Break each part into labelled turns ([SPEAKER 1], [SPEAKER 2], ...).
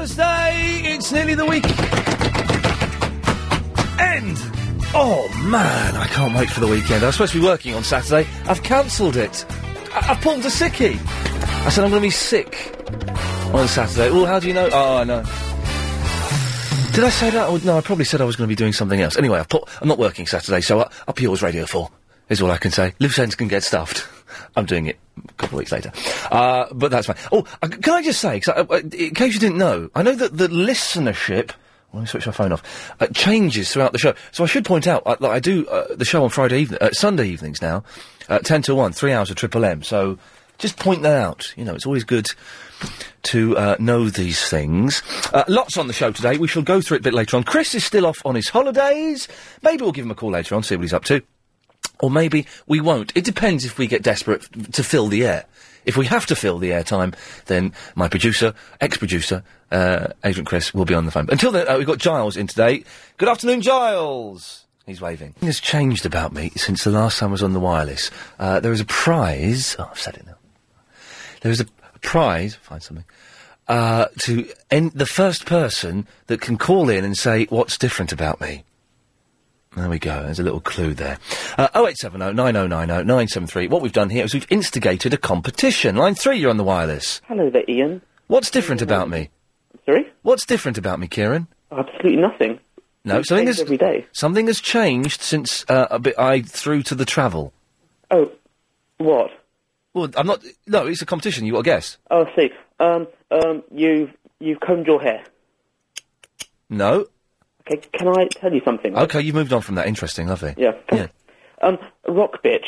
[SPEAKER 1] Thursday, it's nearly the week. End! Oh man, I can't wait for the weekend. I was supposed to be working on Saturday. I've cancelled it. I- I've pulled a sickie. I said I'm going to be sick on Saturday. Well, how do you know? Oh, I know. Did I say that? Oh, No, I probably said I was going to be doing something else. Anyway, I've put, I'm not working Saturday, so up, up yours, Radio 4, is all I can say. Loose ends can get stuffed. I'm doing it a couple of weeks later. Uh, but that's fine. Oh, uh, can I just say, 'cause I, I, in case you didn't know, I know that the listenership well, let me switch my phone off. Uh, changes throughout the show, so I should point out uh, that I do uh, the show on Friday evening, uh, Sunday evenings now, uh, ten to one, three hours of Triple M. So just point that out. You know, it's always good to uh, know these things. Uh, lots on the show today. We shall go through it a bit later on. Chris is still off on his holidays. Maybe we'll give him a call later on, see what he's up to. Or maybe we won't. It depends if we get desperate f- to fill the air. If we have to fill the airtime, then my producer, ex-producer, uh, Agent Chris, will be on the phone. But until then, uh, we've got Giles in today. Good afternoon, Giles! He's waving. Nothing has changed about me since the last time I was on the wireless. Uh, there is a prize... Oh, I've said it now. There is a prize... Find something. Uh, to en- the first person that can call in and say what's different about me. There we go. There's a little clue there. Uh, 0870 9090 973. What we've done here is we've instigated a competition. Line three, you're on the wireless.
[SPEAKER 2] Hello there, Ian.
[SPEAKER 1] What's different about me?
[SPEAKER 2] Sorry?
[SPEAKER 1] What's different about me, Kieran?
[SPEAKER 2] Absolutely nothing.
[SPEAKER 1] No,
[SPEAKER 2] Things
[SPEAKER 1] something
[SPEAKER 2] change
[SPEAKER 1] has,
[SPEAKER 2] every day.
[SPEAKER 1] something has changed since uh, a bit I threw to the travel.
[SPEAKER 2] Oh, what?
[SPEAKER 1] Well, I'm not. No, it's a competition. You got to guess.
[SPEAKER 2] Oh, I see. Um, um, you've you've combed your hair.
[SPEAKER 1] No.
[SPEAKER 2] Okay, can I tell you something?
[SPEAKER 1] Okay, you've moved on from that. Interesting, lovely.
[SPEAKER 2] Yeah.
[SPEAKER 1] Yeah.
[SPEAKER 2] Um, rock bitch.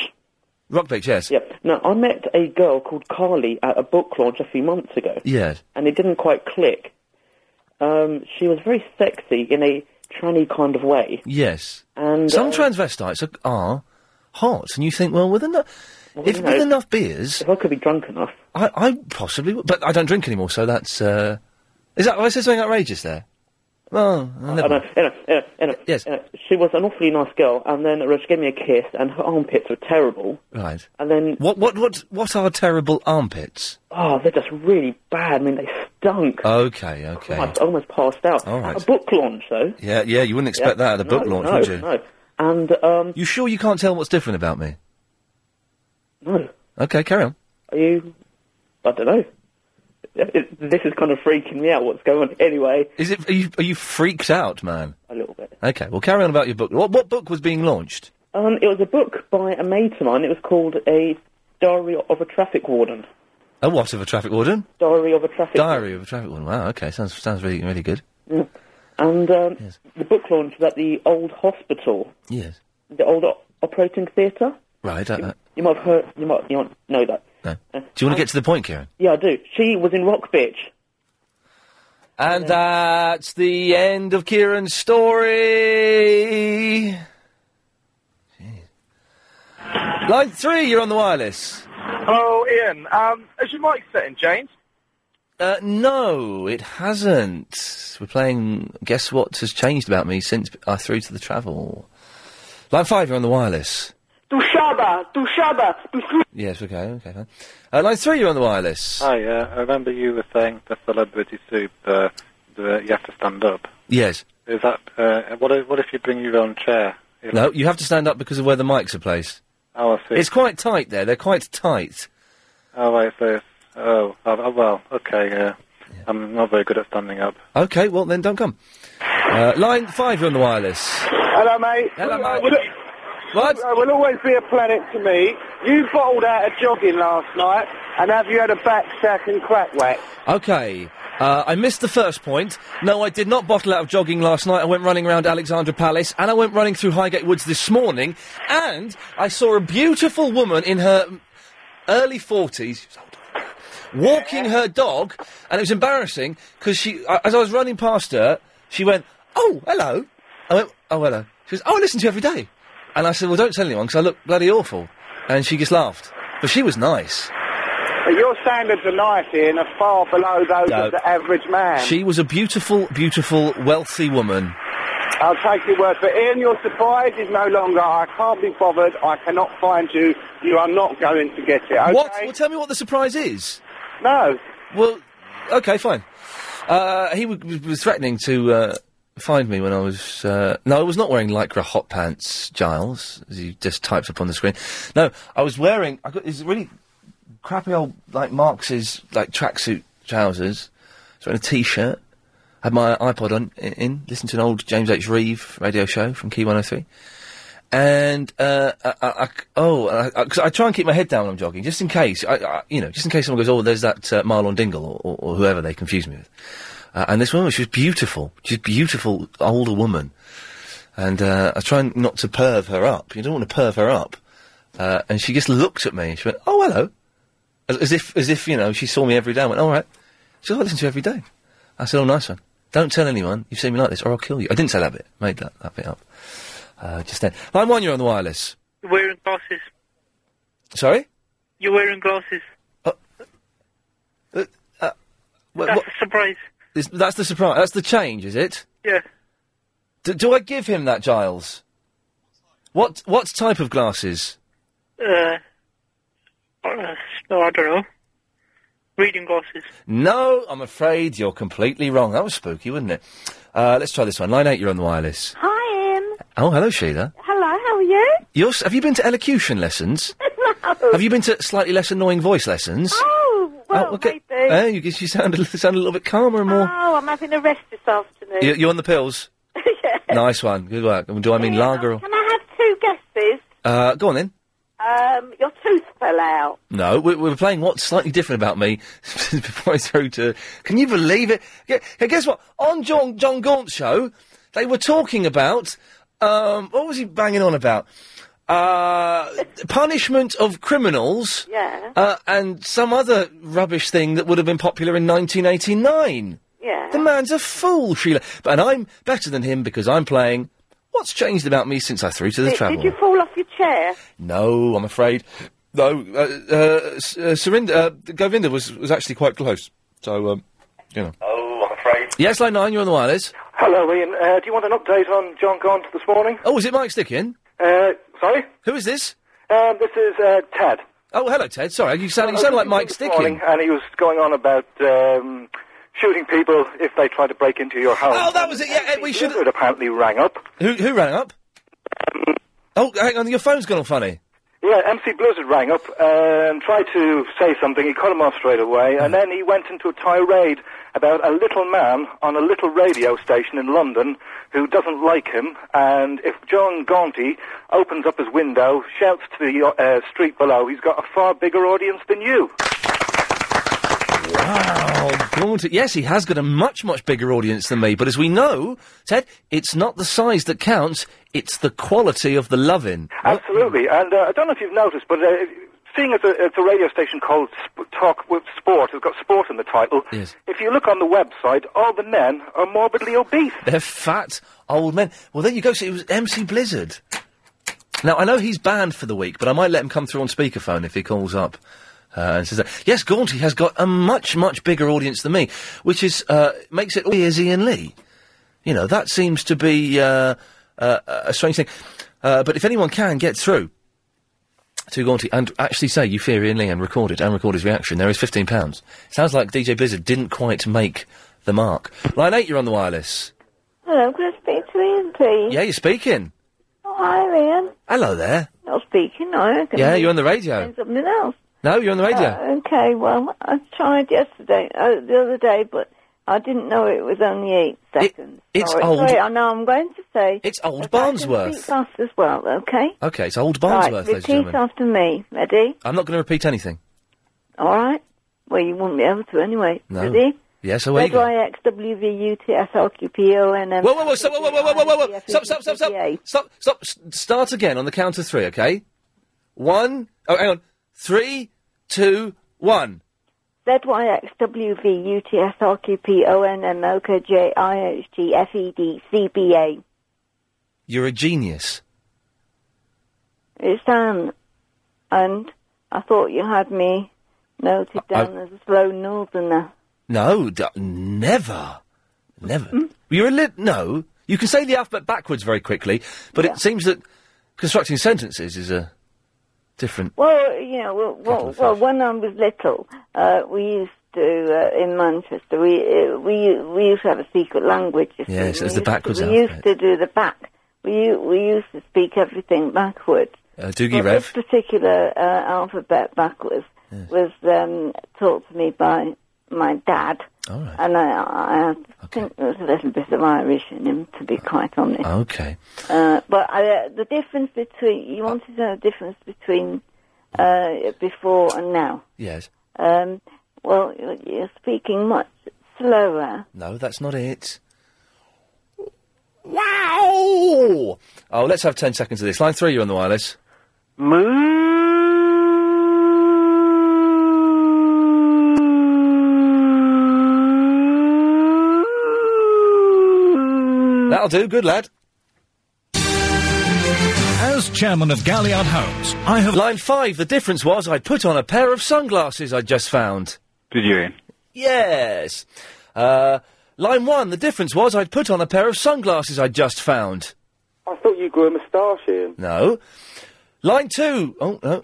[SPEAKER 1] Rock Beach, yes.
[SPEAKER 2] Yep. Now I met a girl called Carly at a book launch a few months ago,
[SPEAKER 1] Yeah.
[SPEAKER 2] and it didn't quite click. Um, she was very sexy in a tranny kind of way,
[SPEAKER 1] Yes.
[SPEAKER 2] and
[SPEAKER 1] Some
[SPEAKER 2] um,
[SPEAKER 1] transvestites are, are hot, and you think, well, with enough, if
[SPEAKER 2] you
[SPEAKER 1] with
[SPEAKER 2] know,
[SPEAKER 1] enough beers,
[SPEAKER 2] if I could be drunk enough,
[SPEAKER 1] I, I possibly, would, but I don't drink anymore, so that's. Uh, is that? I said something outrageous there. Well, I never.
[SPEAKER 2] I know, you know, you know, you know,
[SPEAKER 1] Yes.
[SPEAKER 2] you know, she was an awfully nice girl, and then uh, she gave me a kiss, and her armpits were terrible.
[SPEAKER 1] Right.
[SPEAKER 2] And then,
[SPEAKER 1] What? What? What? What are terrible armpits?
[SPEAKER 2] oh, they're just really bad. I mean, they stunk.
[SPEAKER 1] Okay. Okay.
[SPEAKER 2] I almost passed out.
[SPEAKER 1] All right.
[SPEAKER 2] A book launch, though.
[SPEAKER 1] Yeah. Yeah. You wouldn't expect that at a book
[SPEAKER 2] No,
[SPEAKER 1] launch,
[SPEAKER 2] no,
[SPEAKER 1] would you?
[SPEAKER 2] No. And, um,
[SPEAKER 1] You sure you can't tell what's different about me?
[SPEAKER 2] no.
[SPEAKER 1] Okay. Carry on.
[SPEAKER 2] Are you. I don't know. this is kind of freaking me out what's going on. Anyway,
[SPEAKER 1] Is it? Are you, are you freaked out, man?
[SPEAKER 2] a little bit.
[SPEAKER 1] Okay. Well, carry on about your book. What? What book was being launched?
[SPEAKER 2] Um, it was a book by a mate of mine. It was called A Diary of a Traffic Warden.
[SPEAKER 1] A what of a traffic warden?
[SPEAKER 2] Diary of a Traffic
[SPEAKER 1] Diary of a traffic warden. Wow. Okay. Sounds sounds really really good.
[SPEAKER 2] And um, the book launch was at the old hospital,
[SPEAKER 1] Yes.
[SPEAKER 2] the old o- operating theatre.
[SPEAKER 1] Right. Uh, uh,
[SPEAKER 2] You might have heard, you might, you might know that.
[SPEAKER 1] no. Do you want to get to the point, Kieran?
[SPEAKER 2] Yeah, I do. She was in Rock Bitch.
[SPEAKER 1] And that's the end of Kieran's story. Jeez. Line three, you're on the wireless.
[SPEAKER 3] Hello, Ian. Um, has your mic set in, James?
[SPEAKER 1] Uh, no, it hasn't. We're playing Guess What Has Changed About Me Since I Threw to the Travel. Line five, you're on the wireless.
[SPEAKER 4] Dushaba, Dushaba, Dushaba.
[SPEAKER 1] Yes, okay, okay, fine. Uh, line three, you're on the wireless.
[SPEAKER 5] Hi, uh, I remember you were saying the celebrity soup, uh, the, you have to stand up.
[SPEAKER 1] Yes.
[SPEAKER 5] Is that, uh, what if, what if you bring your own chair? You
[SPEAKER 1] No, you have to stand up because of where the mics are placed.
[SPEAKER 5] Oh, I see.
[SPEAKER 1] It's quite tight there, they're quite tight.
[SPEAKER 5] Oh, right, so, oh, oh, oh, well, okay, uh, I'm not very good at standing up.
[SPEAKER 1] Okay, well then don't come. Uh, line five, you're on the wireless.
[SPEAKER 6] Hello, mate.
[SPEAKER 1] Hello, mate.
[SPEAKER 6] Will, Uh,
[SPEAKER 1] what?
[SPEAKER 6] will always be a planet to me. You bottled out a jogging last night, and have you had a back sack and crack whack?
[SPEAKER 1] Okay. Uh, I missed the first point. No, I did not bottle out of jogging last night. I went running around Alexandra Palace and I went running through Highgate Woods this morning and I saw a beautiful woman in her early 40s. she was older, Walking her dog, and it was embarrassing because she, I- as I was running past her, she went, "Oh, hello." I went, "Oh, hello." She goes, "Oh, I listen to you every day," and I said, "Well, don't tell anyone because I look bloody awful," and she just laughed. But she was nice.
[SPEAKER 6] But your standards of nice, Ian, are far below those
[SPEAKER 1] No.
[SPEAKER 6] of the average man.
[SPEAKER 1] She was a beautiful, beautiful, wealthy woman.
[SPEAKER 6] I'll take your word for it. Ian, your surprise is no longer, I can't be bothered, I cannot find you, you are not going to get it, okay?
[SPEAKER 1] What? Well, tell me what the surprise is.
[SPEAKER 6] No.
[SPEAKER 1] Well, okay, fine. Uh, he w- w- was threatening to uh, find me when I was. Uh, no, I was not wearing lycra hot pants, Giles, as you just typed up on the screen. No, I was wearing. I got these really crappy old like Marx's like tracksuit trousers. So in a t-shirt, had my iPod on in, in listened to an old James H. Reeve radio show from Key 103. And uh, I, I, I- oh, I, I, 'cause I try and keep my head down when I'm jogging, just in case. I, I, you know, just in case someone goes, "Oh, there's that uh, Marlon Dingle," or, or, or whoever they confuse me with. Uh, and this woman, she was beautiful, she's a beautiful older woman, and uh, I try and not to perv her up. You don't want to perv her up. Uh, and she just looked at me. and She went, "Oh, hello," as, as if as if you know she saw me every day. I went, "All right." She said, "I listen to you every day." I said, "Oh, nice one. Don't tell anyone you've seen me like this, or I'll kill you." I didn't say that bit. Made that, that bit up uh, just then. Line one, you're on the wireless.
[SPEAKER 2] You're wearing glasses.
[SPEAKER 1] Sorry.
[SPEAKER 2] You're wearing glasses.
[SPEAKER 1] Uh, uh, wha-
[SPEAKER 2] That's
[SPEAKER 1] wha-
[SPEAKER 2] a surprise.
[SPEAKER 1] this- that's the surprise. That's the change, is it?
[SPEAKER 2] Yeah.
[SPEAKER 1] D- do I give him that, Giles? What what type of glasses?
[SPEAKER 2] Uh, uh, no, I don't know. Reading glasses.
[SPEAKER 1] No, I'm afraid you're completely wrong. That was spooky, wasn't it? Uh, let's try this one. Line eight, you're on the wireless.
[SPEAKER 7] Hi, Em.
[SPEAKER 1] Oh, hello, Sheila.
[SPEAKER 7] Hello, how are you?
[SPEAKER 1] You're, s- have you been to elocution lessons?
[SPEAKER 7] no.
[SPEAKER 1] Have you been to slightly less annoying voice lessons?
[SPEAKER 7] Oh, well,
[SPEAKER 1] Oh, okay.
[SPEAKER 7] maybe.
[SPEAKER 1] Eh, you, you sound a, little- sound a little bit calmer and more.
[SPEAKER 7] Oh, I'm having a rest this afternoon.
[SPEAKER 1] You, you're on the pills.
[SPEAKER 7] yeah.
[SPEAKER 1] Nice one. Good work. Do I mean lager or?
[SPEAKER 7] Can I have two guesses?
[SPEAKER 1] Uh, go on then.
[SPEAKER 7] Um, your tooth fell out.
[SPEAKER 1] No, we, we're playing what's slightly different about me before I throw to. Can you believe it? Gu- Hey, guess what? On John John Gaunt's show, they were talking about um, what was he banging on about? Uh, punishment of criminals.
[SPEAKER 7] Yeah.
[SPEAKER 1] Uh, and some other rubbish thing that would have been popular in 1989.
[SPEAKER 7] Yeah.
[SPEAKER 1] The man's a fool, Sheila. But and I'm better than him because I'm playing. What's changed about me since I threw to the
[SPEAKER 7] did,
[SPEAKER 1] travel?
[SPEAKER 7] did you fall off your chair?
[SPEAKER 1] No, I'm afraid. No, uh, uh, S- uh, Surinder, uh, Govinda was, was actually quite close. So, um, you know.
[SPEAKER 8] Oh, I'm afraid.
[SPEAKER 1] Yes, line nine, you're on the wireless.
[SPEAKER 8] Hello, Ian. Uh, do you want an update on John Gaunt this morning?
[SPEAKER 1] Oh, is it Mike Stickin?
[SPEAKER 8] Uh, sorry?
[SPEAKER 1] Who is this?
[SPEAKER 8] Um, this is uh, Ted.
[SPEAKER 1] Oh, hello, Ted. Sorry, you sound, you
[SPEAKER 8] I
[SPEAKER 1] sound
[SPEAKER 8] was
[SPEAKER 1] like Mike
[SPEAKER 8] listening to you
[SPEAKER 1] Stickin.
[SPEAKER 8] this morning, And he was going on about um, shooting people if they try to break into your house.
[SPEAKER 1] Oh, that was it. Yeah, we should.
[SPEAKER 8] apparently rang up.
[SPEAKER 1] Who, who rang up? Oh, hang on, your phone's gone all funny.
[SPEAKER 8] Yeah, MC Blizzard rang up uh, and tried to say something. He cut him off straight away, and then he went into a tirade about a little man on a little radio station in London who doesn't like him. And if John Gaunty opens up his window, shouts to the uh, street below, he's got a far bigger audience than you.
[SPEAKER 1] Wow, Gaunt. Oh, Yes, he has got a much, much bigger audience than me. But as we know, Ted, it's not the size that counts, it's the quality of the loving.
[SPEAKER 8] Absolutely, and uh, I don't know if you've noticed, but uh, seeing as a, it's a radio station called Sp- Talk with Sport, it's got sport in the title.
[SPEAKER 1] Yes.
[SPEAKER 8] If you look on the website, all the men are morbidly obese.
[SPEAKER 1] They're fat old men. Well, there you go. So it was MC Blizzard. Now I know he's banned for the week, but I might let him come through on speakerphone if he calls up uh, and says that. Yes, Gaunty has got a much much bigger audience than me, which is uh, makes it all ears Ian Lee. You know that seems to be uh, uh, a strange thing. Uh, but if anyone can get through to Gaunty and actually say Euphoria and Lee and record it and record his reaction, there is fifteen pounds. Sounds like DJ Blizzard didn't quite make the mark. Line eight, you're on the wireless.
[SPEAKER 7] Hello, can I speak to Ian, please?
[SPEAKER 1] Yeah, you're speaking.
[SPEAKER 7] Oh, hi, Ian.
[SPEAKER 1] Hello there.
[SPEAKER 7] Not speaking, no. Can
[SPEAKER 1] Yeah,
[SPEAKER 7] I-
[SPEAKER 1] you're on the radio.
[SPEAKER 7] Something else.
[SPEAKER 1] No, you're on the radio.
[SPEAKER 7] Oh, okay, well, I tried yesterday, uh, the other day, but I didn't know it was only eight seconds.
[SPEAKER 1] it's
[SPEAKER 7] Sorry.
[SPEAKER 1] old-
[SPEAKER 7] Sorry, I know I'm going to say.
[SPEAKER 1] It's old
[SPEAKER 7] but I can
[SPEAKER 1] Barnsworth.
[SPEAKER 7] Speak fast as well, okay?
[SPEAKER 1] Okay, it's old Barnsworth,
[SPEAKER 7] right,
[SPEAKER 1] ladies and
[SPEAKER 7] repeat
[SPEAKER 1] gentlemen.
[SPEAKER 7] after me. Ready?
[SPEAKER 1] I'm not going to repeat anything.
[SPEAKER 7] All right? Well, you wouldn't be able to anyway.
[SPEAKER 1] No.
[SPEAKER 7] Ready?
[SPEAKER 1] Yes, away you
[SPEAKER 7] Z
[SPEAKER 1] go.
[SPEAKER 7] Y X W V U T S L Q P O N M.
[SPEAKER 1] Whoa, whoa, whoa, stop, whoa, whoa, whoa, whoa, whoa, whoa. Stop, stop, stop, stop. Stop, stop. S- Start again on the count of three, okay? One. Oh, hang on. Three, two, one.
[SPEAKER 7] Z Y X W V U T S L Q P O N M O K J I H T F E D C B A.
[SPEAKER 1] You're a genius.
[SPEAKER 7] It's Dan. And I thought you had me noted
[SPEAKER 1] I-
[SPEAKER 7] down as a slow northerner.
[SPEAKER 1] No, d- never. Never.
[SPEAKER 7] Mm-hmm.
[SPEAKER 1] You're a lit. No. You can say the alphabet backwards very quickly, but it seems that constructing sentences is a different.
[SPEAKER 7] Well, you know, well, well, well when I was little, uh, we used
[SPEAKER 9] to uh, in Manchester, we uh, we we used to have a secret language. you see.
[SPEAKER 1] Yes, it was
[SPEAKER 9] We
[SPEAKER 1] the backwards
[SPEAKER 9] used to- We
[SPEAKER 1] alphabet.
[SPEAKER 9] used to do the back. We u- we used to speak everything backwards.
[SPEAKER 1] Uh, Doogie
[SPEAKER 9] But
[SPEAKER 1] Rev.
[SPEAKER 9] This particular uh, alphabet backwards
[SPEAKER 1] Yes.
[SPEAKER 9] was um, taught to me by my dad,
[SPEAKER 1] All right.
[SPEAKER 9] and I, I think there was a little bit of Irish in him, to be quite honest.
[SPEAKER 1] Okay.
[SPEAKER 9] Uh, but I, uh, the difference between you wanted to know the difference between uh, before and now.
[SPEAKER 1] Yes.
[SPEAKER 9] Um, well, you're- you're speaking much slower.
[SPEAKER 1] No, that's not it. Wow! Oh, let's have 10 seconds of this. Line three, you're on the wireless. That'll do. Good lad. As chairman of Galliard Homes, I have. Line five, the difference was I put on a pair of sunglasses I'd just found.
[SPEAKER 10] Did you, Ian?
[SPEAKER 1] Yes. Uh, line one, the difference was I'd put on a pair of sunglasses I'd just found.
[SPEAKER 6] I thought you grew a moustache, Ian.
[SPEAKER 1] No. Line two. Oh, no.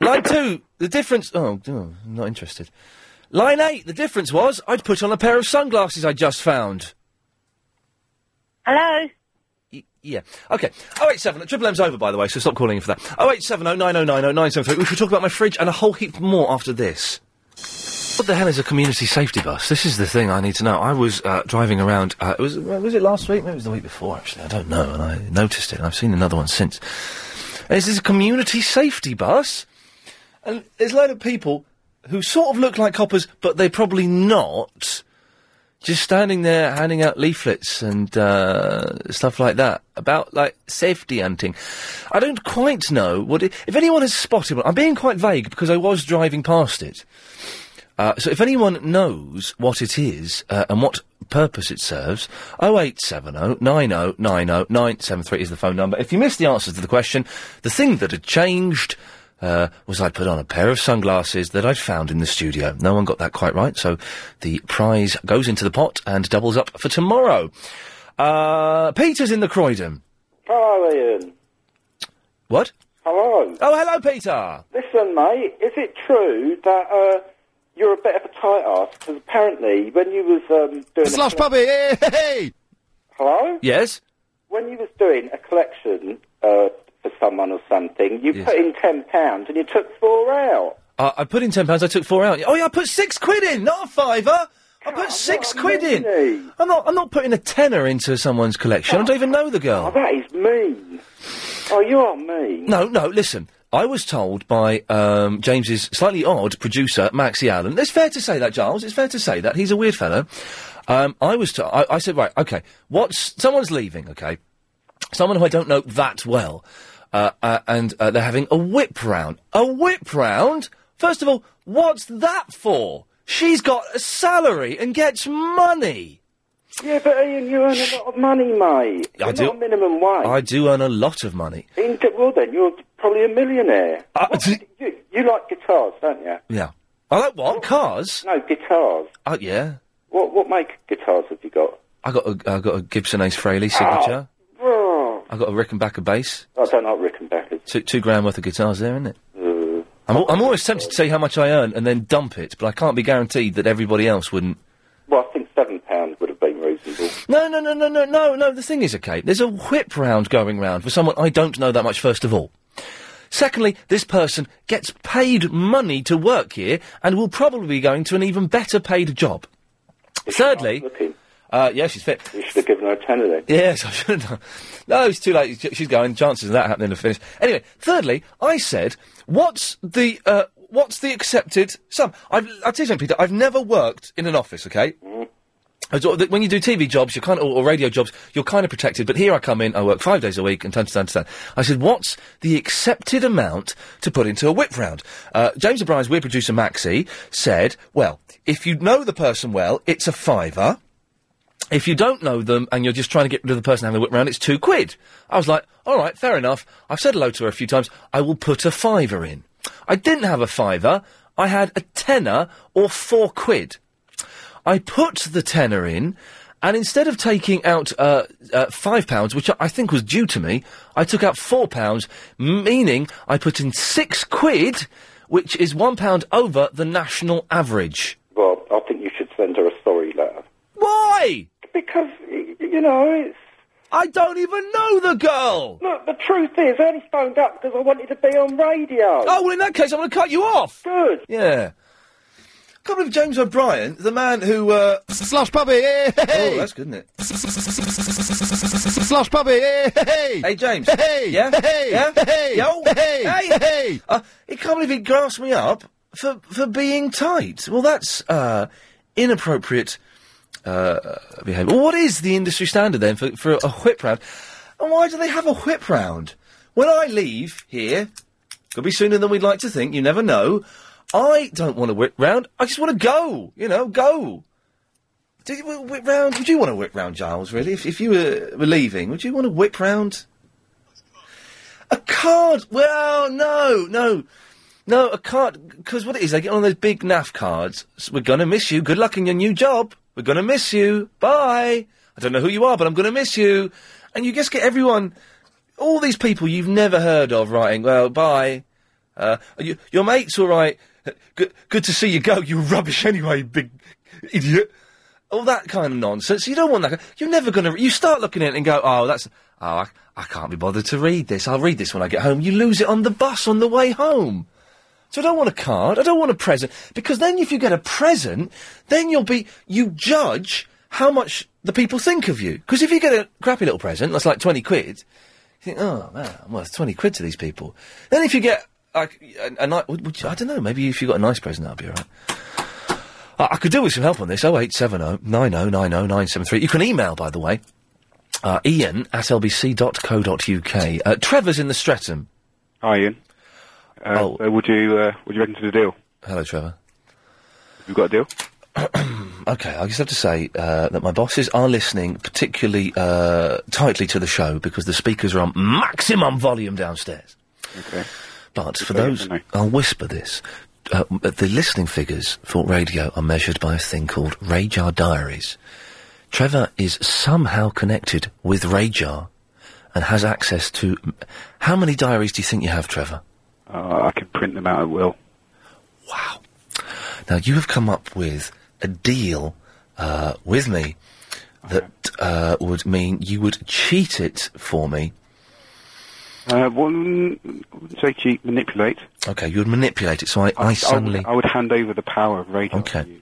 [SPEAKER 1] Line two. The difference. Oh, oh, I'm not interested. Line eight. The difference was I'd put on a pair of sunglasses I just found.
[SPEAKER 3] Hello.
[SPEAKER 1] Yeah. Okay. 0870. Triple M's over, by the way, so stop calling in for that. 0870 9090 973. We should talk about my fridge and a whole heap more after this. What the hell is a community safety bus? This is the thing I need to know. I was uh, driving around. Uh, it was was it last week? Maybe it was the week before. Actually, I don't know. And I noticed it. and I've seen another one since. And this is a community safety bus, and there's a load of people who sort of look like coppers, but they're probably not. Just standing there handing out leaflets and uh, stuff like that about like safety hunting. I don't quite know what. It, if anyone has spotted one, I'm being quite vague because I was driving past it. Uh, so if anyone knows what it is uh, and what purpose it serves, 0870 9090 973 is the phone number. If you missed the answer to the question, the thing that had changed uh, was I'd put on a pair of sunglasses that I'd found in the studio. No one got that quite right, so the prize goes into the pot and doubles up for tomorrow. Uh, Peter's in the Croydon.
[SPEAKER 6] Hello, Ian.
[SPEAKER 1] What?
[SPEAKER 6] Hello.
[SPEAKER 1] Oh, hello, Peter.
[SPEAKER 6] Listen, mate, is it true that uh, you're a bit of a tight ass? Because apparently, when you was um, doing
[SPEAKER 11] Slush
[SPEAKER 6] a
[SPEAKER 11] puppy, hey, hey, hey!
[SPEAKER 6] hello,
[SPEAKER 1] Yes?
[SPEAKER 6] when you was doing a collection uh, for someone or something, you put in ten pounds and you took four out.
[SPEAKER 1] Uh, I put in ten pounds. I took four out. Oh yeah, I put six quid in, not a fiver. I put six quid in. I'm not. I'm not putting a tenner into someone's collection. I don't even know the girl.
[SPEAKER 6] That is mean. Oh, you are mean.
[SPEAKER 1] No, no. Listen, I was told by um, James's slightly odd producer, Maxie Allen. It's fair to say that, Giles. It's fair to say that he's a weird fellow. Um, I was. To- I, I said, right, okay. What's someone's leaving? Okay, someone who I don't know that well, uh, uh, and uh, they're having a whip round. A whip round. First of all, what's that for? She's got a salary and gets money.
[SPEAKER 6] Yeah, but Ian, you earn a lot of money, mate.
[SPEAKER 1] I
[SPEAKER 6] You're
[SPEAKER 1] do-
[SPEAKER 6] Not a minimum wage.
[SPEAKER 1] I do earn a lot of money. Uh,
[SPEAKER 6] In, well, then you're probably a millionaire.
[SPEAKER 1] What-
[SPEAKER 6] you, you like guitars, don't you?
[SPEAKER 1] Yeah. I like what? Cars?
[SPEAKER 6] No, guitars.
[SPEAKER 1] Oh yeah.
[SPEAKER 6] What what make guitars have you got?
[SPEAKER 1] I got a I got a Gibson Ace Frehley signature.
[SPEAKER 6] Oh,
[SPEAKER 1] I got a Rickenbacker bass.
[SPEAKER 6] I don't like Rickenbackers.
[SPEAKER 1] Two, two grand worth of guitars there, isn't it?
[SPEAKER 6] Mm.
[SPEAKER 1] I'm al- I'm always tempted to say how much I earn and then dump it, but I can't be guaranteed that everybody else wouldn't.
[SPEAKER 6] Well, I think seven pounds would have been reasonable.
[SPEAKER 1] No, no, no, no, no, no, no. The thing is, okay, there's a whip round going round for someone I don't know that much. First of all. Secondly, this person gets paid money to work here and will probably be going to an even better paid job. Thirdly, uh, yeah, she's fit.
[SPEAKER 6] You should have given her a tenner then.
[SPEAKER 1] Yes, I should have done. No, it's too late. She- She's going. Chances of that happening are finished. Anyway, thirdly, I said, what's the uh, what's the accepted sum? I've, I'll tell you something, Peter. I've never worked in an office. Okay.
[SPEAKER 6] Mm-hmm.
[SPEAKER 1] I sort of- When you do TV jobs, you're kind of, or or radio jobs, you're kind of protected. But here I come in, I work five days a week, and time to time to time. I said, what's the accepted amount to put into a whip round? Uh, James O'Brien's weird producer, Maxie, said, well, if you know the person well, it's a fiver. If you don't know them and you're just trying to get rid of the person having the whip round, it's two quid. I was like, all right, fair enough. I've said hello to her a few times. I will put a fiver in. I didn't have a fiver. I had a tenner or four quid. I put the tenner in, and instead of taking out uh, uh, five pounds, which I- I think was due to me, I took out four pounds, meaning I put in six quid, which is one pound over the national average.
[SPEAKER 12] Well, I think you should send her a sorry letter.
[SPEAKER 1] Why?
[SPEAKER 12] Because, y- you know, it's.
[SPEAKER 1] I don't even know the girl!
[SPEAKER 12] Look, the truth is, I only phoned up because I wanted to be on radio.
[SPEAKER 1] Oh, well, in that case, I'm going to cut you off.
[SPEAKER 12] Good.
[SPEAKER 1] Yeah. Can't believe James O'Brien, the man who uh,
[SPEAKER 13] Slush puppy. Hey,
[SPEAKER 1] Oh, that's good, isn't it?
[SPEAKER 13] Slush puppy. Hey, hey.
[SPEAKER 1] Hey, James.
[SPEAKER 13] Hey.
[SPEAKER 1] Yeah.
[SPEAKER 13] Hey.
[SPEAKER 1] Yeah.
[SPEAKER 13] Hey.
[SPEAKER 1] Yo.
[SPEAKER 13] Hey.
[SPEAKER 1] Hey.
[SPEAKER 13] Hey.
[SPEAKER 1] Uh, he can't believe he grasped me up for for being tight. Well, that's uh, inappropriate uh, behaviour. Well, what is the industry standard then for for a whip round? And why do they have a whip round? When I leave here, could be sooner than we'd like to think. You never know. I don't want a whip round. I just want to go. You know, go. Do you want a whip round? Would you want a whip round, Giles? Really? If, if you were, were leaving, would you want a whip round? A card? Well, no, no, no. A card because what it is, they get one of those big naff cards. So we're gonna miss you. Good luck in your new job. We're gonna miss you. Bye. I don't know who you are, but I'm gonna miss you. And you just get everyone, all these people you've never heard of, writing. Well, bye. Uh, you, your mate's all right. Good, good to see you go. You're rubbish anyway, you big idiot all that kind of nonsense. You don't want that. You're never going to. You start looking at it and go, oh, that's. Oh, I, I can't be bothered to read this. I'll read this when I get home. You lose it on the bus on the way home. So I don't want a card. I don't want a present. Because then if you get a present, then you'll be. You judge how much the people think of you. Because if you get a crappy little present, that's like 20 quid, you think, oh, man, I'm worth 20 quid to these people. Then if you get. Like, a, a, ni- would- would you- I don't know. Maybe if you got a nice present, that'd be all right. I, I could do with some help on this. 0870 9090973. You can email, by the way, uh, ian at lbc.co.uk. Uh, Trevor's in the Streatham.
[SPEAKER 14] Hi, Ian. Uh, uh, would you uh, would you reckon to the deal?
[SPEAKER 1] Oh. Hello, Trevor.
[SPEAKER 14] Have you got a deal?
[SPEAKER 1] Okay, I just have to say uh, that my bosses are listening particularly uh, tightly to the show because the speakers are on maximum volume downstairs.
[SPEAKER 14] Okay.
[SPEAKER 1] But for those, I'll whisper this. Uh, m- the listening figures for radio are measured by a thing called Radar Diaries. Trevor is somehow connected with Radar and has access to. How many diaries do you think you have, Trevor?
[SPEAKER 14] Uh, I can print them out at will.
[SPEAKER 1] Now, you have come up with a deal uh, with me that uh, would mean you would cheat it for me.
[SPEAKER 14] Uh, well, mm, wouldn't say cheat, manipulate.
[SPEAKER 1] Okay, you would manipulate it, so I, I,
[SPEAKER 14] I would-
[SPEAKER 1] suddenly.
[SPEAKER 14] I would hand over the power of radio.
[SPEAKER 1] Okay.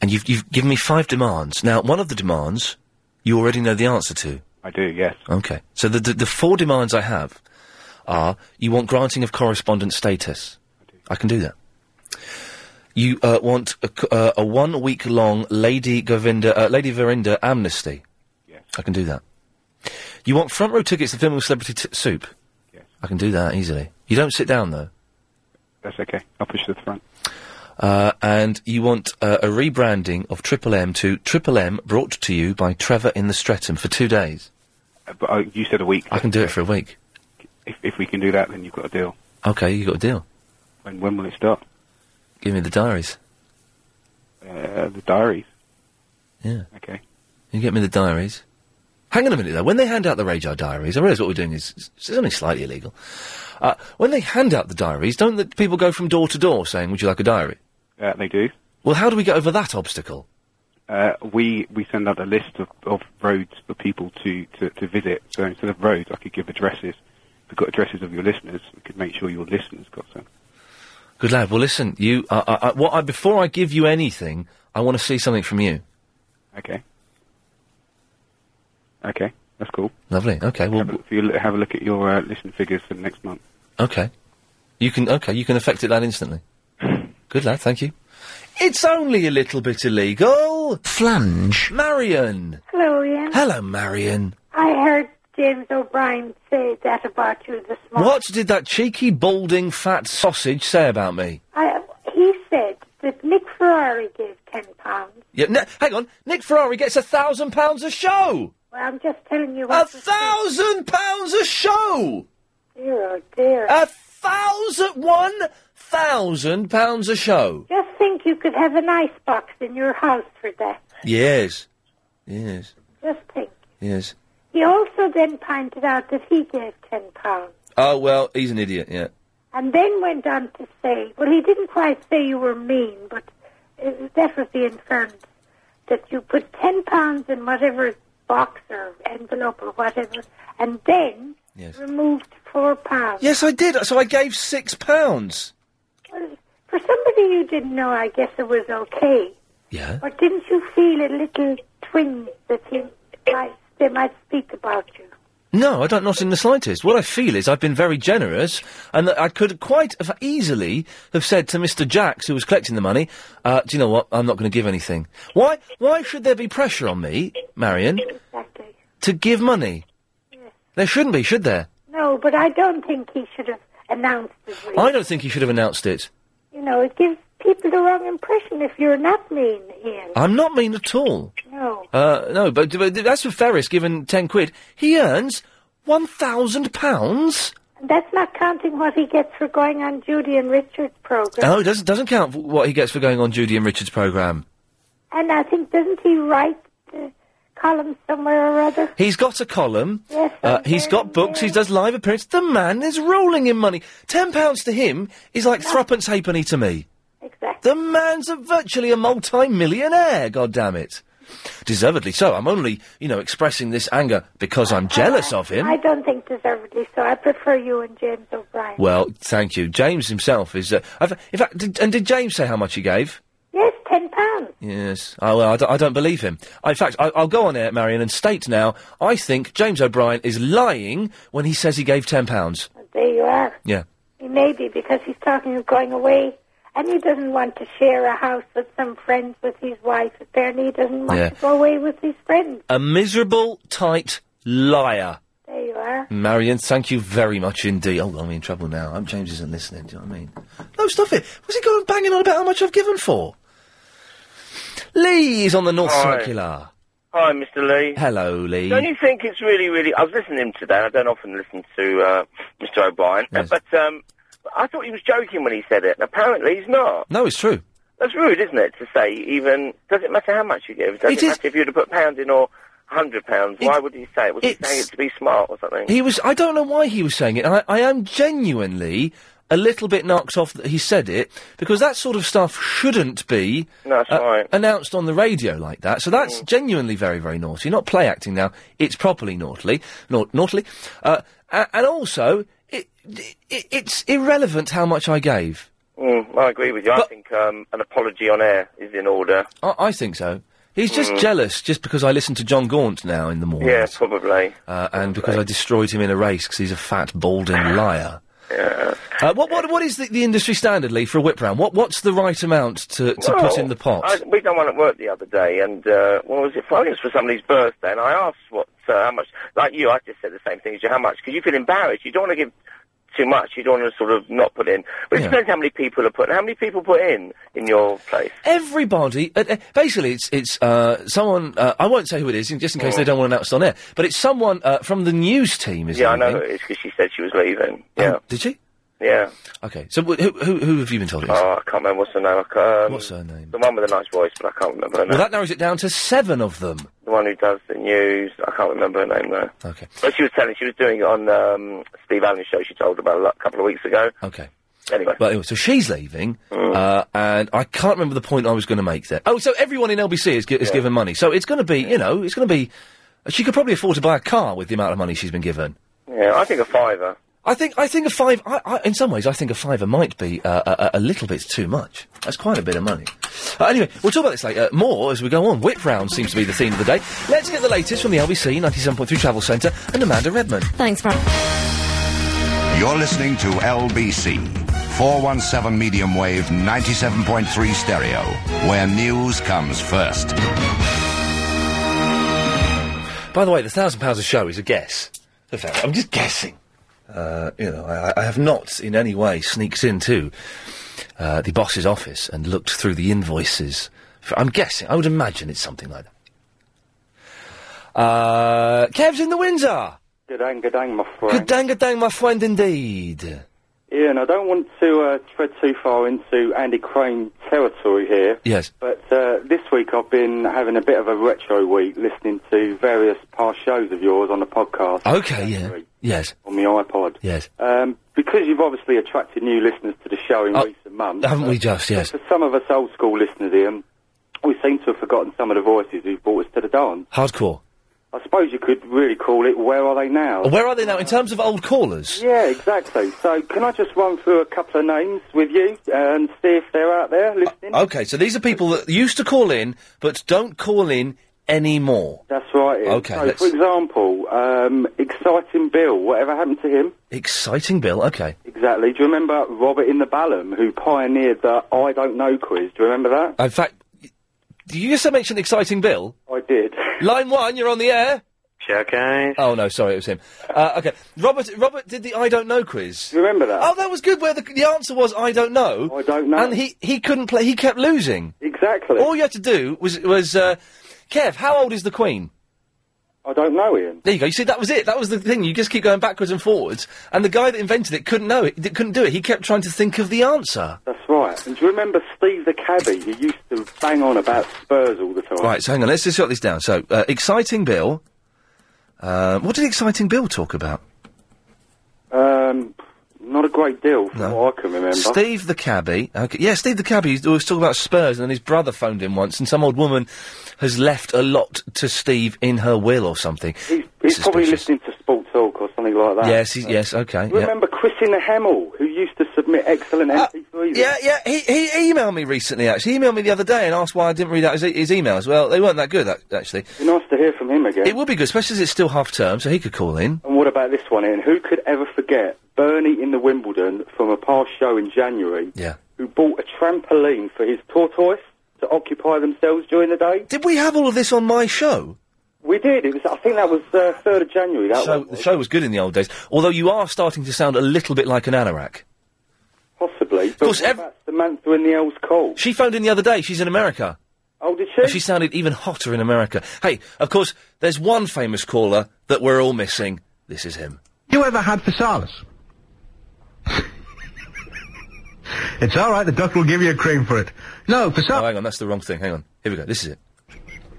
[SPEAKER 1] And you've, you've given me five demands. Now, one of the demands you already know the answer to.
[SPEAKER 14] I do, yes.
[SPEAKER 1] Okay. So the, the, the four demands I have are you want granting of correspondent status. I can do that. You uh, want a, c- uh, a one week long Lady Govinda, uh, Lady Verinda amnesty. Yes. I can do that. You want front row tickets to film with Celebrity t- Soup. Yes. I can do that easily. You don't sit down though.
[SPEAKER 14] That's okay. I'll push to the front.
[SPEAKER 1] Uh, and you want uh, a rebranding of Triple M to Triple M brought to you by Trevor in the Streatham for two days.
[SPEAKER 14] Uh, but uh, you said a week.
[SPEAKER 1] I can do it for a week.
[SPEAKER 14] If, if we can do that, then you've got a deal.
[SPEAKER 1] Okay, you got a deal.
[SPEAKER 14] When when will it start?
[SPEAKER 1] Give me the diaries.
[SPEAKER 14] Uh, the diaries.
[SPEAKER 1] Yeah.
[SPEAKER 14] Okay.
[SPEAKER 1] You get me the diaries. Hang on a minute though. When they hand out the radar diaries, I realise what we're doing is it's only slightly illegal. Uh, when they hand out the diaries, don't the people go from door to door saying, "Would you like a diary?"
[SPEAKER 14] Uh, they do.
[SPEAKER 1] Well, how do we get over that obstacle?
[SPEAKER 14] Uh, we we send out a list of, of roads for people to, to, to visit. So instead of roads, I could give addresses. If we've got addresses of your listeners, we could make sure your listeners got some.
[SPEAKER 1] Good lad. Well, listen, you. I I, I, what I before I give you anything, I want to see something from you.
[SPEAKER 14] Okay. Okay, that's cool.
[SPEAKER 1] Lovely. Okay. Well,
[SPEAKER 14] Have a, if you l- have a look at your uh, listen figures for the next month.
[SPEAKER 1] okay. You can. Okay. You can affect it that instantly. Good lad. Thank you. It's only a little bit illegal.
[SPEAKER 13] Flange.
[SPEAKER 1] Marion.
[SPEAKER 15] Hello, Ian.
[SPEAKER 1] Hello, Marion.
[SPEAKER 15] I heard James O'Brien say that about you this morning.
[SPEAKER 1] What did that cheeky, balding, fat sausage say about me?
[SPEAKER 15] I, he said that Nick Ferrari gave ten pounds.
[SPEAKER 1] Yeah, ne- hang on. Nick Ferrari gets a thousand pounds a show.
[SPEAKER 15] Well, I'm just telling you.
[SPEAKER 1] A
[SPEAKER 15] What
[SPEAKER 1] thousand pounds a show.
[SPEAKER 15] Dear, oh dear.
[SPEAKER 1] A thousand, one thousand pounds a show.
[SPEAKER 15] just think you could have an ice box in your house for that.
[SPEAKER 1] Yes, yes,
[SPEAKER 15] Just think.
[SPEAKER 1] yes.
[SPEAKER 15] He also then pointed out that he gave ten pounds.
[SPEAKER 1] Oh well, he's an idiot. Yeah.
[SPEAKER 15] And then went on to say, well, he didn't quite say you were mean, but uh, it was definitely infirmed, that you put £10 in whatever box or envelope or whatever, and then
[SPEAKER 1] Yes.
[SPEAKER 15] removed £4.
[SPEAKER 1] Yes, I did. So I gave six pounds.
[SPEAKER 15] Well, For somebody you didn't know, I guess it was okay.
[SPEAKER 1] Yeah.
[SPEAKER 15] But didn't you feel a little twinge that he might, they might speak about you?
[SPEAKER 1] No, I don't. Not in the slightest. What I feel is I've been very generous, and that I could quite have easily have said to Mr. Jacks, who was collecting the money, uh, "Do you know what? I'm not going to give anything. Why? Why should there be pressure on me, Marion, to give money? There shouldn't be, should there?
[SPEAKER 15] No, but I don't think he should have announced it.
[SPEAKER 1] I don't think he should have announced it.
[SPEAKER 15] You know, it gives people the wrong impression if you're not mean, Ian.
[SPEAKER 1] I'm not mean at all.
[SPEAKER 15] No.
[SPEAKER 1] Uh, no, but, but that's for Ferris given ten quid. He earns one thousand pounds.
[SPEAKER 15] That's not counting what he gets for going on Judy and Richard's program.
[SPEAKER 1] No, Oh, it doesn't doesn't count for what he gets for going on Judy and Richard's program.
[SPEAKER 15] And I think, doesn't he write the column somewhere or other?
[SPEAKER 1] He's got a column.
[SPEAKER 15] Yes,
[SPEAKER 1] Uh, he's got books. He does live appearances. The man is rolling in money. Ten pounds to him is like threepence halfpenny to me. Exactly. The man's a virtually a multi-millionaire. God damn it. Deservedly so. I'm only, you know, expressing this anger because I'm jealous of him.
[SPEAKER 15] I don't think deservedly so. I prefer you and James O'Brien.
[SPEAKER 1] Well, thank you. James himself is. Uh, I've, in fact, did, and did James say how much he gave?
[SPEAKER 15] Yes, ten pounds.
[SPEAKER 1] Yes. Oh, well, I, don't, I don't believe him. In fact, I, I'll go on air, Marion, and state now I think James O'Brien is lying when he says he gave £10.
[SPEAKER 15] There you are.
[SPEAKER 1] Yeah.
[SPEAKER 15] He may be because he's talking of going away, and he doesn't want to share a house with some friends with his wife. Apparently, he doesn't want
[SPEAKER 1] Yeah.
[SPEAKER 15] to go away with his friends.
[SPEAKER 1] A miserable, tight liar.
[SPEAKER 15] There you are.
[SPEAKER 1] Marion, thank you very much indeed. Oh, I'm in trouble now. Um, James isn't listening, do you know what I mean? No, stop it. What's he going banging on about how much I've given for? Lee is on the North
[SPEAKER 6] Hi.
[SPEAKER 1] Circular.
[SPEAKER 6] Hi, Mr. Lee.
[SPEAKER 1] Hello, Lee.
[SPEAKER 6] Don't you think it's really, really? I've listened to him today. and I don't often listen to uh, Mr. O'Brien,
[SPEAKER 1] Yes.
[SPEAKER 6] but um, I thought he was joking when he said it, and apparently he's not.
[SPEAKER 1] No, it's true.
[SPEAKER 6] That's rude, isn't it? To say even does it matter how much you give? Does
[SPEAKER 1] It
[SPEAKER 6] it,
[SPEAKER 1] is-
[SPEAKER 6] matter if you'd have put pound in or hundred pounds? Why would he say it? Was he
[SPEAKER 1] it's-
[SPEAKER 6] saying it to be smart or something?
[SPEAKER 1] He was. I don't know why he was saying it, and I, I am genuinely a little bit knocked off that he said it because that sort of stuff shouldn't be uh, announced on the radio like that. So that's
[SPEAKER 6] Mm.
[SPEAKER 1] genuinely very, very naughty. Not play acting now; it's properly naughtily, nau- naughtily, uh, a- and also it, it, it's irrelevant how much I gave.
[SPEAKER 6] Mm, I agree with you. I think um, an apology on air is in order.
[SPEAKER 1] I, I think so. He's just
[SPEAKER 6] Mm.
[SPEAKER 1] jealous just because I listen to John Gaunt now in the morning,
[SPEAKER 6] Yeah, probably.
[SPEAKER 1] uh, and because I destroyed him in a race because he's a fat, balding liar.
[SPEAKER 6] Yeah.
[SPEAKER 1] Uh, what, what what is the, the industry standard, Lee, for a whip round? What what's the right amount to, to put
[SPEAKER 6] Well,
[SPEAKER 1] in the pot?
[SPEAKER 6] I, we done one at work the other day, and uh, what was it? For? I think it was for somebody's birthday, and I asked what uh, how much. Like you, I just said the same thing as you. How much? Because you feel embarrassed. You don't want to give too much. You don't want to sort of not put in. But it
[SPEAKER 1] Yeah.
[SPEAKER 6] depends how many people are putting. How many people put in in your place?
[SPEAKER 1] Everybody, uh, uh, basically, it's it's uh, someone. Uh, I won't say who it is, in- just in case
[SPEAKER 6] Mm.
[SPEAKER 1] they don't want to announce it on air. But it's someone uh, from the news team, is
[SPEAKER 6] yeah, I
[SPEAKER 1] leaving.
[SPEAKER 6] know who it is because she said she was leaving. Yeah,
[SPEAKER 1] Oh, did she?
[SPEAKER 6] yeah.
[SPEAKER 1] Okay. So wh- who, who who have you been told it is?
[SPEAKER 6] Oh, I can't remember what's her name. I can't- Um,
[SPEAKER 1] What's her name?
[SPEAKER 6] The one with the nice voice, but I can't remember her name.
[SPEAKER 1] well, that narrows it down to seven of them.
[SPEAKER 6] The one who does the news. I can't remember her name though.
[SPEAKER 1] Okay.
[SPEAKER 6] But she was telling. She was doing it on um, Steve Allen's show. She told about a lo- couple of weeks ago.
[SPEAKER 1] Okay.
[SPEAKER 6] Anyway.
[SPEAKER 1] But anyway, so she's leaving, uh, and I can't remember the point I was going to make there. Oh, so everyone in LBC is, gi- is given money. So it's going to be, you know, it's going to be. She could probably afford to buy a car with the amount of money she's been given.
[SPEAKER 6] Yeah, I think a fiver.
[SPEAKER 1] I think I think a five. I, I, in some ways, I think a fiver might be uh, a, a little bit too much. That's quite a bit of money. Uh, anyway, we'll talk about this later more as we go on. Whip round seems to be the theme of the day. Let's get the latest from the LBC 97.3 Travel Centre and Amanda Redman.
[SPEAKER 16] Thanks, Brad.
[SPEAKER 17] You're listening to LBC, 417 medium wave, 97.3 stereo, where news comes first.
[SPEAKER 1] By the way, the thousand pounds a show is a guess. The fact- I'm just guessing. Uh, you know, I, I have not in any way sneaked into uh, the boss's office and looked through the invoices. For, I'm guessing. I would imagine it's something like that. Uh, Kev's in the Windsor.
[SPEAKER 18] Good dang, good dang, my
[SPEAKER 1] Good
[SPEAKER 18] friend.
[SPEAKER 1] dang, good dang, my friend, indeed.
[SPEAKER 18] Ian, I don't want to uh, tread too far into Andy Crane territory here,
[SPEAKER 1] Yes.
[SPEAKER 18] but uh, this week I've been having a bit of a retro week listening to various past shows of yours on the podcast.
[SPEAKER 1] Okay, yeah. Yes.
[SPEAKER 18] On my iPod.
[SPEAKER 1] Yes.
[SPEAKER 18] Um, because you've obviously attracted new listeners to the show in recent month.
[SPEAKER 1] Oh, Haven't we just, yes.
[SPEAKER 18] For some of us old school listeners, Ian, we seem to have forgotten some of the voices who brought us to the dance.
[SPEAKER 1] Hardcore.
[SPEAKER 18] I suppose you could really call it Where Are They Now?
[SPEAKER 1] Where are they now in terms of old callers?
[SPEAKER 18] Yeah, exactly. So can I just run through a couple of names with you and see if they're out there listening?
[SPEAKER 1] Okay, so these are people that used to call in, but don't call in anymore.
[SPEAKER 18] That's right. Ian.
[SPEAKER 1] Okay,
[SPEAKER 18] So,
[SPEAKER 1] let's-
[SPEAKER 18] for example, um, exciting Bill. Whatever happened to him?
[SPEAKER 1] Exciting, Bill. Okay.
[SPEAKER 18] Exactly. Do you remember Robert in the Ballum, who pioneered the "I don't know" quiz? Do you remember that?
[SPEAKER 1] In fact, did you just mention exciting Bill?
[SPEAKER 18] I did.
[SPEAKER 1] Line one, you're on the air.
[SPEAKER 9] Okay.
[SPEAKER 1] Oh no, sorry, it was him. Uh, okay, Robert. Robert did the I don't know quiz.
[SPEAKER 18] Do you remember that?
[SPEAKER 1] Oh, that was good. Where the, the answer was I don't know. I
[SPEAKER 18] don't know.
[SPEAKER 1] And he he couldn't play. He kept losing.
[SPEAKER 18] Exactly.
[SPEAKER 1] All you had to do was was uh, Kev. How old is the Queen?
[SPEAKER 18] I don't know, Ian.
[SPEAKER 1] There you go. You see, that was it. That was the thing. You just keep going backwards and forwards, and the guy that invented it couldn't know it. d- Couldn't do it. He kept trying to think of the answer.
[SPEAKER 18] That's right. And do you remember Steve the cabbie, who used to bang on about Spurs all the time?
[SPEAKER 1] Right, so hang on, let's just jot this down. So, uh, exciting Bill. Uh, what did exciting Bill talk about?
[SPEAKER 18] Um, not a great deal from what I can remember.
[SPEAKER 1] Steve the cabbie. Okay, yeah, Steve the cabbie used to always talk about Spurs, and then his brother phoned him once, and some old woman has left a lot to Steve in her will or something.
[SPEAKER 18] He's, he's probably listening to Sport Talk or something like that.
[SPEAKER 1] yes, he, yes, okay.
[SPEAKER 18] Do you
[SPEAKER 1] Yeah. Uh,
[SPEAKER 18] remember Chris in the Hemel, who used to submit excellent MP3s?
[SPEAKER 1] Yeah, yeah. He, he emailed me recently. Actually, he emailed me the other day and asked why I didn't read out his, e- his emails. Well, they weren't that good, ac- actually.
[SPEAKER 18] Be nice to hear from him again.
[SPEAKER 1] It would be good, especially as it's still half term, so he could call in.
[SPEAKER 18] And what about this one, Ian? Who could ever forget Bernie in the Wimbledon from a past show in January?
[SPEAKER 1] Yeah.
[SPEAKER 18] Who bought a trampoline for his tortoise to occupy themselves during the day?
[SPEAKER 1] Did we have all of this on my show?
[SPEAKER 18] We did. It was. I think that was uh, third of January. That
[SPEAKER 1] So
[SPEAKER 18] one
[SPEAKER 1] the show was good in the old days, although you are starting to sound a little bit like an anorak.
[SPEAKER 18] possibly. But
[SPEAKER 1] course,
[SPEAKER 18] what about Samantha in the Elves Call.
[SPEAKER 1] She phoned in the other day. She's in America.
[SPEAKER 18] Oh, did she?
[SPEAKER 1] She sounded even hotter in America. Hey, of course, there's one famous caller that we're all missing. This is him.
[SPEAKER 13] You ever had physalis? it's all right. The doctor will give you a cream for it. No, physalis.
[SPEAKER 1] Oh, hang on, that's the wrong thing. Hang on. Here we go. This is it.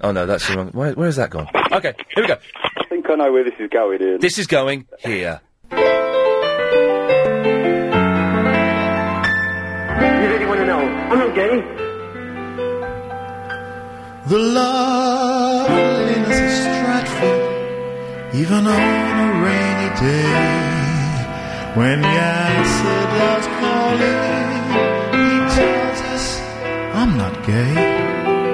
[SPEAKER 1] Oh no, that's the wrong. Where, where's that gone? Okay, here we go.
[SPEAKER 18] I think I know where this is going, Ian.
[SPEAKER 1] This is going here.
[SPEAKER 4] You really want to know? I'm not gay.
[SPEAKER 5] The loveliness of Stratford, even on a rainy day, when Yancid loves calling, he tells us, I'm not gay.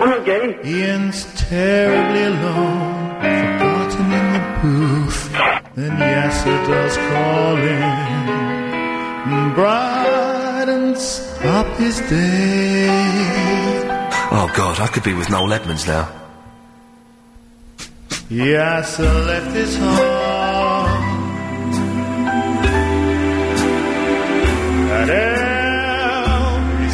[SPEAKER 5] I'm not gay. Ian's terribly alone, forgotten in the booth. Then Yancid loves calling, brightens up his day.
[SPEAKER 1] Oh God, I could be with Noel Edmonds now.
[SPEAKER 5] Yes, I left his home at every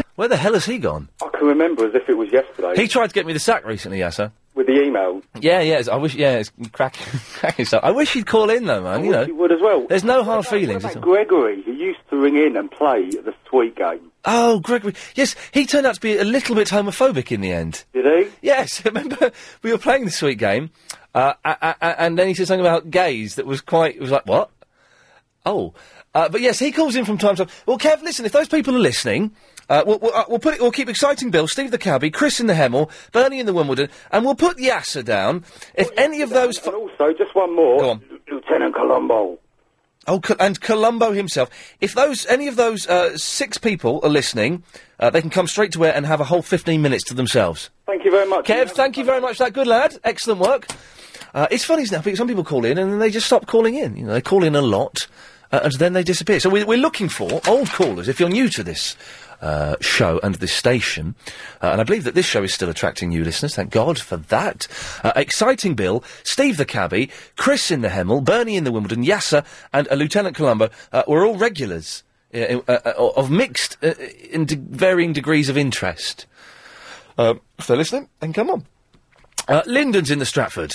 [SPEAKER 5] sea.
[SPEAKER 1] Where the hell has he gone?
[SPEAKER 18] I can remember as if it was yesterday
[SPEAKER 1] He tried to get me the sack recently, Yasser.
[SPEAKER 18] with the email.
[SPEAKER 1] Yeah, yeah. it's- I wish. Yeah, it's cracking, cracking stuff. I wish he'd call in though, man. you know,
[SPEAKER 18] He would as well.
[SPEAKER 1] there's no hard feelings. at all.
[SPEAKER 18] Gregory, who used to ring in and play the sweet game.
[SPEAKER 1] Oh, Gregory. Yes, he turned out to be a little bit homophobic in the end.
[SPEAKER 18] Did
[SPEAKER 1] he? Yes, remember we were playing the sweet game, uh, a- a- a- and then he said something about gays that was quite. It was like what? Oh, uh, but yes, he calls in from time to time. Well, Kev, listen. If those people are listening. Uh, we'll, we'll, uh, we'll put it. We'll keep exciting. Bill, Steve the cabbie, Chris in the Hemel, Bernie in the Wimbledon, and we'll put Yasser down. If any of those, fo-
[SPEAKER 18] So just one more.
[SPEAKER 1] Go on.
[SPEAKER 18] Lieutenant Colombo.
[SPEAKER 1] Oh, Col- and Columbo himself. If those any of those uh, six people are listening, uh, they can come straight to air and have a whole fifteen minutes to themselves.
[SPEAKER 18] Thank you very much.
[SPEAKER 1] Kev, thank you very much. for That good lad, excellent work. Uh, it's funny now because some people call in and then they just stop calling in. You know, they call in a lot uh, and then they disappear. So we, we're looking for old callers. If you're new to this. Uh, show and this station, uh, and I believe that this show is still attracting new listeners. Thank God for that. Uh, exciting Bill, Steve the cabbie, Chris in the Hemel, Bernie in the Wimbledon, Yasser, and uh, Lieutenant Columbo uh, were all regulars uh, uh, uh, of mixed, uh, in de- varying degrees of interest. Uh, if they're listening, then come on. Uh, Lyndon's in the Stratford.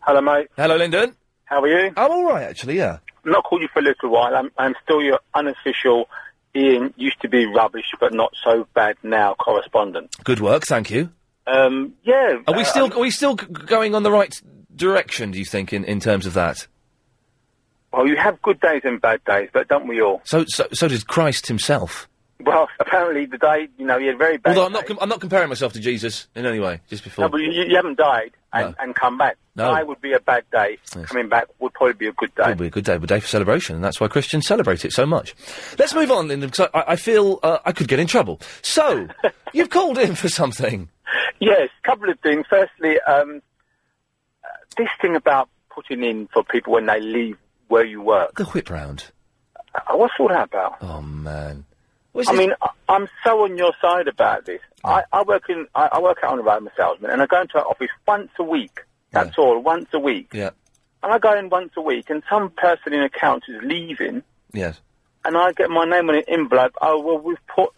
[SPEAKER 19] Hello, mate.
[SPEAKER 1] Hello, Lyndon.
[SPEAKER 19] How are you?
[SPEAKER 1] I'm all right, actually. Yeah.
[SPEAKER 19] Not called you for a little while. I'm, I'm still your unofficial Ian. Used to be rubbish, but not so bad now. Correspondent.
[SPEAKER 1] Good work, thank you.
[SPEAKER 19] Um, yeah.
[SPEAKER 1] Are we
[SPEAKER 19] uh,
[SPEAKER 1] still are we still g- going on the right direction? Do you think in, in terms of that?
[SPEAKER 8] Well, you have good days and bad days, but don't we all?
[SPEAKER 1] So, so, so did Christ himself.
[SPEAKER 8] Well, apparently the day, you know, he had very bad.
[SPEAKER 1] Although I'm not, com- I'm not comparing myself to Jesus in any way. Just before.
[SPEAKER 8] No, but you, you haven't died and,
[SPEAKER 1] No.
[SPEAKER 8] and come back.
[SPEAKER 1] No.
[SPEAKER 8] Today would be a bad day.
[SPEAKER 1] Yes.
[SPEAKER 8] Coming back would probably be a good day.
[SPEAKER 1] It'll be a good day, a day for celebration, and that's why Christians celebrate it so much. Let's move on, Lyndon, because I, I- I feel uh, I could get in trouble. So, you've called in for something.
[SPEAKER 8] Yes, couple of things. Firstly, um, uh, this thing about putting in for people when they leave where you work.
[SPEAKER 1] The whip round.
[SPEAKER 8] Uh, what's all that about?
[SPEAKER 1] Oh man.
[SPEAKER 8] I mean, I, I'm so on your side about this. I, I work in, I, I work out on the road, I'm a salesman, and I go into an office once a week. That's all, once a week.
[SPEAKER 1] Yeah.
[SPEAKER 8] And I go in once a week, and some person in accounts is leaving,
[SPEAKER 1] Yes.
[SPEAKER 8] and I get my name on an envelope. Oh, well, we've put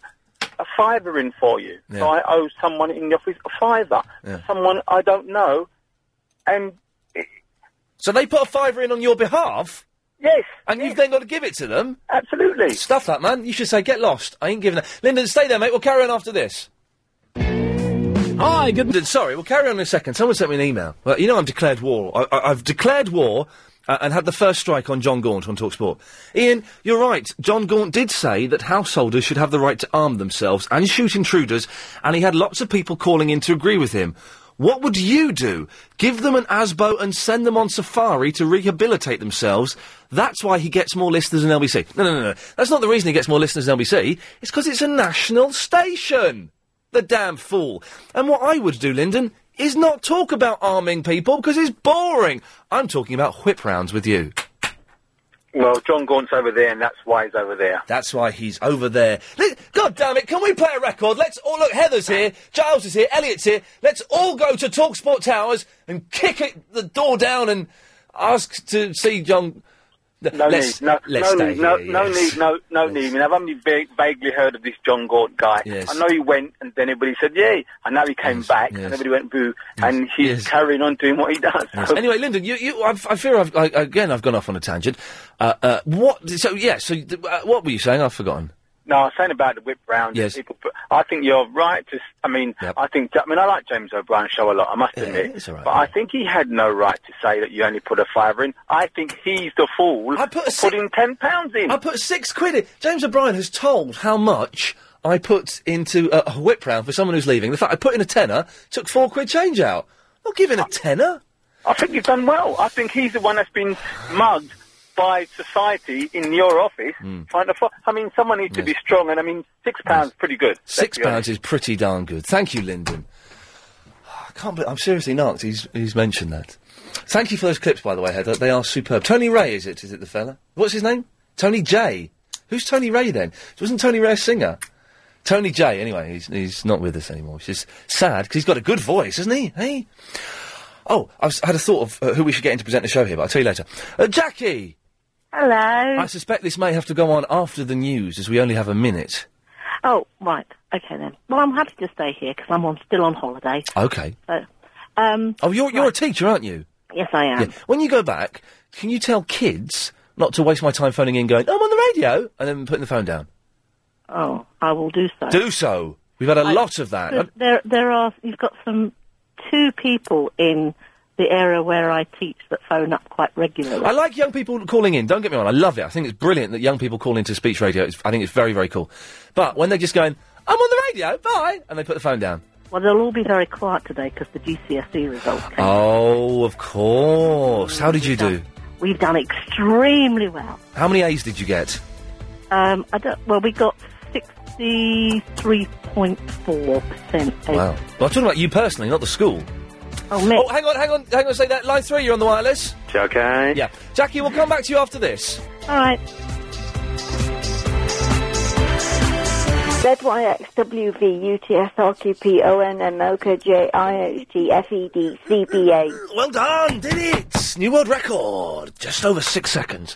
[SPEAKER 8] a fiver in for you.
[SPEAKER 1] Yeah.
[SPEAKER 8] So I owe someone in the office a fiver.
[SPEAKER 1] Yeah.
[SPEAKER 8] Someone I don't know. And
[SPEAKER 1] So they put a fiver in on your behalf?
[SPEAKER 8] Yes.
[SPEAKER 1] And you've then got to give it to them?
[SPEAKER 8] Absolutely.
[SPEAKER 1] Stuff that, man. You should say, get lost. I ain't giving that. Lyndon, stay there, mate. We'll carry on after this. Hi, good. Lyndon, sorry, we'll carry on in a second. Someone sent me an email. Well, you know, I've declared war. I, I, I've declared war uh, and had the first strike on John Gaunt on Talksport. Ian, you're right. John Gaunt did say that householders should have the right to arm themselves and shoot intruders, and he had lots of people calling in to agree with him. What would you do? Give them an ASBO and send them on safari to rehabilitate themselves. That's why he gets more listeners than LBC. No, no, no, no. That's not the reason he gets more listeners than LBC. It's because it's a national station. The damn fool. And what I would do, Lyndon, is not talk about arming people because it's boring. I'm talking about whip rounds with you.
[SPEAKER 8] Well, John Gaunt's over there, and that's why he's over there.
[SPEAKER 1] That's why he's over there. Li- God damn it, can we play a record? Let's all look, Heather's here, Giles is here, Elliot's here. Let's all go to Talksport Towers and kick it, the door down and ask to see John.
[SPEAKER 8] No
[SPEAKER 1] let's,
[SPEAKER 8] need, no,
[SPEAKER 1] let's
[SPEAKER 8] no,
[SPEAKER 1] stay
[SPEAKER 8] need, no,
[SPEAKER 1] here,
[SPEAKER 8] no
[SPEAKER 1] yes.
[SPEAKER 8] need, no, no need. I mean, I've only va- vaguely heard of this John Gort guy.
[SPEAKER 1] Yes.
[SPEAKER 8] I know he went, and then everybody said, "Yay!" I know he came back, and everybody went boo, and he's carrying on doing what he does.
[SPEAKER 1] Yes. Anyway, Lyndon, you, you, I've, I fear I've, like, again, I've gone off on a tangent. Uh, uh, what, so, yeah, so, th- uh, what were you saying? I've forgotten.
[SPEAKER 8] No, I was saying about the whip round.
[SPEAKER 1] Yes.
[SPEAKER 8] People, put- I think you're right to. s- I mean, I think. I mean, I like James O'Brien's show a lot. I must admit.
[SPEAKER 1] it's all right,
[SPEAKER 8] but I think he had no right to say that you only put a fiver in. I think he's the fool. I put putting ten pounds in.
[SPEAKER 1] I put six quid in. James O'Brien has told how much I put into a, a whip round for someone who's leaving. The fact I put in a tenner, took four quid change out. Not giving a tenner.
[SPEAKER 8] I think you've done well. I think he's the one that's been mugged by society in your office.
[SPEAKER 1] Hmm.
[SPEAKER 8] Trying to fo- I mean, someone needs to be strong, and I mean, six pounds is pretty good. let's
[SPEAKER 1] Six
[SPEAKER 8] be honest.
[SPEAKER 1] pounds is pretty darn good. Thank you, Lyndon. Ah, I can't believe I'm seriously knocked. He's he's mentioned that. Thank you for those clips, by the way, Heather. They are superb. Tony Ray, is it? Is it the fella? What's his name? Tony J. Who's Tony Ray then? Wasn't Tony Ray a singer? Tony J. Anyway, he's he's not with us anymore, which is sad because he's got a good voice, isn't he? Hey. Oh, I, was, I had a thought of uh, who we should get in to present the show here, but I'll tell you later. Uh, Jackie.
[SPEAKER 20] Hello.
[SPEAKER 1] I suspect this may have to go on after the news, as we only have a minute.
[SPEAKER 20] Oh, right. Okay then. Well, I'm happy to stay here because I'm on, still on holiday.
[SPEAKER 1] Okay.
[SPEAKER 20] So, um,
[SPEAKER 1] Oh, you're you're a teacher, aren't you?
[SPEAKER 20] yes, I am.
[SPEAKER 1] Yeah. When you go back, can you tell kids not to waste my time phoning in, going, "I'm on the radio," and then putting the phone down?
[SPEAKER 20] Oh, I will do so.
[SPEAKER 1] Do so. We've had a
[SPEAKER 20] I- Hmm.
[SPEAKER 1] lot of that.
[SPEAKER 20] So there, there are. You've got some two people in the area where I teach that phone up quite regularly.
[SPEAKER 1] I like young people calling in. Don't get me wrong, I love it. I think it's brilliant that young people call into speech radio. It's, I think it's very, very cool. But when they're just going, I'm on the radio, bye, and they put the phone down.
[SPEAKER 20] well, they'll all be very quiet today because the GCSE results. Came.
[SPEAKER 1] Oh, of course. How did you do?
[SPEAKER 20] We've done extremely well.
[SPEAKER 1] How many A's did you get?
[SPEAKER 20] Um, I don't. Well, we got sixty-three point four percent.
[SPEAKER 1] Wow. Well, I'm talking about you personally, not the school.
[SPEAKER 20] Oh, me.
[SPEAKER 1] Oh, hang on, hang on, hang on. Say that line three. You're on the wireless.
[SPEAKER 21] Okay.
[SPEAKER 1] Yeah, Jackie. We'll come back to you after this.
[SPEAKER 20] All right.
[SPEAKER 9] E ZYXWVUTSRQPONMOKJIHGFEDCBA.
[SPEAKER 1] Well done, did it! New world record, just over six seconds.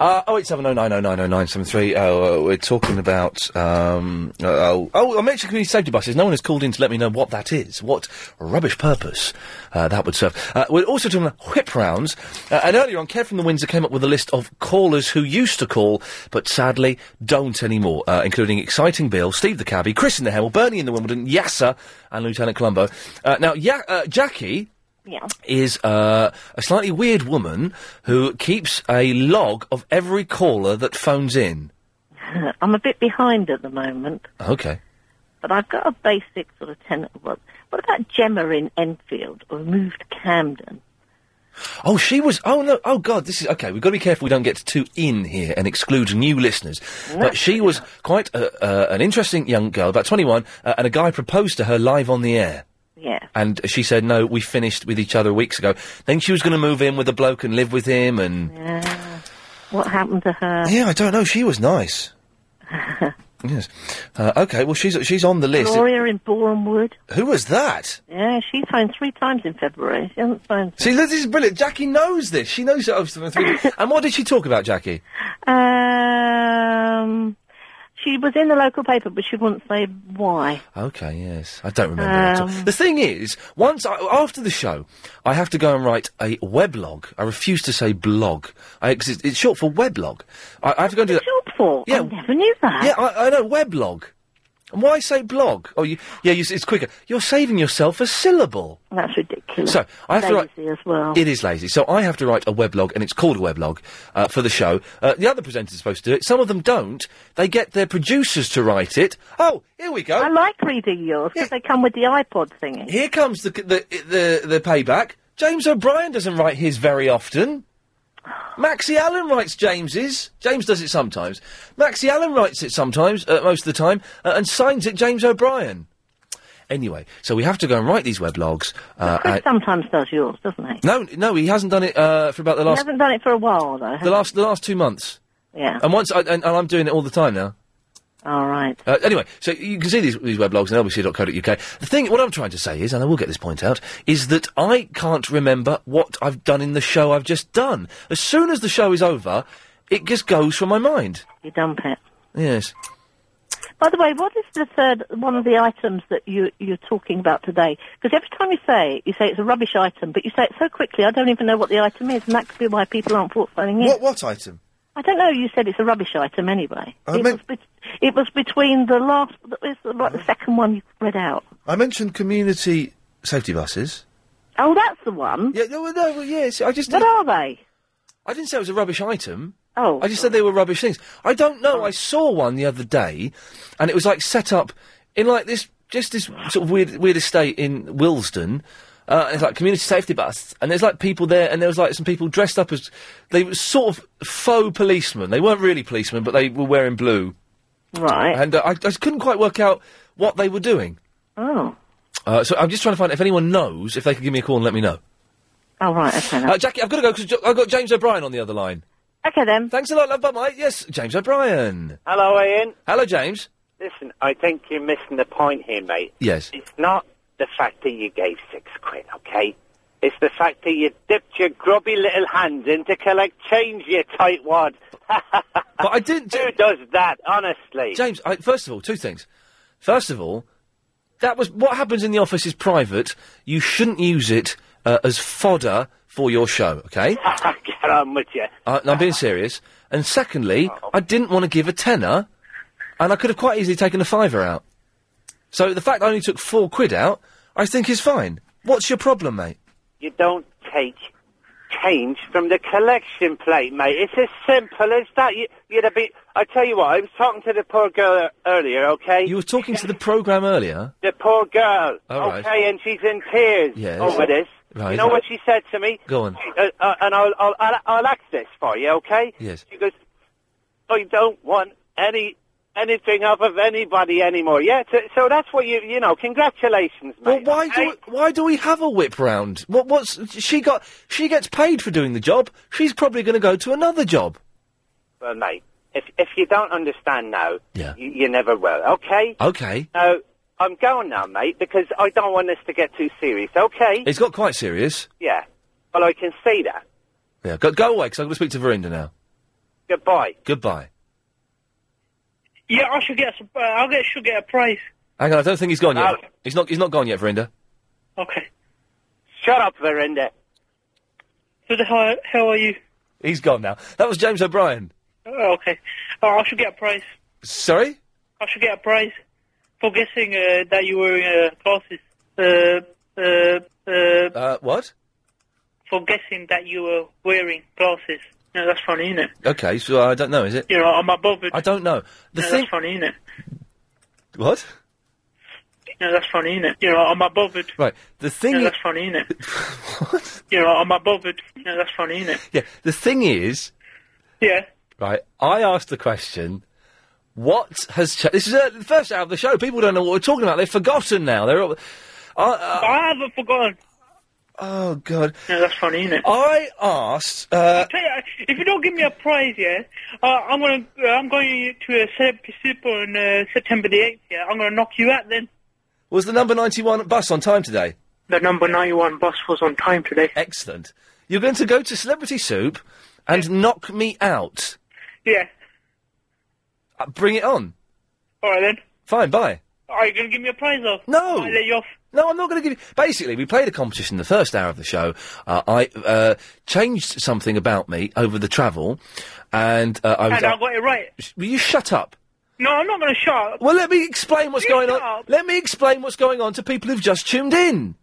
[SPEAKER 1] Uh, oh, 08709090973, uh, we're talking about, um, uh, oh, oh, Mexican community safety buses. No one has called in to let me know what that is, what rubbish purpose uh, that would serve. Uh, we're also talking about whip rounds, uh, and earlier on, Kev from the Windsor came up with a list of callers who used to call, but sadly don't anymore, uh, including Exciting Bill, Steve the Cabbie, Chris in the Hemel, Bernie in the Wimbledon, Yasser, and Lieutenant Columbo. Uh, now, ya- uh, Jackie,
[SPEAKER 20] Yeah.
[SPEAKER 1] is uh, a slightly weird woman who keeps a log of every caller that phones in.
[SPEAKER 20] I'm a bit behind at the moment,
[SPEAKER 1] Okay.
[SPEAKER 20] but I've got a basic sort of tenet of what. What about Gemma in Enfield, who moved to Camden?
[SPEAKER 1] Oh, she was. Oh no. Oh God. This is okay. We've got to be careful. We don't get too in here and exclude new listeners. But she was quite a, uh, an interesting young girl, about twenty-one, uh, and a guy proposed to her live on the air.
[SPEAKER 20] Yeah.
[SPEAKER 1] And she said, "No, we finished with each other weeks ago." Then she was going to move in with a bloke and live with him, and
[SPEAKER 20] Yeah. What happened to her?
[SPEAKER 1] yeah, I don't know. She was nice. yes. Uh, okay. Well, she's she's on the list.
[SPEAKER 20] Gloria in Bournemouth.
[SPEAKER 1] Who was that?
[SPEAKER 20] Yeah, she phoned three times in February. She hasn't phoned.
[SPEAKER 1] See, this is brilliant. Jackie knows this. She knows that I was three. and what did she talk about, Jackie?
[SPEAKER 20] Um, she was in the local paper, but she wouldn't say why.
[SPEAKER 1] Okay, yes. I don't remember at all.
[SPEAKER 20] Um,
[SPEAKER 1] The thing is, once I, after the show, I have to go and write a weblog. I refuse to say blog. I, 'cause it's, it's short for weblog. I, I have to go and do that.
[SPEAKER 20] short for?
[SPEAKER 1] Yeah. I
[SPEAKER 20] never knew that.
[SPEAKER 1] Yeah, I, I know, weblog. And why say blog? Oh, you, yeah, you, s- it's quicker. You're saving yourself a syllable.
[SPEAKER 20] That's ridiculous.
[SPEAKER 1] So, I have to write...
[SPEAKER 20] Lazy as well.
[SPEAKER 1] It is lazy. So I have to write a weblog, and it's called a weblog, uh, for the show. Uh, the other presenters are supposed to do it. Some of them don't. They get their producers to write it. Oh, here we go.
[SPEAKER 20] I like reading yours because they come with the iPod thingy.
[SPEAKER 1] Here comes the, the the the payback. James O'Brien doesn't write his very often. Maxie Allen writes James's. James does it sometimes. Maxie Allen writes it sometimes, uh, most of the time, uh, and signs it James O'Brien. Anyway, so we have to go and write these weblogs. Uh,
[SPEAKER 20] Chris
[SPEAKER 1] I-
[SPEAKER 20] sometimes does yours, doesn't he?
[SPEAKER 1] no, no, he hasn't done it uh, for about the
[SPEAKER 20] he
[SPEAKER 1] last
[SPEAKER 20] hasn't done it for a while though. has
[SPEAKER 1] the last the last two months.
[SPEAKER 20] he? Yeah.
[SPEAKER 1] And once, I, and, and I'm doing it all the time now.
[SPEAKER 20] All right.
[SPEAKER 1] Uh, anyway, so you can see these, these weblogs on lbc.co.uk. The thing, what I'm trying to say is, and I will get this point out, is that I can't remember what I've done in the show I've just done. As soon as the show is over, it just goes from my mind.
[SPEAKER 20] You dump it.
[SPEAKER 1] Yes.
[SPEAKER 20] By the way, what is the third one of the items that you you're talking about today? Because every time you say it, you say it's a rubbish item, but you say it so quickly, I don't even know what the item is, and that could be why people aren't phoning in.
[SPEAKER 1] What what item?
[SPEAKER 20] I don't know. You said it's a rubbish item anyway.
[SPEAKER 3] I
[SPEAKER 20] it,
[SPEAKER 3] meant-
[SPEAKER 20] was be- it was between the last, it's like the second one you read out.
[SPEAKER 1] I mentioned community safety buses.
[SPEAKER 20] Oh, that's the one.
[SPEAKER 1] Yeah, no, no, well, yes. I just.
[SPEAKER 20] What are they?
[SPEAKER 1] I didn't say it was a rubbish item.
[SPEAKER 20] Oh.
[SPEAKER 1] I just said they were rubbish things. I don't know. I saw one the other day, and it was like set up in like this, just this sort of weird, weird estate in Willesden. Uh, and it's like community safety bus, and there's like people there, and there was like some people dressed up as they were sort of faux policemen. They weren't really policemen, but they were wearing blue.
[SPEAKER 20] Right.
[SPEAKER 1] And uh, I, I just couldn't quite work out what they were doing.
[SPEAKER 20] Oh.
[SPEAKER 1] Uh, so I'm just trying to find if anyone knows, if they could give me a call and let me know.
[SPEAKER 20] Oh, right, okay.
[SPEAKER 1] Uh, Jackie, I've got to go because I've got James O'Brien on the other line.
[SPEAKER 20] Okay, then.
[SPEAKER 1] Thanks a lot, love, bye, mate. Yes, James O'Brien.
[SPEAKER 3] Hello, Ian.
[SPEAKER 1] Hello, James.
[SPEAKER 3] Listen, I think you're missing the point here, mate.
[SPEAKER 1] Yes.
[SPEAKER 3] It's not the fact that you gave six quid, okay? It's the fact that you dipped your grubby little hand in to collect change, you tightwad.
[SPEAKER 1] but I didn't.
[SPEAKER 3] Who does that, honestly?
[SPEAKER 1] James, I, first of all, two things. First of all, that was what happens in the office is private. You shouldn't use it uh, as fodder for your show, okay?
[SPEAKER 3] Get on with you. Oh.
[SPEAKER 1] Uh, and I'm being serious. And secondly, I didn't want to give a tenner, and I could have quite easily taken a fiver out. So the fact I only took four quid out, I think is fine. What's your problem, mate?
[SPEAKER 3] You don't take change from the collection plate, mate. It's as simple as that. You, you'd have been. I tell you what, I was talking to the poor girl earlier, okay?
[SPEAKER 1] You were talking to the programme earlier.
[SPEAKER 3] The poor girl,
[SPEAKER 1] All right.
[SPEAKER 3] okay, and she's in tears
[SPEAKER 1] Yes.
[SPEAKER 3] over this.
[SPEAKER 1] Right.
[SPEAKER 3] Oh, You know what she said to me?
[SPEAKER 1] Go on.
[SPEAKER 3] Uh, uh, and I'll, I'll, I'll, I'll act this for you, okay?
[SPEAKER 1] Yes.
[SPEAKER 3] She goes, I don't want any anything off of anybody anymore. Yeah, so, so that's what you, you know, congratulations,
[SPEAKER 1] Well,
[SPEAKER 3] mate.
[SPEAKER 1] why do we, why do we have a whip round? What what's she got? She gets paid for doing the job. She's probably going to go to another job.
[SPEAKER 3] Well, mate, if, if you don't understand now,
[SPEAKER 1] Yeah.
[SPEAKER 3] you, you never will, okay?
[SPEAKER 1] Okay,
[SPEAKER 3] Now, I'm going now, mate, because I don't want this to get too serious, okay?
[SPEAKER 1] it's got quite serious.
[SPEAKER 3] yeah. Well, I can see that.
[SPEAKER 1] Yeah, go, go away because I'm going to speak to Verinda now.
[SPEAKER 3] Goodbye.
[SPEAKER 1] Goodbye.
[SPEAKER 2] Yeah, I should get. A, uh, I'll get. Should get a prize.
[SPEAKER 1] Hang on, I don't think he's gone yet.
[SPEAKER 3] Okay.
[SPEAKER 1] He's not. He's not gone yet, Verinda.
[SPEAKER 2] Okay.
[SPEAKER 3] Shut up, Verinda.
[SPEAKER 2] Who the hell? How are you?
[SPEAKER 1] He's gone now. That was James O'Brien.
[SPEAKER 2] Oh, okay. Oh, I should get a prize.
[SPEAKER 1] Sorry.
[SPEAKER 2] I should get a prize for guessing uh, that you were in uh, classes. Uh, uh, uh,
[SPEAKER 1] Uh, what?
[SPEAKER 2] for guessing that you were wearing glasses. No, that's funny, isn't it?
[SPEAKER 1] Okay, so I don't know, is it?
[SPEAKER 2] You know, I'm not bothered.
[SPEAKER 1] I don't know. The
[SPEAKER 2] no,
[SPEAKER 1] thing.
[SPEAKER 2] that's funny, isn't it?
[SPEAKER 1] What?
[SPEAKER 2] No, that's funny, isn't it? You know, I'm not bothered.
[SPEAKER 1] Right. The thing.
[SPEAKER 2] no,
[SPEAKER 1] i-
[SPEAKER 2] that's funny, isn't it? You know, I'm not bothered. No, that's funny, isn't it?
[SPEAKER 1] yeah. The thing is,
[SPEAKER 2] Yeah.
[SPEAKER 1] right? I asked the question. What has changed? This is uh, the first hour of the show. People don't know what we're talking about. They've forgotten now. They're. all- I, I
[SPEAKER 2] haven't forgotten.
[SPEAKER 1] Oh God.
[SPEAKER 2] No, that's funny, isn't it?
[SPEAKER 1] I asked. Uh,
[SPEAKER 2] I tell you, if you don't give me a prize, yeah, uh, I'm gonna, uh, I'm going to a celebrity super on uh, September the eighth. Yeah, I'm gonna knock you out then.
[SPEAKER 1] was the number ninety-one bus on time today?
[SPEAKER 2] The number ninety-one bus was on time today.
[SPEAKER 1] Excellent. You're going to go to Celebrity Soup and knock me out.
[SPEAKER 2] Yeah.
[SPEAKER 1] Uh, bring it on.
[SPEAKER 2] All right then.
[SPEAKER 1] Fine. Bye.
[SPEAKER 2] Are you gonna give me a prize though?
[SPEAKER 1] No.
[SPEAKER 2] I let you off.
[SPEAKER 1] No, I'm not going to give you. Basically, we played a competition in the first hour of the show. Uh, I uh, changed something about me over the travel, and uh, I was.
[SPEAKER 2] and I got it right.
[SPEAKER 1] Sh- Will you shut up?
[SPEAKER 2] No, I'm not going to shut up.
[SPEAKER 1] Well, let me explain what's
[SPEAKER 2] You
[SPEAKER 1] going
[SPEAKER 2] shut
[SPEAKER 1] on.
[SPEAKER 2] up.
[SPEAKER 1] Let me explain what's going on to people who've just tuned in.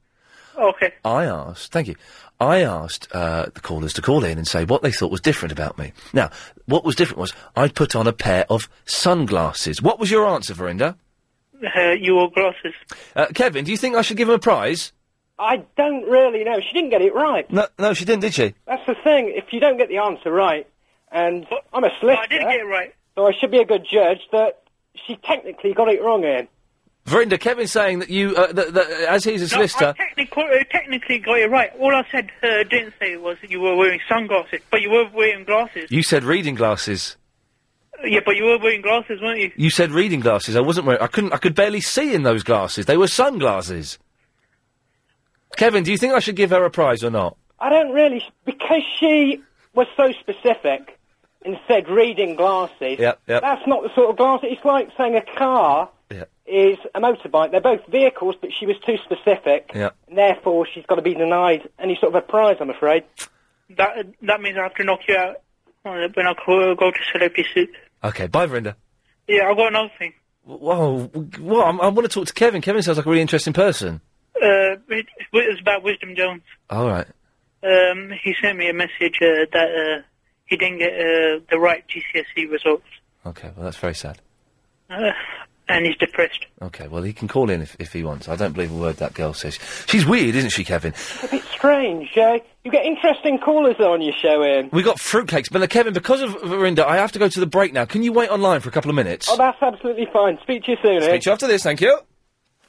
[SPEAKER 2] Okay.
[SPEAKER 1] I asked, thank you. I asked uh, the callers to call in and say what they thought was different about me. Now, what was different was I put on a pair of sunglasses. What was your answer, Verinda?
[SPEAKER 2] Uh, you wore glasses.
[SPEAKER 1] Uh, Kevin, do you think I should give him a prize?
[SPEAKER 12] I don't really know. She didn't get it right.
[SPEAKER 1] No, no, she didn't, did she?
[SPEAKER 12] That's the thing. If you don't get the answer right, and I'm a solicitor, I didn't get it
[SPEAKER 2] right.
[SPEAKER 12] So I should be a good judge. That she technically got it wrong in.
[SPEAKER 1] Verinda, Kevin's saying that you, uh, that, that, as he's a
[SPEAKER 2] No, I
[SPEAKER 1] solicitor,
[SPEAKER 2] technically, uh, technically got it right. All I said, uh, didn't say was that you were wearing sunglasses, but you were wearing glasses.
[SPEAKER 1] you said reading glasses.
[SPEAKER 2] Yeah, but you were wearing glasses, weren't you?
[SPEAKER 1] You said reading glasses. I wasn't wearing. I couldn't. I could barely see in those glasses. They were sunglasses. Kevin, do you think I should give her a prize or not?
[SPEAKER 12] I don't really because she was so specific and said reading glasses.
[SPEAKER 1] Yep, yep.
[SPEAKER 12] That's not the sort of glasses. It's like saying a car
[SPEAKER 1] Yeah.
[SPEAKER 12] is a motorbike. They're both vehicles, but she was too specific.
[SPEAKER 1] Yeah.
[SPEAKER 12] And therefore, she's got to be denied any sort of a prize. I'm afraid.
[SPEAKER 2] That that means I have to knock you out uh, when I call, go to celebrity soup.
[SPEAKER 1] Okay. Bye, Verinda.
[SPEAKER 2] Yeah, I've got another thing.
[SPEAKER 1] Whoa. Well, I'm, I want to talk to Kevin. Kevin sounds like a really interesting person.
[SPEAKER 2] Uh, it, it was about Wisdom Jones.
[SPEAKER 1] All right.
[SPEAKER 2] Um, he sent me a message uh, that uh, he didn't get uh, the right GCSE E results,
[SPEAKER 1] Okay. Well, that's very sad.
[SPEAKER 2] uh, and he's depressed.
[SPEAKER 1] Okay. Well, he can call in if, if he wants. I don't believe a word that girl says. She's weird, isn't she, Kevin?
[SPEAKER 12] It's a bit strange, Joe. You get interesting callers on your show, Ian.
[SPEAKER 1] We got fruitcakes, but uh, Kevin, because of Verinda, I have to go to the break now. Can you wait online for a couple of minutes?
[SPEAKER 12] Oh, that's absolutely fine. Speak to you soon, eh? Ian.
[SPEAKER 1] Speak to you after this. Thank you.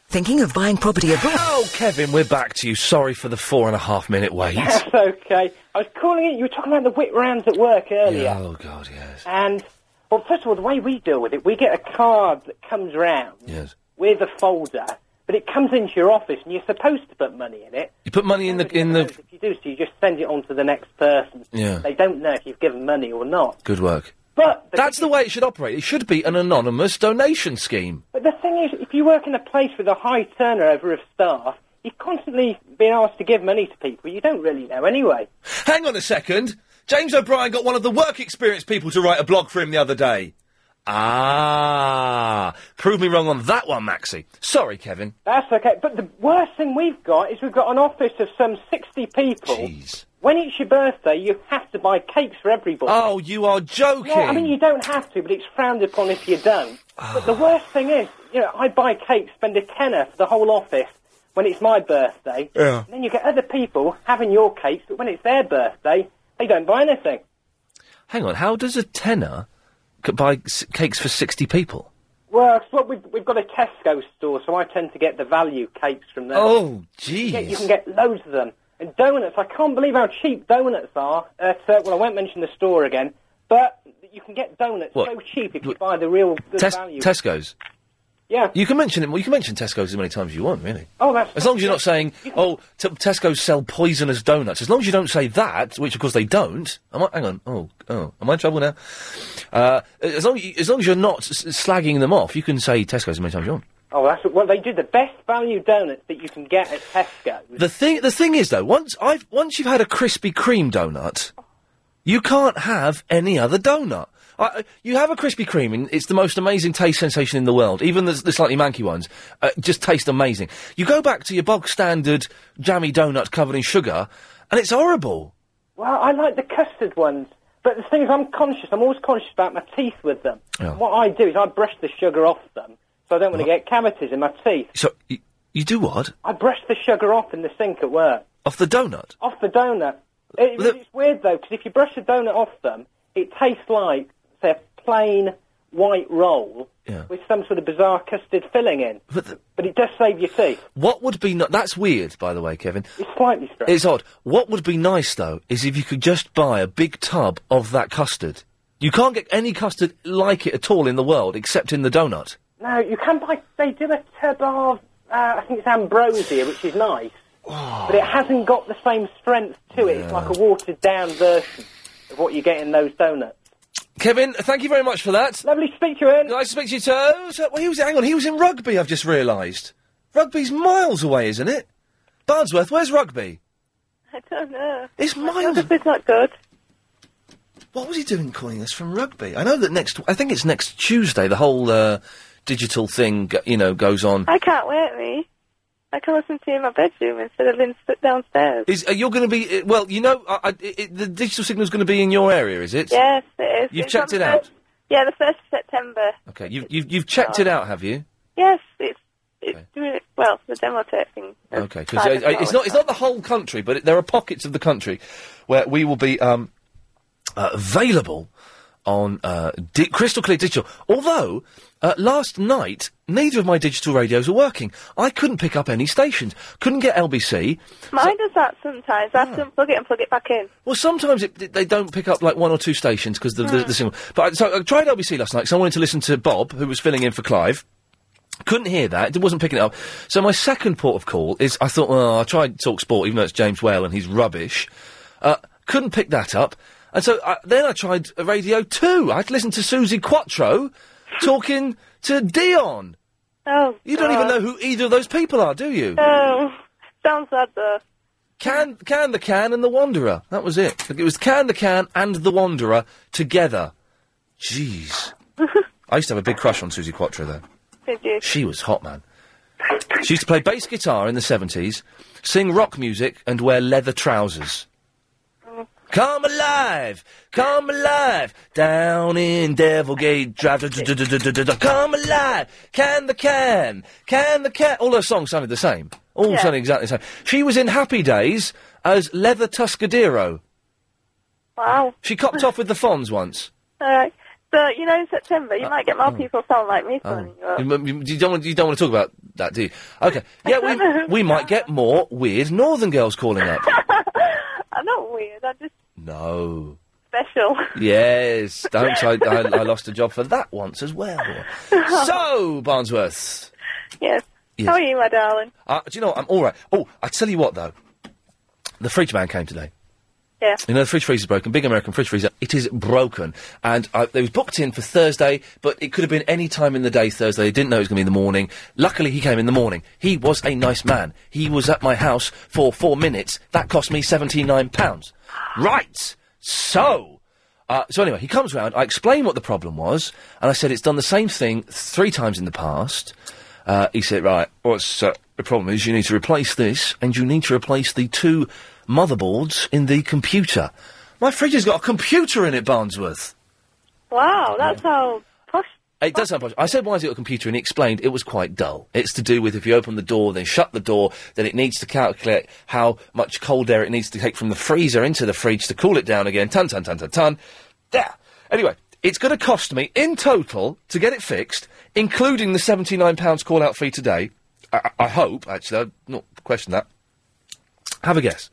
[SPEAKER 15] Thinking of buying property abroad?
[SPEAKER 1] Oh, Kevin, we're back to you. Sorry for the four and a half minute wait.
[SPEAKER 12] That's okay. I was calling it. You were talking about the whip rounds at work earlier.
[SPEAKER 1] Oh God, yes.
[SPEAKER 12] And well, first of all, the way we deal with it, we get a card that comes round
[SPEAKER 1] Yes.
[SPEAKER 12] with a folder, but it comes into your office, and you're supposed to put money in it.
[SPEAKER 1] You put money in the in the
[SPEAKER 12] If you do, so you just send it on to the next person.
[SPEAKER 1] Yeah.
[SPEAKER 12] They don't know if you've given money or not.
[SPEAKER 1] good work.
[SPEAKER 12] But
[SPEAKER 1] That's the way it should operate. It should be an anonymous donation scheme.
[SPEAKER 12] But the thing is, if you work in a place with a high turnover of staff, you're constantly being asked to give money to people you don't really know anyway.
[SPEAKER 1] Hang on a second. James O'Brien got one of the work experience people to write a blog for him the other day. Ah, prove me wrong on that one, Maxie. Sorry, Kevin.
[SPEAKER 12] That's okay. But the worst thing we've got is we've got an office of some 60 people. When it's your birthday, you have to buy cakes for everybody.
[SPEAKER 1] Oh, you are joking.
[SPEAKER 12] Yeah, I mean, you don't have to, but it's frowned upon if you don't. But
[SPEAKER 1] Ah.
[SPEAKER 12] the worst thing is, you know, I buy cakes, spend a tenner for the whole office when it's my birthday.
[SPEAKER 1] Yeah.
[SPEAKER 12] And then you get other people having your cakes, but when it's their birthday, they don't buy anything.
[SPEAKER 1] Hang on. How does a tenner c- buy s- cakes for sixty people?
[SPEAKER 12] Well, it's what we've, we've got a Tesco store, so I tend to get the value cakes from there.
[SPEAKER 1] Oh,
[SPEAKER 12] Yeah, you
[SPEAKER 1] jeez.
[SPEAKER 12] can get loads of them. And donuts, I can't believe how cheap donuts are. At, uh, well, I won't mention the store again, but you can get donuts
[SPEAKER 1] What?
[SPEAKER 12] so cheap if you buy the real good
[SPEAKER 1] Tes-
[SPEAKER 12] value.
[SPEAKER 1] Tesco's.
[SPEAKER 12] Yeah.
[SPEAKER 1] You can mention it. Well, you can mention Tesco's as many times as you want, really.
[SPEAKER 12] Oh, that's
[SPEAKER 1] As long as you're not saying, oh, t- Tesco sell poisonous donuts. As long as you don't say that, which of course they don't. Am I, hang on. Oh, oh, am I in trouble now? Uh, as long as long as you're not s- s- slagging them off, you can say Tesco as many times as you want.
[SPEAKER 12] oh, that's well, they do the best value donuts that you can get at Tesco.
[SPEAKER 1] The thing, the thing is though, once I've once you've had a Krispy Kreme donut, you can't have any other donut. I, I- you have a Krispy Kreme, and it's the most amazing taste sensation in the world. Even the, the slightly manky ones uh, just taste amazing. You go back to your bog standard jammy donut covered in sugar, and it's horrible.
[SPEAKER 12] Well, I like the custard ones, but the thing is, I'm conscious. I'm always conscious about my teeth with them.
[SPEAKER 1] Yeah.
[SPEAKER 12] What I do is I brush the sugar off them, so I don't want to get cavities in my teeth.
[SPEAKER 1] So you, you do what?
[SPEAKER 12] I brush the sugar off in the sink at work,
[SPEAKER 1] Off the donut?
[SPEAKER 12] off the donut. It, It's weird though, because if you brush the donut off them, it tastes like say a plain white roll
[SPEAKER 1] Yeah.
[SPEAKER 12] with some sort of bizarre custard filling in.
[SPEAKER 1] But,
[SPEAKER 12] it does save your teeth.
[SPEAKER 1] What would be no- that's weird, by the way, Kevin.
[SPEAKER 12] It's slightly strange.
[SPEAKER 1] It's odd. What would be nice though is if you could just buy a big tub of that custard. You can't get any custard like it at all in the world, except in the donut.
[SPEAKER 12] No, you can buy. They do a tub of uh, I think it's ambrosia, which is nice, but it hasn't got the same strength to it. It's
[SPEAKER 1] Oh. Yeah.
[SPEAKER 12] like a watered down version of what you get in those donuts.
[SPEAKER 1] Kevin, thank you very much for that.
[SPEAKER 12] Lovely to speak to you, Ian.
[SPEAKER 1] Nice to speak to you, Toes. Uh, Well, he was, hang on, he was in rugby, I've just realised. Rugby's miles away, isn't it? Bardsworth, where's rugby?
[SPEAKER 22] I don't know.
[SPEAKER 1] It's miles.
[SPEAKER 22] It's not good.
[SPEAKER 1] What was he doing calling us from rugby? I know that next, I think it's next Tuesday, the whole uh, digital thing, g- you know, goes on.
[SPEAKER 22] I can't wait, me. I can listen to you in my bedroom instead of in st- downstairs.
[SPEAKER 1] Is uh, you're going to be uh, well? You know, I, I, it, it- the digital signal's going to be in your area, is it?
[SPEAKER 22] yes, it is.
[SPEAKER 1] You've
[SPEAKER 22] It's
[SPEAKER 1] checked
[SPEAKER 22] on
[SPEAKER 1] it
[SPEAKER 22] the
[SPEAKER 1] out.
[SPEAKER 22] first- yeah, the first of September.
[SPEAKER 1] Okay, you've you've, you've checked it out, have you?
[SPEAKER 22] Yes, it's it's doing it well. The demo tape thing.
[SPEAKER 1] Okay, because
[SPEAKER 22] fine, it's
[SPEAKER 1] it's not it's not the whole country, but it, there are pockets of the country where we will be um, uh, available on uh, di- crystal clear digital. Although uh, last night neither of my digital radios were working, I couldn't pick up any stations. Couldn't get LBC.
[SPEAKER 22] Mine does that sometimes. I have
[SPEAKER 1] Ah.
[SPEAKER 22] to unplug it and plug it back in.
[SPEAKER 1] Well, sometimes it, they don't pick up like one or two stations because the,
[SPEAKER 22] Ah.
[SPEAKER 1] the, the single. But I, so I tried LBC last night because I wanted to listen to Bob, who was filling in for Clive. Couldn't hear that; it wasn't picking it up. So my second port of call is I thought, well, I'll try Talk Sport, even though it's James Whale and he's rubbish. Uh, couldn't pick that up, and so I, then I tried uh, Radio Two. I had to listen to Susie Quattro talking to Dion.
[SPEAKER 22] Oh,
[SPEAKER 1] You don't
[SPEAKER 22] God.
[SPEAKER 1] even know who either of those people are, do you?
[SPEAKER 22] Oh, sounds bad though.
[SPEAKER 1] Can Can the Can and the Wanderer. That was it. It was Can the Can and the Wanderer together. Jeez. I used to have a big crush on Susie Quattro though.
[SPEAKER 22] Did you?
[SPEAKER 1] She was hot, man. She used to play bass guitar in the seventies, sing rock music, and wear leather trousers. Come alive, come alive, down in Devilgate Drive. duh, duh, duh, duh, duh, duh, duh, Come alive, can the can, can the can. All her songs sounded the same. All
[SPEAKER 23] Yeah.
[SPEAKER 1] sounded exactly the same. She was in Happy Days as Leather Tuscadero.
[SPEAKER 22] Wow.
[SPEAKER 1] She copped off with the Fonz once.
[SPEAKER 22] All right. So you know, in September you might get more
[SPEAKER 1] oh.
[SPEAKER 22] people sound like me
[SPEAKER 1] Oh.
[SPEAKER 22] phoning you
[SPEAKER 24] uh.
[SPEAKER 22] up.
[SPEAKER 1] You, you- you don't want, you don't want to talk about that, do you? Okay. Yeah, we, we might get more weird northern girls calling up.
[SPEAKER 22] I'm not weird. I'm just
[SPEAKER 1] No.
[SPEAKER 22] special.
[SPEAKER 1] Yes. Don't. I, I, I lost a job for that once as well. So, Barnsworth.
[SPEAKER 22] yes.
[SPEAKER 1] Yes.
[SPEAKER 22] How are you, my darling?
[SPEAKER 1] Uh, do you know what? I'm all right. Oh, I tell you what, though. The fridge man came today.
[SPEAKER 22] Yeah.
[SPEAKER 1] You know, the fridge freezer's broken. Big American fridge freezer. It is broken. And uh, they was booked in for Thursday, but it could have been any time in the day Thursday. They didn't know it was going to be in the morning. Luckily, he came in the morning. He was a nice man. He was at my house for four minutes. That cost me £79. Right. So. Uh, so anyway, he comes round. I explain what the problem was, and I said it's done the same thing three times in the past. Uh, he said, "Right, what's uh, the problem is you need to replace this, and you need to replace the two motherboards in the computer. My fridge has got a computer in it, Barnsworth.
[SPEAKER 22] Wow, that's how posh.
[SPEAKER 1] It does sound posh. I said, why has it got a computer? And he explained it was quite dull. It's to do with if you open the door, then shut the door, then it needs to calculate how much cold air it needs to take from the freezer into the fridge to cool it down again. Ton, ton, ton, ton, ton. There. Anyway, it's going to cost me in total to get it fixed, including the £79 call out fee today. I, I I hope, actually, I'd not question that. Have a guess.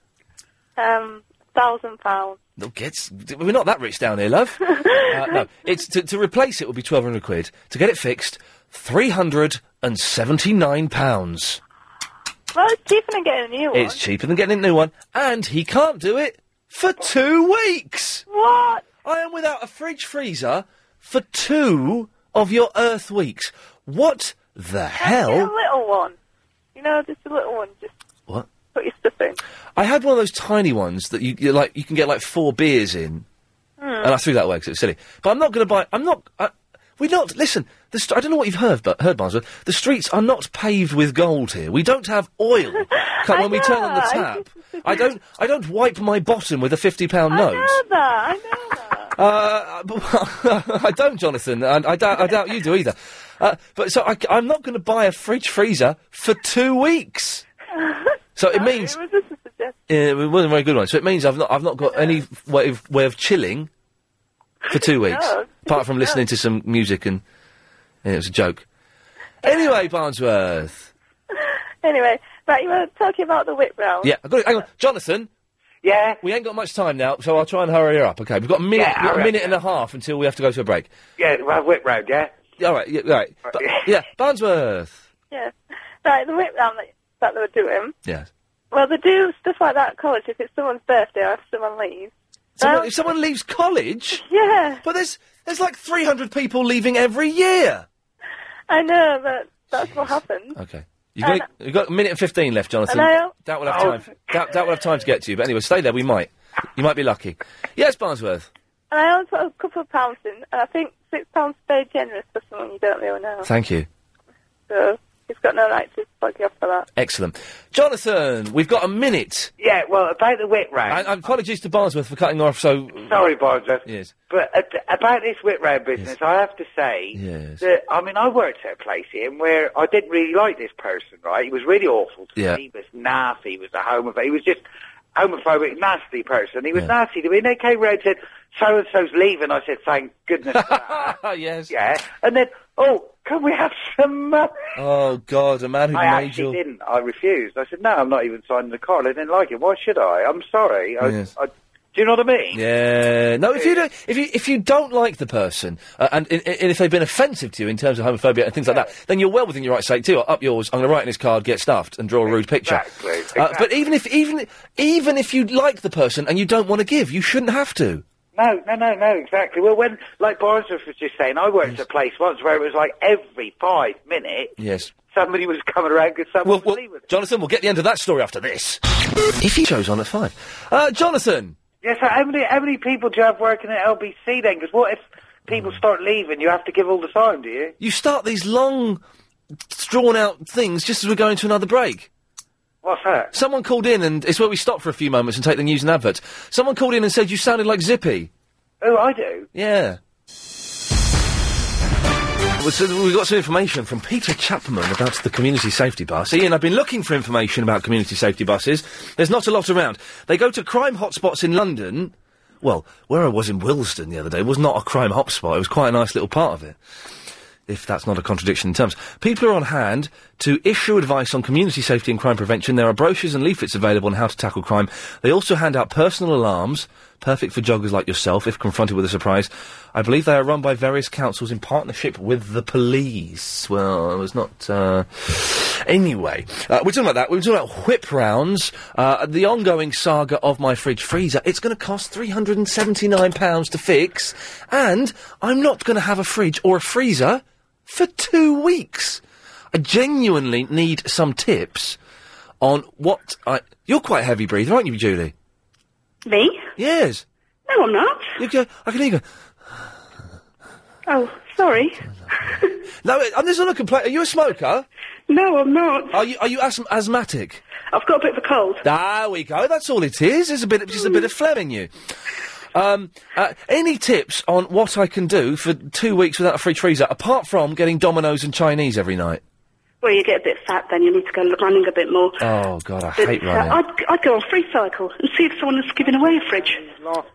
[SPEAKER 22] Um, thousand pounds.
[SPEAKER 1] No, gets. We're not that rich down here, love. uh, no, it's to, to replace it would be twelve hundred quid. To get it fixed, three hundred and seventy nine pounds.
[SPEAKER 22] Well, it's cheaper than getting a new one.
[SPEAKER 1] It's cheaper than getting a new one, and he can't do it for two weeks.
[SPEAKER 22] What?
[SPEAKER 1] I am without a fridge freezer for two of your Earth weeks. What the
[SPEAKER 22] Get
[SPEAKER 1] hell?
[SPEAKER 22] a little one. You know, just a little one. Just
[SPEAKER 1] What?
[SPEAKER 22] put your stuff in.
[SPEAKER 1] I had one of those tiny ones that you you like. You can get like four beers in.
[SPEAKER 22] Hmm.
[SPEAKER 1] and I threw that away because it was silly. But I'm not going to buy. I'm not. I, we not listen. The st- I don't know what you've heard, but heard Barnesworth. The streets are not paved with gold here. We don't have oil. Come, when we turn on
[SPEAKER 22] know,
[SPEAKER 1] the
[SPEAKER 22] I
[SPEAKER 1] tap, I don't. I don't wipe my bottom with a fifty pound
[SPEAKER 19] Oh,
[SPEAKER 1] note.
[SPEAKER 22] I know.
[SPEAKER 1] Uh, but- I don't, Jonathan, and I doubt, I doubt you do either. Uh, but so I, am not going to buy a fridge freezer for two weeks. So it means
[SPEAKER 22] It was just a suggestion.
[SPEAKER 1] Yeah, it wasn't a very good one. So it means I've not I've not got any f- way of, way of chilling for two weeks, apart from listening to some music and yeah, it was a joke. Anyway, Barnesworth.
[SPEAKER 22] Anyway, right, you were talking about the whip round.
[SPEAKER 1] Yeah, I got it. Hang on, Jonathan.
[SPEAKER 3] Oh. Yeah.
[SPEAKER 1] We ain't got much time now, so I'll try and hurry her up. Okay, we've got a minute,
[SPEAKER 3] Yeah,
[SPEAKER 1] we've got a
[SPEAKER 3] alright.
[SPEAKER 1] minute and a half until we have to go to a break.
[SPEAKER 3] Yeah, well, Whip Road, yeah?
[SPEAKER 1] All right, yeah, all right. But, yeah, Barnesworth.
[SPEAKER 22] Yeah. Right, the whip round that, that they were doing.
[SPEAKER 1] Yes.
[SPEAKER 22] Well, they do stuff like that at college if it's someone's birthday or if someone leaves.
[SPEAKER 1] Someone, if someone leaves college,
[SPEAKER 22] yeah.
[SPEAKER 1] But there's there's like 300 people leaving every year.
[SPEAKER 22] I know, but that's what happens.
[SPEAKER 1] Okay. You've got, a, you've got a minute and 15 left, Jonathan.
[SPEAKER 22] Uh, Hello?
[SPEAKER 1] That will have
[SPEAKER 22] Oh.
[SPEAKER 1] time. That, that will have time to get to you. But anyway, stay there. We might. You might be lucky. Yes, Barnesworth.
[SPEAKER 22] And I only put a couple of pounds in, and I think six pounds is very generous for someone you don't really know.
[SPEAKER 1] Thank you.
[SPEAKER 22] So he's got no right to bug you off for that.
[SPEAKER 1] Excellent. Jonathan, we've got a minute.
[SPEAKER 3] Yeah, well, about the whip round.
[SPEAKER 1] And apologies to Barnesworth for cutting off so.
[SPEAKER 3] Sorry, Barnesworth.
[SPEAKER 1] Yes.
[SPEAKER 3] But ab- about this whip round business, I have to say
[SPEAKER 1] Yes.
[SPEAKER 3] that I mean I worked at a place here where I didn't really like this person. Right, he was really awful to
[SPEAKER 1] Yeah.
[SPEAKER 3] me. He was nasty. He was a homophobe. He was just homophobic, nasty person. He was nasty to me. And they came round and said, "So and so's leaving." I said, "Thank goodness." for that."
[SPEAKER 1] yes.
[SPEAKER 3] Yeah. And then, oh, can we have some money?
[SPEAKER 1] Oh, God, a man who
[SPEAKER 3] I
[SPEAKER 1] made
[SPEAKER 3] actually
[SPEAKER 1] your.
[SPEAKER 3] didn't. I refused. I said, "No, I'm not even signing the card. I didn't like it. Why should I? I'm sorry. I,
[SPEAKER 1] Yes.
[SPEAKER 3] I, do you know what I mean?"
[SPEAKER 1] Yeah. No, if you don't, if you if you don't like the person, uh, and, and, and if they've been offensive to you in terms of homophobia and things like that, then you're well within your right to say, "Too up yours. I'm going to write in his card, get stuffed, and draw a rude picture."
[SPEAKER 3] Exactly,
[SPEAKER 1] Uh, but even if even even if you like the person and you don't want to give, you shouldn't have to.
[SPEAKER 3] No, no, no, no, exactly. Well, when, like Borisov was just saying, I worked at a place once where it was like every five minutes
[SPEAKER 1] Yes.
[SPEAKER 3] somebody was coming around because someone was leaving.
[SPEAKER 1] Jonathan, we'll get the end of that story after this. if he shows on at five, uh, Jonathan.
[SPEAKER 3] Yes, yeah, so how many, how many people do you have working at LBC then? Because what if
[SPEAKER 1] Hmm.
[SPEAKER 3] people start leaving? You have to give all the time, do you?
[SPEAKER 1] You start these long, drawn out things just as we're going to another break.
[SPEAKER 3] What's that?
[SPEAKER 1] Someone called in, and it's where we stop for a few moments and take the news and adverts. Someone called in and said you sounded like Zippy.
[SPEAKER 3] Oh, I do.
[SPEAKER 1] Yeah. Well, so we've got some information from Peter Chapman about the community safety bus. Ian, I've been looking for information about community safety buses. There's not a lot around. They go to crime hotspots in London. Well, where I was in Willesden the other day was not a crime hotspot. It was quite a nice little part of it. If that's not a contradiction in terms. People are on hand to issue advice on community safety and crime prevention. There are brochures and leaflets available on how to tackle crime. They also hand out personal alarms, perfect for joggers like yourself if confronted with a surprise. I believe they are run by various councils in partnership with the police. Well, it was not. Uh... Anyway, uh, we're talking about that. We're talking about whip rounds, uh, the ongoing saga of my fridge freezer. It's going to cost £379 to fix, and I'm not going to have a fridge or a freezer for two weeks. I genuinely need some tips on what I. You're quite a heavy breather, aren't you, Julie?
[SPEAKER 24] Me?
[SPEAKER 1] Yes.
[SPEAKER 24] No, I'm not.
[SPEAKER 1] You go, I can even.
[SPEAKER 24] Oh, sorry.
[SPEAKER 1] No, it- and there's not a complaint. Are you a smoker?
[SPEAKER 24] No, I'm not.
[SPEAKER 1] Are you? Are you asth- asthmatic?
[SPEAKER 24] I've got a bit of a cold.
[SPEAKER 1] There we go. That's all it is. It's a bit, just a bit of phlegm in you. Um, uh, any tips on what I can do for two weeks without a fridge freezer, apart from getting Dominoes and Chinese every night?
[SPEAKER 24] Well, you get a bit fat, then you need to go running a bit more.
[SPEAKER 1] Oh God, I
[SPEAKER 24] But,
[SPEAKER 1] hate
[SPEAKER 24] uh,
[SPEAKER 1] running.
[SPEAKER 24] I'd, I'd go on free cycle and see if someone is giving away a fridge.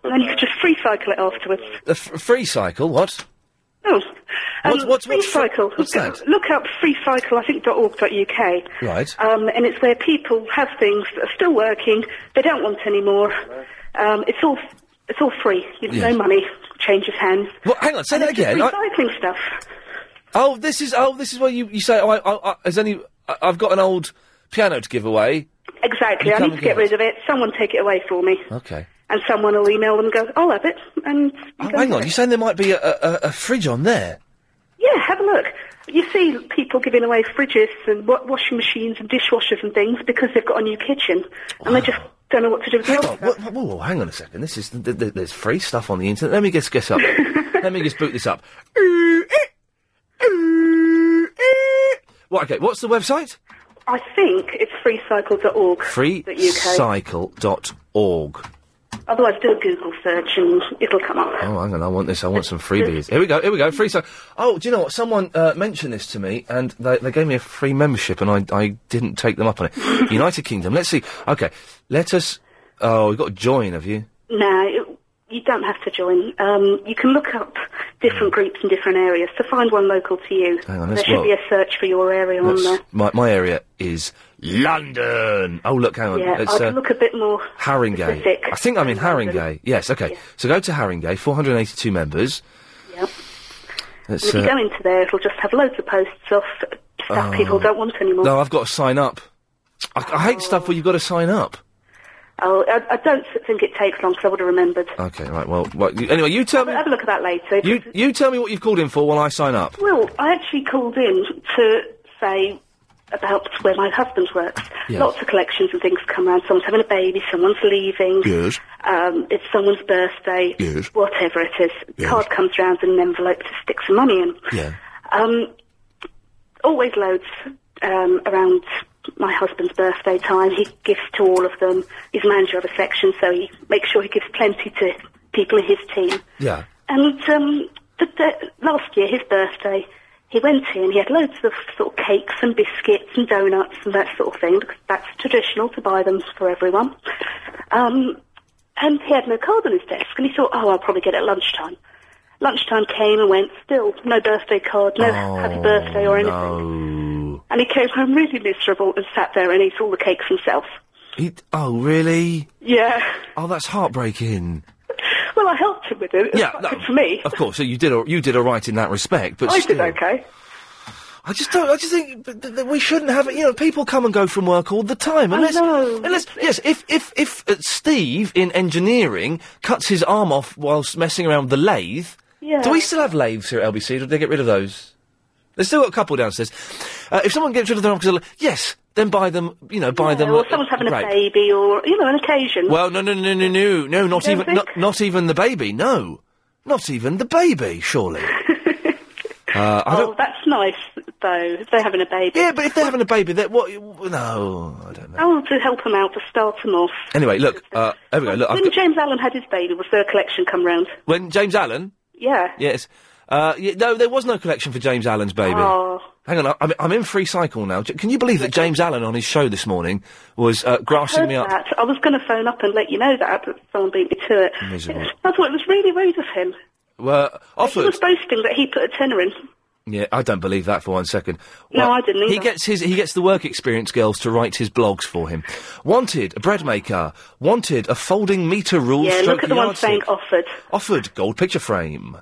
[SPEAKER 24] And then you could just free cycle it afterwards.
[SPEAKER 1] The f- free cycle? What?
[SPEAKER 24] Oh.
[SPEAKER 1] What's- what's-
[SPEAKER 24] free
[SPEAKER 1] what's fr-
[SPEAKER 24] cycle?
[SPEAKER 1] what's that?
[SPEAKER 24] Look up freecycle, I think, .org.uk.
[SPEAKER 1] Right.
[SPEAKER 24] Um, and it's where people have things that are still working, they don't want any more. Um, it's all it's all free. You
[SPEAKER 1] Yes.
[SPEAKER 24] no money, changes hands.
[SPEAKER 1] Well, hang on, say
[SPEAKER 24] And
[SPEAKER 1] that
[SPEAKER 24] it's just
[SPEAKER 1] again. I-
[SPEAKER 24] Recycling stuff.
[SPEAKER 1] Oh, this is oh, this is where you, you say oh, I, I, I, there's any I, I've got an old piano to give away.
[SPEAKER 24] Exactly.
[SPEAKER 1] You
[SPEAKER 24] I
[SPEAKER 1] come
[SPEAKER 24] need to get
[SPEAKER 1] and get it.
[SPEAKER 24] rid of it. Someone take it away for me.
[SPEAKER 1] Okay.
[SPEAKER 24] And someone will email them and go, I'll have it. And
[SPEAKER 1] Oh, hang on, you're saying there might be a, a, a fridge on there?
[SPEAKER 24] yeah, have a look. You see people giving away fridges and wa- washing machines and dishwashers and things because they've got a new kitchen. And they just Don't know what to do with the
[SPEAKER 1] Hang on, whoa, whoa, whoa, hang on a second. This is th- th- there's free stuff on the internet. Let me just guess up. Let me just boot this up. Right, okay. What's the website?
[SPEAKER 24] I think it's freecycle.org.
[SPEAKER 1] Freecycle.org.
[SPEAKER 24] Otherwise, do a Google search and it'll come up.
[SPEAKER 1] Oh, hang on. I want this. I want some freebies. Here we go. Here we go. Free cycle. Oh, do you know what? Someone uh, mentioned this to me, and they, they gave me a free membership, and I, I didn't take them up on it. United Kingdom. Let's see. Okay. Let us. Oh, you've got to join, have you?
[SPEAKER 24] No, it, you don't have to join. Um, you can look up different groups in different areas to find one local to you.
[SPEAKER 1] Hmm. Hang on,
[SPEAKER 24] there
[SPEAKER 1] let's-
[SPEAKER 24] should be
[SPEAKER 1] well,
[SPEAKER 24] a search for your area on
[SPEAKER 1] Let's-
[SPEAKER 24] there.
[SPEAKER 1] my, my area is London. Oh, look. Hang on.
[SPEAKER 24] Yeah,
[SPEAKER 1] Let's,
[SPEAKER 24] I'd
[SPEAKER 1] uh,
[SPEAKER 24] look a bit more.
[SPEAKER 1] Haringey.
[SPEAKER 24] Specific.
[SPEAKER 1] I think I'm in Haringey. Yes, okay. So go to Haringey, 482 members.
[SPEAKER 24] Yep. And
[SPEAKER 1] Let's,
[SPEAKER 24] if you
[SPEAKER 1] uh,
[SPEAKER 24] go into there, it'll just have loads of posts of stuff
[SPEAKER 1] Oh.
[SPEAKER 24] people don't want anymore.
[SPEAKER 1] No, I've got to sign up. I, I hate stuff where you've got to sign up.
[SPEAKER 24] Oh, I, I don't think it takes long because I would have remembered.
[SPEAKER 1] Okay, right, well, right, you, anyway, you tell me...
[SPEAKER 24] Have a look at that later.
[SPEAKER 1] You, you tell me what you've called in for while I sign up.
[SPEAKER 24] Well, I actually called in to say about where my husband works.
[SPEAKER 1] Yes.
[SPEAKER 24] Lots of collections and things come around. Someone's having a baby, someone's leaving.
[SPEAKER 1] Yes.
[SPEAKER 24] Um, it's someone's birthday.
[SPEAKER 1] Yes.
[SPEAKER 24] Whatever it is.
[SPEAKER 1] Yes.
[SPEAKER 24] Card comes round in an envelope to stick some money in.
[SPEAKER 1] Yeah.
[SPEAKER 24] Um, always loads um, around my husband's birthday time. He gives to all of them. He's manager of a section, so he makes sure he gives plenty to people in his team.
[SPEAKER 1] Yeah.
[SPEAKER 24] And um, the, the, last year, his birthday, he went in. He had loads of sort of cakes and biscuits and donuts and that sort of thing because that's traditional to buy them for everyone. Um, and he had no card on his desk, and he thought, "Oh, I'll probably get it at lunchtime." Lunchtime came and went. Still, no birthday card, no
[SPEAKER 1] Oh,
[SPEAKER 24] happy birthday or anything. And he came home really miserable and sat there and ate all the cakes himself.
[SPEAKER 1] He, oh, really?
[SPEAKER 24] Yeah.
[SPEAKER 1] Oh, that's heartbreaking.
[SPEAKER 24] Well, I helped him with it. It was
[SPEAKER 1] Yeah,
[SPEAKER 24] quite
[SPEAKER 1] no.
[SPEAKER 24] good for me.
[SPEAKER 1] Of course, so you did all, you did all right in that respect, but
[SPEAKER 24] I
[SPEAKER 1] still,
[SPEAKER 24] did okay.
[SPEAKER 1] I just don't. I just think that, that we shouldn't have. it. You know, people come and go from work all the time.
[SPEAKER 24] I
[SPEAKER 1] Unless,
[SPEAKER 24] know.
[SPEAKER 1] unless yes, if if if uh, Steve in engineering cuts his arm off whilst messing around with the lathe,
[SPEAKER 24] Yeah.
[SPEAKER 1] do we still have lathes here at LBC? Or did they get rid of those? There's still got a couple downstairs. Uh, if someone gets rid of their arm, 'cause they're like, yes, then buy them. You know, buy them.
[SPEAKER 24] or
[SPEAKER 1] uh,
[SPEAKER 24] someone's having
[SPEAKER 1] right.
[SPEAKER 24] a baby, or you know, an occasion.
[SPEAKER 1] Well, no, no, no, no, no, no, not
[SPEAKER 24] don't
[SPEAKER 1] even,
[SPEAKER 24] think?
[SPEAKER 1] not, not even the baby. No, not even the baby. Surely. uh, I
[SPEAKER 24] oh,
[SPEAKER 1] don't.
[SPEAKER 24] that's nice though. If they're having a baby.
[SPEAKER 1] Yeah, but if they're having a baby, that what? No, I don't know.
[SPEAKER 24] Oh, to help them out, to start them off.
[SPEAKER 1] Anyway, look. Uh, there we go. Look, I've
[SPEAKER 24] when
[SPEAKER 1] got,
[SPEAKER 24] James Allen had his baby, was there a collection come round?
[SPEAKER 1] when James Allen.
[SPEAKER 24] Yeah.
[SPEAKER 1] Yes. Uh, yeah, no, there was no collection for James Allen's baby.
[SPEAKER 24] Oh.
[SPEAKER 1] Hang on, I- I'm, I'm in free cycle now. J- Can you believe that James Allen on his show this morning was uh, grassing
[SPEAKER 24] Heard
[SPEAKER 1] me up?
[SPEAKER 24] that. I was going to phone up and let you know that, but someone beat me to it.
[SPEAKER 1] Miserable.
[SPEAKER 24] I thought it was really rude of him.
[SPEAKER 1] Well,
[SPEAKER 24] He was
[SPEAKER 1] offers.
[SPEAKER 24] boasting that he put a tenner in.
[SPEAKER 1] Yeah, I don't believe that for one second.
[SPEAKER 24] No, I didn't
[SPEAKER 1] He
[SPEAKER 24] either.
[SPEAKER 1] gets his he gets the work experience girls to write his blogs for him. Wanted a bread maker. Wanted a folding meter rule.
[SPEAKER 24] yeah,
[SPEAKER 1] stroke
[SPEAKER 24] look at the one
[SPEAKER 1] yardstick.
[SPEAKER 24] saying offered.
[SPEAKER 1] Offered gold picture frame.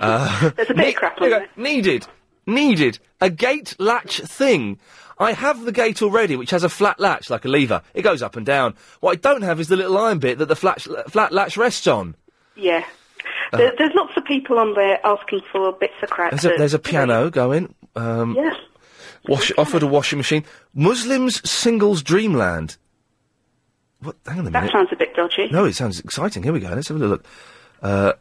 [SPEAKER 1] uh,
[SPEAKER 24] There's a bit of crap on
[SPEAKER 1] okay,
[SPEAKER 24] there.
[SPEAKER 1] Needed, needed a gate latch thing. I have the gate already, which has a flat latch like a lever. It goes up and down. What I don't have is the little iron bit that the flat flat latch rests on.
[SPEAKER 24] Yeah.
[SPEAKER 1] Uh,
[SPEAKER 24] There, there's lots of people on there asking for bits of crap.
[SPEAKER 1] There's a,
[SPEAKER 24] that-
[SPEAKER 1] there's a piano going. Um,
[SPEAKER 24] Yes.
[SPEAKER 1] Wash, offered a washing machine. Muslims singles dreamland. What? Hang on a
[SPEAKER 24] That
[SPEAKER 1] minute.
[SPEAKER 24] sounds a bit dodgy.
[SPEAKER 1] No, it sounds exciting. Here we go. Let's have a little look. Uh,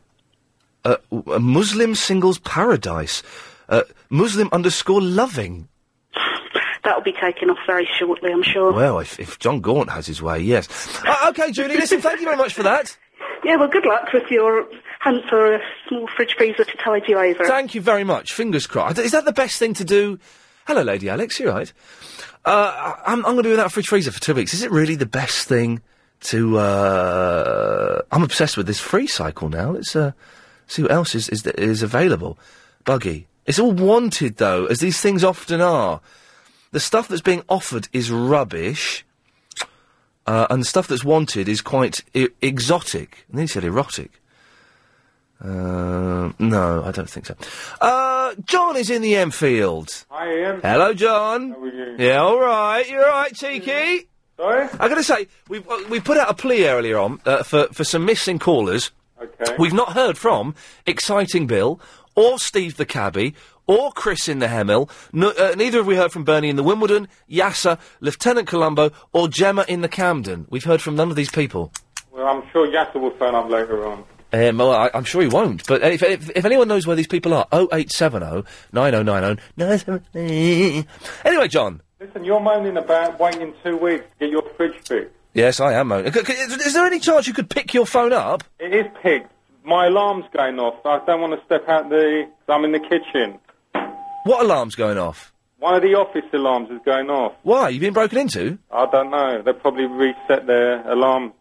[SPEAKER 1] uh, w- a Muslim singles paradise. Uh, Muslim underscore loving.
[SPEAKER 24] That'll be taken off very shortly, I'm sure.
[SPEAKER 1] Well, if, if John Gaunt has his way, yes. Uh, okay, Julie, listen, thank you very much for that.
[SPEAKER 24] Yeah, well, good luck with your hunt for a small fridge freezer to tide you over.
[SPEAKER 1] Thank you very much. Fingers crossed. Is that the best thing to do? Hello, Lady Alex. You're right. Uh, I- I'm, I'm going to be without a fridge freezer for two weeks. Is it really the best thing to? Uh, I'm obsessed with this free cycle now. Let's uh, see what else is is, th- is available. Buggy. It's all wanted though, as these things often are. The stuff that's being offered is rubbish. Uh, and the stuff that's wanted is quite I- exotic. And then he said erotic. Uh, no, I don't think so. Uh, John is in the Enfield.
[SPEAKER 25] I am.
[SPEAKER 1] Hello, John. How
[SPEAKER 25] are you?
[SPEAKER 1] Yeah, all right. You're all right, cheeky.
[SPEAKER 25] Sorry.
[SPEAKER 1] I gotta say, we uh, we put out a plea earlier on uh, for for some missing callers.
[SPEAKER 25] Okay.
[SPEAKER 1] We've not heard from exciting Bill or Steve the cabbie or Chris in the Hemel. No, uh, neither have we heard from Bernie in the Wimbledon, Yasser, Lieutenant Colombo, or Gemma in the Camden. We've heard from none of these people.
[SPEAKER 25] Well, I'm sure Yasser will turn up later on.
[SPEAKER 1] Um, well, I, I'm sure he won't, but uh, if, if, if anyone knows where these people are, 0870 9090 970. Anyway, John.
[SPEAKER 25] Listen, you're moaning about waiting two weeks to get your fridge fixed.
[SPEAKER 1] Yes, I am. Owen. C- c- Is is there any chance you could pick your phone up?
[SPEAKER 25] It is picked. My alarm's going off. I don't want to step out the. I'm in the kitchen.
[SPEAKER 1] What alarm's going off?
[SPEAKER 25] One of the office alarms is going off.
[SPEAKER 1] Why? You've been broken into?
[SPEAKER 25] I don't know. They probably reset their alarm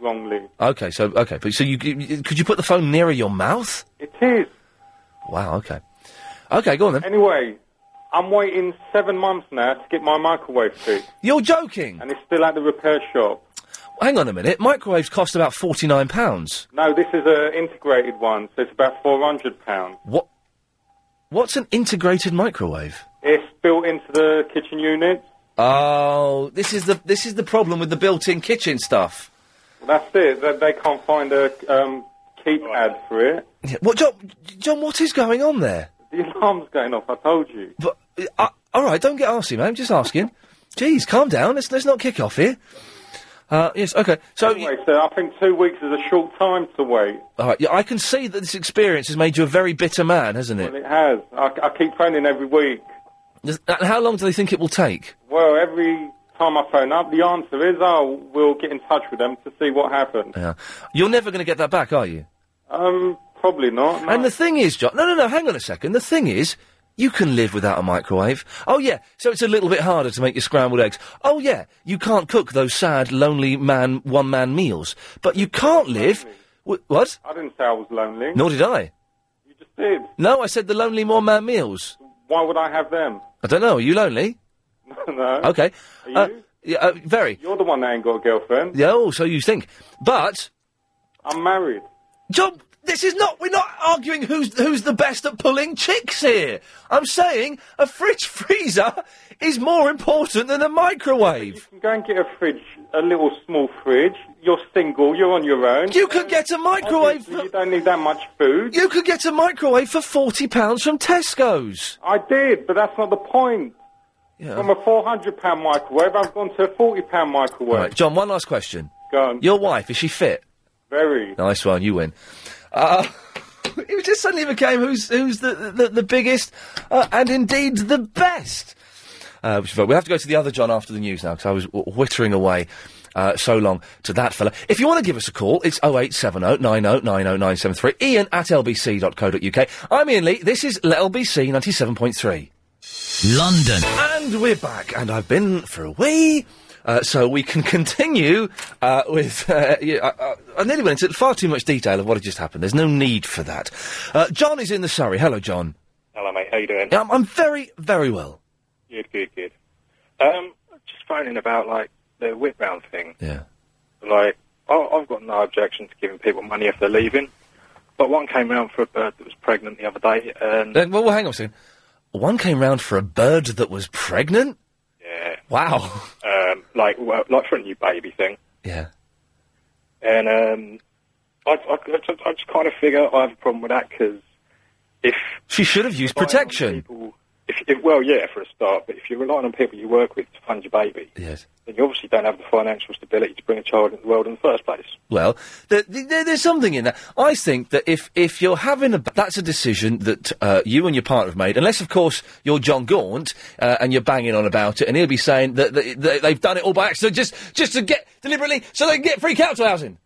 [SPEAKER 25] wrongly.
[SPEAKER 1] Okay, so okay, but so you you- could you put the phone nearer your mouth?
[SPEAKER 25] It is.
[SPEAKER 1] Wow. Okay. Okay, go on then.
[SPEAKER 25] Anyway, I'm waiting seven months now to get my microwave fixed.
[SPEAKER 1] You're joking.
[SPEAKER 25] And it's still at the repair shop.
[SPEAKER 1] Hang on a minute. Microwaves cost about forty nine pounds.
[SPEAKER 25] No, this is an integrated one, so it's about four hundred pounds.
[SPEAKER 1] What? What's an integrated microwave?
[SPEAKER 25] It's built into the kitchen unit.
[SPEAKER 1] Oh, this is the this is the problem with the built-in kitchen stuff.
[SPEAKER 25] That's it. They, they can't find a um, keypad for it.
[SPEAKER 1] Yeah, What, John? John, what is going on there?
[SPEAKER 25] The alarm's going off. I told you.
[SPEAKER 1] But uh, uh, all right, don't get arsey, man. I'm just asking. Jeez, calm down. Let's let's not kick off here. Uh, yes, okay. So
[SPEAKER 25] anyway, so I think two weeks is a short time to wait.
[SPEAKER 1] All right, yeah, I can see that this experience has made you a very bitter man, hasn't it?
[SPEAKER 25] Well, it has. I, I keep phoning every week.
[SPEAKER 1] Does- And how long do they think it will take?
[SPEAKER 25] Well, every time I phone up, the answer is, "Oh, we'll get in touch with them to see what happened."
[SPEAKER 1] Yeah. You're never going to get that back, are you?
[SPEAKER 25] Um, probably not.
[SPEAKER 1] And the thing is, John. No, no, no. Hang on a second. The thing is, you can live without a microwave. Oh yeah. So it's a little bit harder to make your scrambled eggs. Oh yeah. You can't cook those sad, lonely man, one-man meals. But you can't live. Wh- what?
[SPEAKER 25] I didn't say I was lonely.
[SPEAKER 1] Nor did I.
[SPEAKER 25] Hmm? Did.
[SPEAKER 1] No, I said the lonely one-man meals.
[SPEAKER 25] Why would I have them?
[SPEAKER 1] I don't know. Are you lonely?
[SPEAKER 25] no.
[SPEAKER 1] Okay.
[SPEAKER 25] Are you?
[SPEAKER 1] Uh, yeah, uh, very.
[SPEAKER 25] You're the one that ain't got a girlfriend.
[SPEAKER 1] Yeah, oh, so you think. But.
[SPEAKER 25] I'm married.
[SPEAKER 1] John, this is not. We're not arguing who's, who's the best at pulling chicks here. I'm saying a fridge freezer is more important than a microwave.
[SPEAKER 25] You can go and get a fridge, a little small fridge. You're single. You're on your own.
[SPEAKER 1] You could get a microwave.
[SPEAKER 25] Obviously, you don't need that much food.
[SPEAKER 1] You could get a microwave for £40 from Tesco's.
[SPEAKER 25] I did, but that's not the point. From a four hundred pound microwave, I've gone to a forty pound microwave.
[SPEAKER 1] Right, John, one last question.
[SPEAKER 25] Go on.
[SPEAKER 1] Your wife, is she fit?
[SPEAKER 25] Very.
[SPEAKER 1] Nice one, you win. Uh, it just suddenly became who's who's the the, the biggest uh, and indeed the best. Uh, which is fun. we'll have to go to the other John after the news now because I was w- whittering away. Uh, so long to that fella. If you want to give us a call, it's 0870 90 90 973, ian at lbc.co.uk. I'm Ian Lee, this is LBC 97.3. London. And we're back, and I've been for a wee, uh, so we can continue uh, with. Uh, yeah, I, I, I nearly went into far too much detail of what had just happened. There's no need for that. Uh, John is in the Surrey. Hello, John.
[SPEAKER 23] Hello, mate. How you doing?
[SPEAKER 1] Yeah, I'm, I'm very, very well.
[SPEAKER 23] Good, good, good. Um, just phoning about like the whip round thing.
[SPEAKER 1] Yeah.
[SPEAKER 23] Like, I, I've got no objection to giving people money if they're leaving, but one came round for a bird that was pregnant the other day, and
[SPEAKER 1] Uh, well, well, hang on a second. One came round for a bird that was pregnant?
[SPEAKER 23] yeah,
[SPEAKER 1] Wow.
[SPEAKER 23] um, like, well, like for a new baby thing,
[SPEAKER 1] Yeah.
[SPEAKER 23] and um, I, I, I just- I just kind of figure I have a problem with that because if
[SPEAKER 1] She should have used protection.
[SPEAKER 23] if, if well, yeah, for a start, but if you're relying on people you work with to fund your baby,
[SPEAKER 1] Yes.
[SPEAKER 23] then you obviously don't have the financial stability to bring a child into the world in the first place.
[SPEAKER 1] Well, th th there- there's something in that. I think that if, if you're having a... b- That's a decision that uh, you and your partner have made, unless, of course, you're John Gaunt uh, and you're banging on about it, and he'll be saying that, that, that they've done it all by accident just, just to get... deliberately, so they can get free council housing.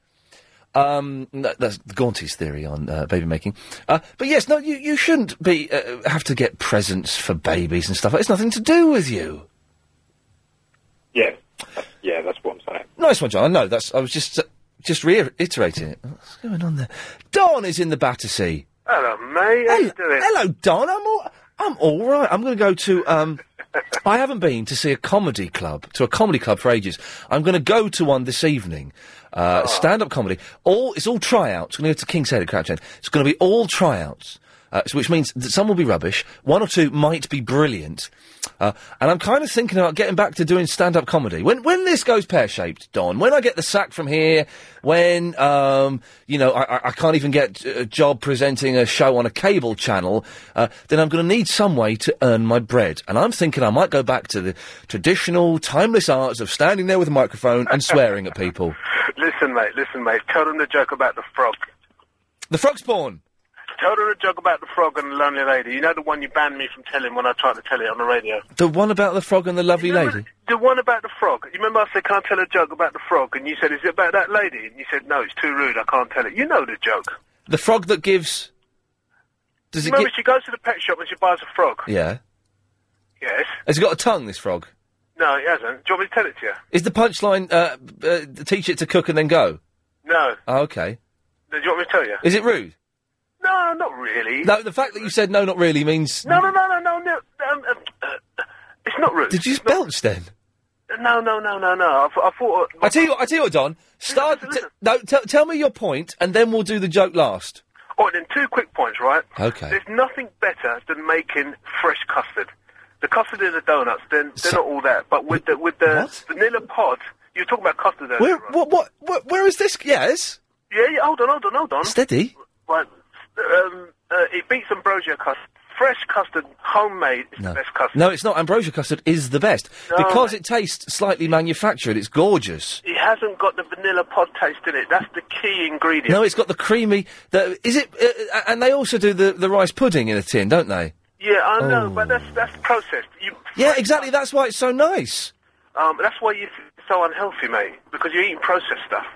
[SPEAKER 1] Um, no, that's Gaunty's theory on uh, baby making. Uh, but yes, no, you, you shouldn't be uh, have to get presents for babies and stuff. It's nothing to do with you.
[SPEAKER 23] Yeah, That's- yeah, that's what I'm saying.
[SPEAKER 1] Nice one, John. I know. That's. I was just uh, just reiterating it. What's going on there? Don is in the Battersea.
[SPEAKER 26] Hello, Uh, mate. How you doing?
[SPEAKER 1] Hello, Don. I'm all. I'm all right. I'm going to go to. Um, I haven't been to see a comedy club to a comedy club for ages. I'm going to go to one this evening.
[SPEAKER 26] Ah.
[SPEAKER 1] Uh, Stand up comedy. All it's all tryouts. We're going to go to King's Head at Crouch End. It's going to be all tryouts. uh, so- which means that some will be rubbish, one or two might be brilliant. Uh, and I'm kind of thinking about getting back to doing stand up comedy. When, when this goes pear shaped, Don, when I get the sack from here, when, um, you know, I, I- I can't even get a job presenting a show on a cable channel, uh, then I'm going to need some way to earn my bread. And I'm thinking I might go back to the traditional, timeless arts of standing there with a microphone and swearing at people.
[SPEAKER 26] Listen, mate, listen, mate. Tell them the joke about the frog.
[SPEAKER 1] The frog's born.
[SPEAKER 26] Tell them the joke about the frog and the lonely lady. You know the one you banned me from telling when I tried to tell it on the radio?
[SPEAKER 1] The one about the frog and the lovely lady.
[SPEAKER 26] The one about the frog. You remember I said, can't tell a joke about the frog? And you said, is it about that lady? And you said, no, it's too rude. I can't tell it. You know the joke.
[SPEAKER 1] The frog that gives. Does it
[SPEAKER 26] remember,
[SPEAKER 1] give.
[SPEAKER 26] she goes to the pet shop and she buys a frog.
[SPEAKER 1] Yeah.
[SPEAKER 26] Yes.
[SPEAKER 1] Has it got a tongue, this frog?
[SPEAKER 26] No, it hasn't. Do you want me to tell it to you?
[SPEAKER 1] Is the punchline uh, b- uh, teach it to cook and then go?
[SPEAKER 26] No.
[SPEAKER 1] Oh, okay.
[SPEAKER 26] Do you want me to tell you?
[SPEAKER 1] Is it rude?
[SPEAKER 26] No, not really.
[SPEAKER 1] No, the fact that you said no, not really means.
[SPEAKER 26] No, no, no, no, no, no. Um, uh, uh, it's not rude.
[SPEAKER 1] Did you just belch then?
[SPEAKER 26] No, no, no, no, no. I, th- I thought. uh,
[SPEAKER 1] I tell you, what, I tell you what, Don. Start. T- no, t- tell me your point, and then we'll do the joke last.
[SPEAKER 26] All right, then two quick points, right?
[SPEAKER 1] Okay.
[SPEAKER 26] There's nothing better than making fresh custard. The custard in the donuts, then they're not all that. But with the with the vanilla pod, you're talking about custard. earlier,
[SPEAKER 1] Where,
[SPEAKER 26] right?
[SPEAKER 1] what, what, what, where is this? Yes.
[SPEAKER 26] Yeah, yeah. Hold on, hold on, hold on.
[SPEAKER 1] Steady.
[SPEAKER 26] Right. Um, uh, it beats ambrosia custard. Fresh custard, homemade, is
[SPEAKER 1] No.
[SPEAKER 26] the best custard.
[SPEAKER 1] No, it's not. Ambrosia custard is the best
[SPEAKER 26] No.
[SPEAKER 1] because it tastes slightly manufactured. It's gorgeous.
[SPEAKER 26] It hasn't got the vanilla pod taste in it. That's the key ingredient.
[SPEAKER 1] No, it's got the creamy. The, is it? Uh, uh, and they also do the, the rice pudding in a tin, don't they?
[SPEAKER 26] Yeah, I
[SPEAKER 1] Oh.
[SPEAKER 26] know, but that's that's processed. You,
[SPEAKER 1] Yeah, exactly. That's why it's so nice.
[SPEAKER 26] um, that's why you're so unhealthy, mate, because you're eating processed stuff.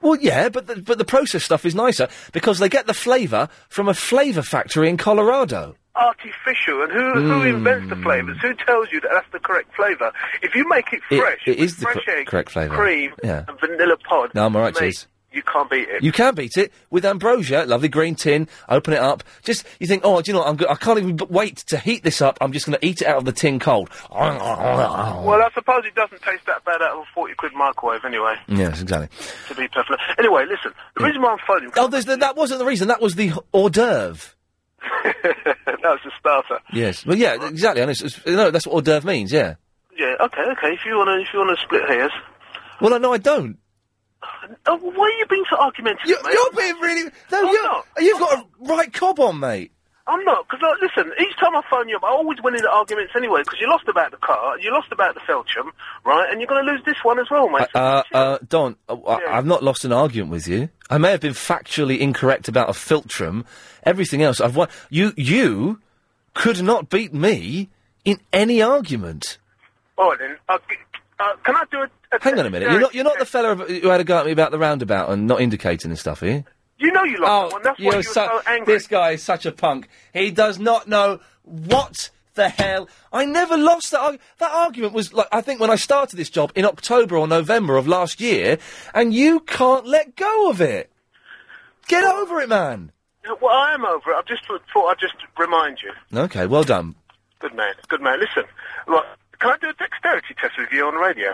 [SPEAKER 1] Well, yeah, but the, but the processed stuff is nicer because they get the flavour from a flavour factory in Colorado.
[SPEAKER 26] Artificial, and who
[SPEAKER 1] Hmm.
[SPEAKER 26] who invents the flavours? Who tells you that that's the correct flavour? If you make it
[SPEAKER 1] It-
[SPEAKER 26] fresh,
[SPEAKER 1] it is
[SPEAKER 26] with
[SPEAKER 1] the
[SPEAKER 26] fresh
[SPEAKER 1] cor-
[SPEAKER 26] egg,
[SPEAKER 1] correct flavour.
[SPEAKER 26] cream,
[SPEAKER 1] Yeah.
[SPEAKER 26] and vanilla pod.
[SPEAKER 1] No, I'm all right,
[SPEAKER 26] mate,
[SPEAKER 1] cheers.
[SPEAKER 26] You can't beat it.
[SPEAKER 1] You can beat it with ambrosia, lovely green tin. Open it up. Just you think, oh, do you know what? I'm go- I can't even b- wait to heat this up. I'm just going to eat it out of the tin cold. oh.
[SPEAKER 26] Well, I suppose it doesn't taste that bad out of a forty quid microwave, anyway.
[SPEAKER 1] yes, exactly.
[SPEAKER 26] To be perfectly anyway, listen. The reason why I'm phoning
[SPEAKER 1] Oh, there's the, that wasn't the reason. That was the hors d'oeuvre.
[SPEAKER 26] that was the starter.
[SPEAKER 1] Yes. Well, yeah, exactly. And it's, it's, no, that's what hors d'oeuvre means. Yeah.
[SPEAKER 26] Yeah. Okay. Okay. If you want to, if you want to split hairs.
[SPEAKER 1] Well, I no, I don't.
[SPEAKER 26] Oh, why are you being so argumentative,
[SPEAKER 1] You're,
[SPEAKER 26] mate?
[SPEAKER 1] you're being really. No,
[SPEAKER 26] I'm
[SPEAKER 1] you're,
[SPEAKER 26] not.
[SPEAKER 1] you've got a right cob on, mate.
[SPEAKER 26] I'm not, because like, listen, each time I phone you up, I always win in the arguments anyway, because you lost about the car, you lost about the Felcham, right? And you're going to lose this one as well, mate.
[SPEAKER 1] Uh, uh, Don, uh, I, I've not lost an argument with you. I may have been factually incorrect about a filtrum. Everything else, I've won. You, you could not beat me in any argument.
[SPEAKER 26] All right, then. Uh, g- uh, can I do a... a
[SPEAKER 1] Hang on a minute. You're not, you're not the fella who had a go at me about the roundabout and not indicating and stuff, are you?
[SPEAKER 26] You know you lost that one. That's why you were
[SPEAKER 1] su-
[SPEAKER 26] so angry.
[SPEAKER 1] Oh, This guy is such a punk. He does not know what the hell. I never lost that argument. That argument was like I think when I started this job in October or November of last year, and you can't let go of it. Get over it, man.
[SPEAKER 26] Yeah, Well, I am over it. I just thought thought I'd just remind you.
[SPEAKER 1] Okay, well done.
[SPEAKER 26] Good man. Good man. Listen, look, can I do a dexterity test with you on the radio?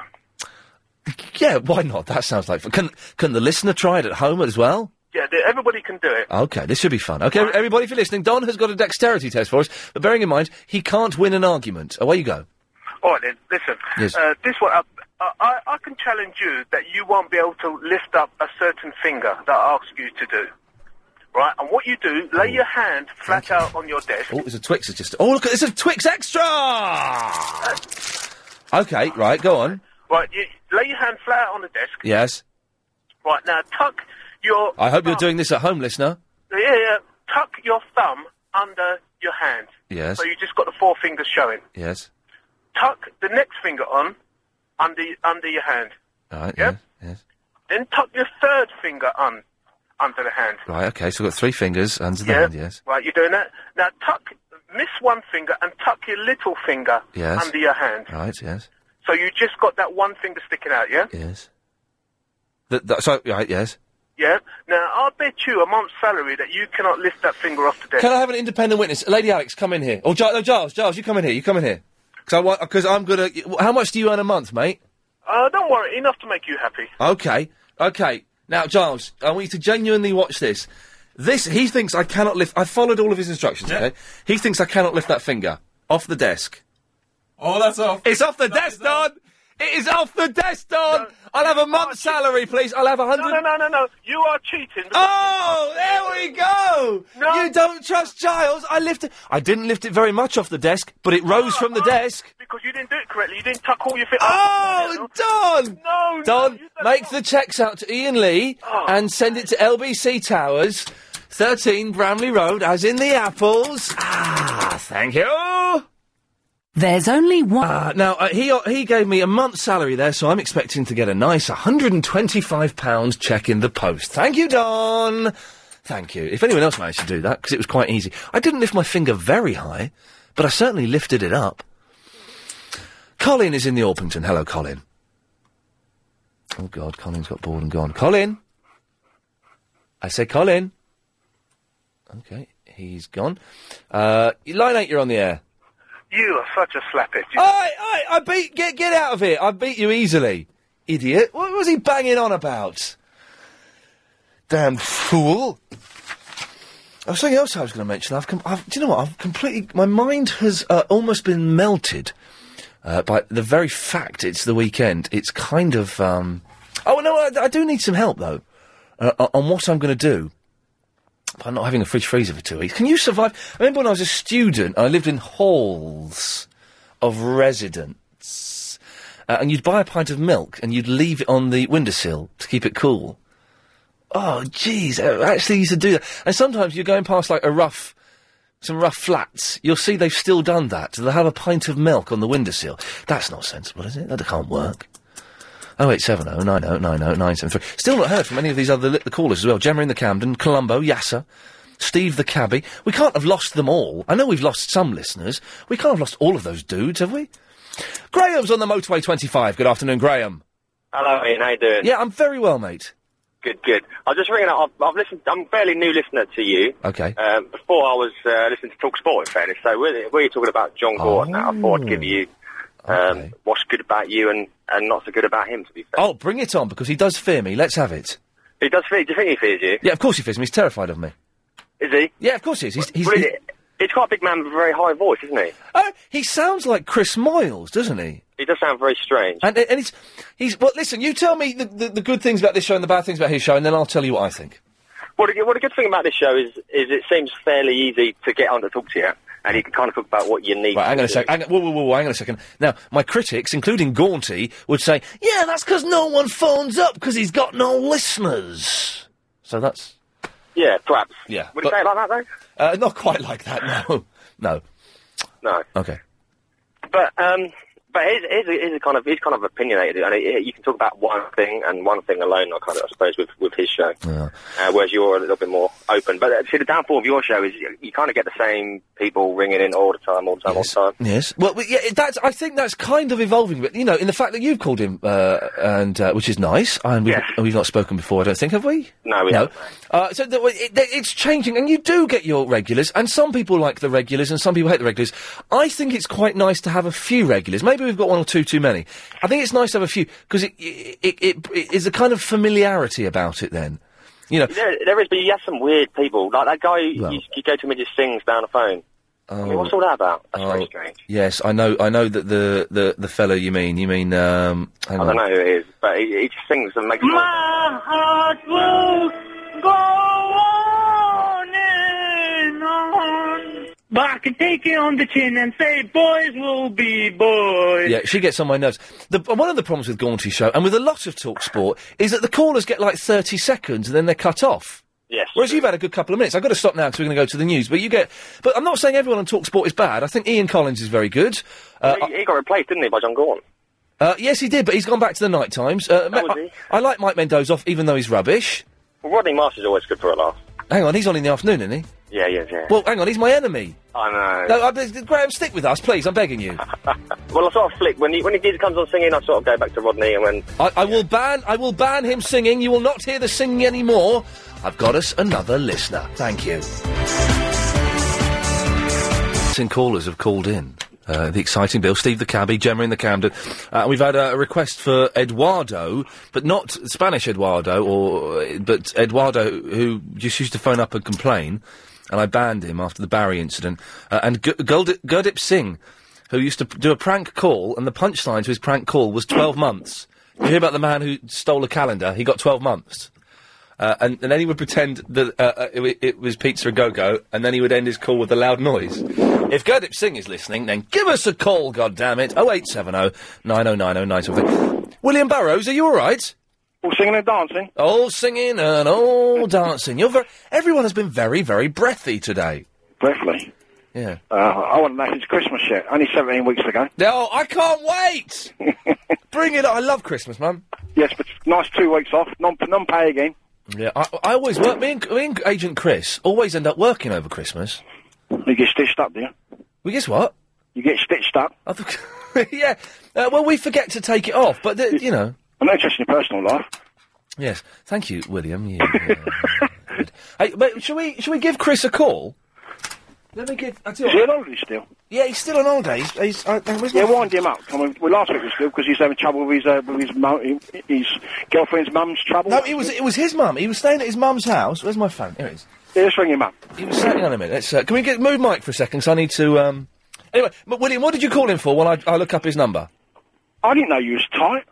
[SPEAKER 1] Yeah, why not? That sounds like fun. Can can the listener try it at home as well?
[SPEAKER 26] Yeah, th- everybody can do it.
[SPEAKER 1] Okay, this should be fun. Okay, everybody, for listening, Don has got a dexterity test for us, but bearing in mind he can't win an argument. Away you go.
[SPEAKER 26] All right, then. Listen.
[SPEAKER 1] Yes.
[SPEAKER 26] Uh, this one, I, I, I can challenge you that you won't be able to lift up a certain finger that I ask you to do. Right? And what you do, lay your hand flat out on your desk.
[SPEAKER 1] Oh, there's a Twix. It's just. Oh, look, there's a Twix extra. Okay, right, go on.
[SPEAKER 26] Right? You lay your hand flat out on the desk.
[SPEAKER 1] Yes,
[SPEAKER 26] Right now, tuck your.
[SPEAKER 1] I hope you're doing this at home, listener.
[SPEAKER 26] Yeah, yeah. Tuck your thumb under your hand.
[SPEAKER 1] Yes.
[SPEAKER 26] So you just got the four fingers showing.
[SPEAKER 1] Yes,
[SPEAKER 26] Tuck the next finger on under under your hand.
[SPEAKER 1] all right, yeah,
[SPEAKER 26] Then tuck your third finger on under the hand.
[SPEAKER 1] right, okay. So I've got three fingers under the
[SPEAKER 26] Yeah.
[SPEAKER 1] hand. Yes,
[SPEAKER 26] Right, you're doing that. Now tuck, miss one finger and tuck your little finger
[SPEAKER 1] Yes.
[SPEAKER 26] under your hand.
[SPEAKER 1] right, yes,
[SPEAKER 26] So you just got that one finger sticking out, yeah?
[SPEAKER 1] yes. Th- th- so right, yes.
[SPEAKER 26] Yeah. Now I bet you a month's salary that you cannot lift that finger off the desk.
[SPEAKER 1] Can I have an independent witness, Lady Alex? Come in here. Or Gi- no, Giles, Giles, you come in here. You come in here. Because I want. Because I'm gonna. How much do you earn a month, mate?
[SPEAKER 26] Uh, don't worry, enough to make you happy.
[SPEAKER 1] Okay, okay. Now, Giles, I want you to genuinely watch this. This he thinks I cannot lift. I followed all of his instructions. Okay, he thinks I cannot lift that finger off the desk.
[SPEAKER 6] Oh, that's off.
[SPEAKER 1] It's off the desk, Don. It is off the desk, Don. I'll have a month's salary, please. I'll have a hundred.
[SPEAKER 26] No, no, no, no. You are cheating.
[SPEAKER 1] Oh, there we go.
[SPEAKER 26] No.
[SPEAKER 1] You don't trust Giles. I lift it. I didn't lift it very much off the desk, but it rose from the desk.
[SPEAKER 26] Ah, Because you didn't do it correctly. You didn't tuck all your feet.
[SPEAKER 1] Oh, Don!
[SPEAKER 26] No,
[SPEAKER 1] Don, make the checks out to Ian Lee and send it to LBC Towers, 13 Bramley Road, as in the apples. Ah, thank you.
[SPEAKER 27] There's only one.
[SPEAKER 1] Uh, now uh, he uh, he gave me a month's salary there, so I'm expecting to get a nice 125 pounds check in the post. Thank you, Don. Thank you. If anyone else managed to do that, because it was quite easy. I didn't lift my finger very high, but I certainly lifted it up. Colin is in the Orpington. Hello, Colin. Oh God, Colin's got bored and gone. Colin. I say, Colin. Okay, he's gone. Uh, line eight, you're on the air.
[SPEAKER 26] You are such a slapper.
[SPEAKER 1] I, I, I beat. Get, get out of here. I beat you easily, idiot. What was he banging on about? Damn fool. There was something else I was going to mention. I've, com- I've, do you know what? I've completely. My mind has uh, almost been melted uh, by the very fact it's the weekend. It's kind of. Um, oh no, I, I do need some help though uh, o- on what I'm going to do by not having a fridge freezer for two weeks. Can you survive? I remember when I was a student, I lived in halls of residence. Uh, and you'd buy a pint of milk and you'd leave it on the windowsill to keep it cool. Oh, jeez. I actually used to do that. And sometimes you're going past like a rough, some rough flats. You'll see they've still done that. They'll have a pint of milk on the windowsill. That's not sensible, is it? That can't work. Oh, 0870 90 90 973. Still not heard from any of these other li- the callers as well. Gemma in the Camden, Columbo, Yasser, Steve the Cabby. We can't have lost them all. I know we've lost some listeners. We can't have lost all of those dudes, have we? Graham's on the motorway 25. Good afternoon, Graham.
[SPEAKER 8] Hello, Ian. How you doing?
[SPEAKER 1] Yeah, I'm very well, mate.
[SPEAKER 8] Good, good. I was just ringing up. I've, I've listened. I'm a fairly new listener to you.
[SPEAKER 1] Okay.
[SPEAKER 8] Um, before I was uh, listening to Talk Sport, in fairness. So we're, we're talking about John Gordon. now. I thought I'd give you um, what's good about you and, and not so good about him. To be fair,
[SPEAKER 1] Oh, bring it on because he does fear me. Let's have it.
[SPEAKER 8] he does. Fear, do you think he fears you?
[SPEAKER 1] Yeah, of course he fears me. He's terrified of me.
[SPEAKER 8] Is he?
[SPEAKER 1] Yeah, of course he is. He's, he's,
[SPEAKER 8] Well,
[SPEAKER 1] he's-
[SPEAKER 8] it- He's quite a big man with a very high voice, isn't he?
[SPEAKER 1] Oh, he sounds like Chris Moyles, doesn't he?
[SPEAKER 8] He does sound very strange.
[SPEAKER 1] And, and it's, he's, well, listen, you tell me the, the, the good things about this show and the bad things about his show, and then I'll tell you what I think.
[SPEAKER 8] Well, the, well, the good thing about this show is is it seems fairly easy to get on to talk to you, and you can kind of talk about what you need.
[SPEAKER 1] Right, hang on a sec. Hang on, whoa, whoa, whoa, whoa, hang on a second. Now, my critics, including Gaunty, would say, yeah, that's because no one phones up because he's got no listeners. So that's,
[SPEAKER 8] Yeah, perhaps.
[SPEAKER 1] yeah.
[SPEAKER 8] Would
[SPEAKER 1] but-
[SPEAKER 8] he say it like that though?
[SPEAKER 1] uh, not quite like that, no. no.
[SPEAKER 8] No.
[SPEAKER 1] Okay.
[SPEAKER 8] But um, but he's he's, he's a kind of he's kind of opinionated, and he, he- you can talk about one thing and one thing alone. I kind of I suppose with with his show, uh, whereas you're a little bit more open. But uh, see, the downfall of your show is you, you kind of get the same people ringing in all the time, all the time, all the time.
[SPEAKER 1] Yes. Well, we- yeah, it- that's. I think that's kind of evolving, but you know, in the fact that you've called him, uh, and uh, which is nice, and we've, and we've not spoken before. I don't think have we?
[SPEAKER 8] No, we
[SPEAKER 1] no.
[SPEAKER 8] haven't,
[SPEAKER 1] Uh, so the, it, it- it's changing, and you do get your regulars, and some people like the regulars, and some people hate the regulars. I think it's quite nice to have a few regulars. Maybe we've got one or two too many. I think it's nice to have a few because it it, it it it is a kind of familiarity about it. Then, you know.
[SPEAKER 8] There, there is, but you have some weird people. Like that guy, who
[SPEAKER 1] Well.
[SPEAKER 8] you, you go to him and just sings down the phone. I mean,
[SPEAKER 1] Oh.
[SPEAKER 8] what's all that about? That's
[SPEAKER 1] Oh,
[SPEAKER 8] very strange.
[SPEAKER 1] Yes, I know. I know that the the the fellow you mean. You mean um, hang
[SPEAKER 8] I
[SPEAKER 1] on.
[SPEAKER 8] don't know who it is, but he, he just sings and makes.
[SPEAKER 5] My heart will go on and on.
[SPEAKER 2] But I can take it on the chin and say, boys will be boys.
[SPEAKER 1] Yeah, she gets on my nerves. The, one of the problems with Gaunty Show, and with a lot of talk sport, is that the callers get like 30 seconds and then they're cut off.
[SPEAKER 8] Yes.
[SPEAKER 1] Whereas you've had a good couple of minutes. I've got to stop now because we're going to go to the news. But you get. But I'm not saying everyone on Talk Sport is bad. I think Ian Collins is very good. Uh,
[SPEAKER 8] he, he got replaced, didn't he, by John Gorn?
[SPEAKER 1] uh, yes, he did, but he's gone back to the night times. Uh, Ma- I, I like Mike Mendoza off, even though he's rubbish.
[SPEAKER 8] Well, Rodney Marsh is always good for a laugh.
[SPEAKER 1] Hang on, he's on in the afternoon, isn't he?
[SPEAKER 8] Yeah, yeah, yeah.
[SPEAKER 1] Well, hang on, he's my enemy.
[SPEAKER 8] I know.
[SPEAKER 1] No, I, Graham, stick with us, please. I'm begging you.
[SPEAKER 8] Well, I sort of flick when he when he did comes on singing. I sort of go back to Rodney, and when
[SPEAKER 1] I, I will ban. I will ban him singing. You will not hear the singing anymore. I've got us another listener. Thank you. Some callers have called in. Uh, the exciting Bill, Steve the cabbie, Gemma in the Camden. Uh, we've had uh, a request for Eduardo, but not Spanish Eduardo, or but Eduardo who just used to phone up and complain, and I banned him after the Barry incident. Uh, and G- Gold- Gurdip Singh, who used to p- do a prank call, and the punchline to his prank call was 12 months. You hear about the man who stole a calendar? He got 12 months. Uh, and, and then he would pretend that uh, uh, it, w- it was Pizza Go Go, and then he would end his call with a loud noise. If Gurdip Singh is listening, then give us a call, goddammit! Oh, 0870 9090 973. oh. William Burrows, are you alright?
[SPEAKER 6] All singing and dancing.
[SPEAKER 1] All singing and all dancing. You're ver- Everyone has been very, very breathy today.
[SPEAKER 6] Briefly.
[SPEAKER 1] Yeah.
[SPEAKER 6] Uh, I wouldn't know if it's Christmas yet. Only 17 weeks ago.
[SPEAKER 1] No, I can't wait! Bring it on. I love Christmas, Mum.
[SPEAKER 6] Yes, but nice two weeks off. Non, non-pay again.
[SPEAKER 1] Yeah, I, I always work. Me and, me and Agent Chris always end up working over Christmas.
[SPEAKER 6] You get stitched up, do you?
[SPEAKER 1] Well, guess what?
[SPEAKER 6] You get stitched up.
[SPEAKER 1] I th- yeah. Uh, well, we forget to take it off, but th- you know.
[SPEAKER 6] I'm not interested in your personal life.
[SPEAKER 1] Yes. Thank you, William. Yeah, yeah. Good. Hey, but should we should we give Chris a call? Let me give. I tell
[SPEAKER 6] Is
[SPEAKER 1] you
[SPEAKER 6] he on
[SPEAKER 1] what-
[SPEAKER 6] holiday still?
[SPEAKER 1] Yeah, he's still on holiday. He's, he's, uh, I, I was-
[SPEAKER 6] Yeah, wind him up. I mean, well, last week was still because he's having trouble with his, uh, with his, mu- his girlfriend's mum's trouble.
[SPEAKER 1] No, it was it was his mum. He was staying at his mum's house. Where's my phone? Here it is.
[SPEAKER 6] Yeah, let's ring him up.
[SPEAKER 1] He was sat- hang on a minute. Let's, uh, can we get move Mike for a second? Because I need to. Um... Anyway, but William, what did you call him for? While I, I look up his number.
[SPEAKER 6] I didn't know you was tight.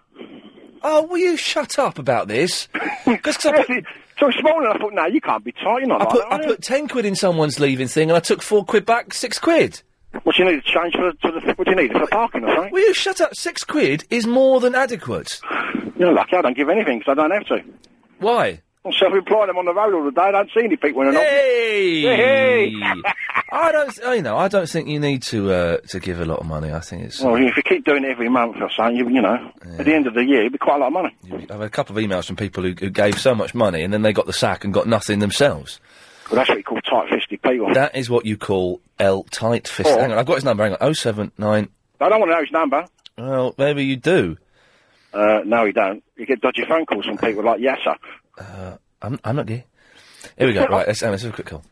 [SPEAKER 1] Oh, will you shut up about this? Because I put,
[SPEAKER 6] so this morning I thought, no, you can't be tight. You're not
[SPEAKER 1] I
[SPEAKER 6] like
[SPEAKER 1] put
[SPEAKER 6] that, are
[SPEAKER 1] I
[SPEAKER 6] you?
[SPEAKER 1] put ten quid in someone's leaving thing, and I took four quid back, six quid.
[SPEAKER 6] What do you need? Change for, for the, what do you need? For parking or something?
[SPEAKER 1] Will you shut up? Six quid is more than adequate.
[SPEAKER 6] You're lucky I don't give anything because I don't have to.
[SPEAKER 1] Why?
[SPEAKER 6] I'm self-employed. I'm on the road all the day. I don't see any people in an
[SPEAKER 1] Hey!
[SPEAKER 6] Hey!
[SPEAKER 1] I don't. You know, I don't think you need to uh, to give a lot of money. I think it's. uh,
[SPEAKER 6] Well, if you keep doing it every month or so, you, you know, at the end of the year, it'd be quite a lot of money.
[SPEAKER 1] I've had a couple of emails from people who, who gave so much money and then they got the sack and got nothing themselves.
[SPEAKER 6] Well, that's what you call tight-fisted people.
[SPEAKER 1] That is what you call L tight fist.
[SPEAKER 6] Or-
[SPEAKER 1] Hang on, I've got his number. Hang on, oh seven nine.
[SPEAKER 6] I don't want to know his number.
[SPEAKER 1] Well, maybe you do.
[SPEAKER 6] Uh, no, he don't. You get dodgy phone calls from people like Yasser.
[SPEAKER 1] Uh, I'm, I'm not gay. Here we go. Right, let's, hang on, let's have a quick call.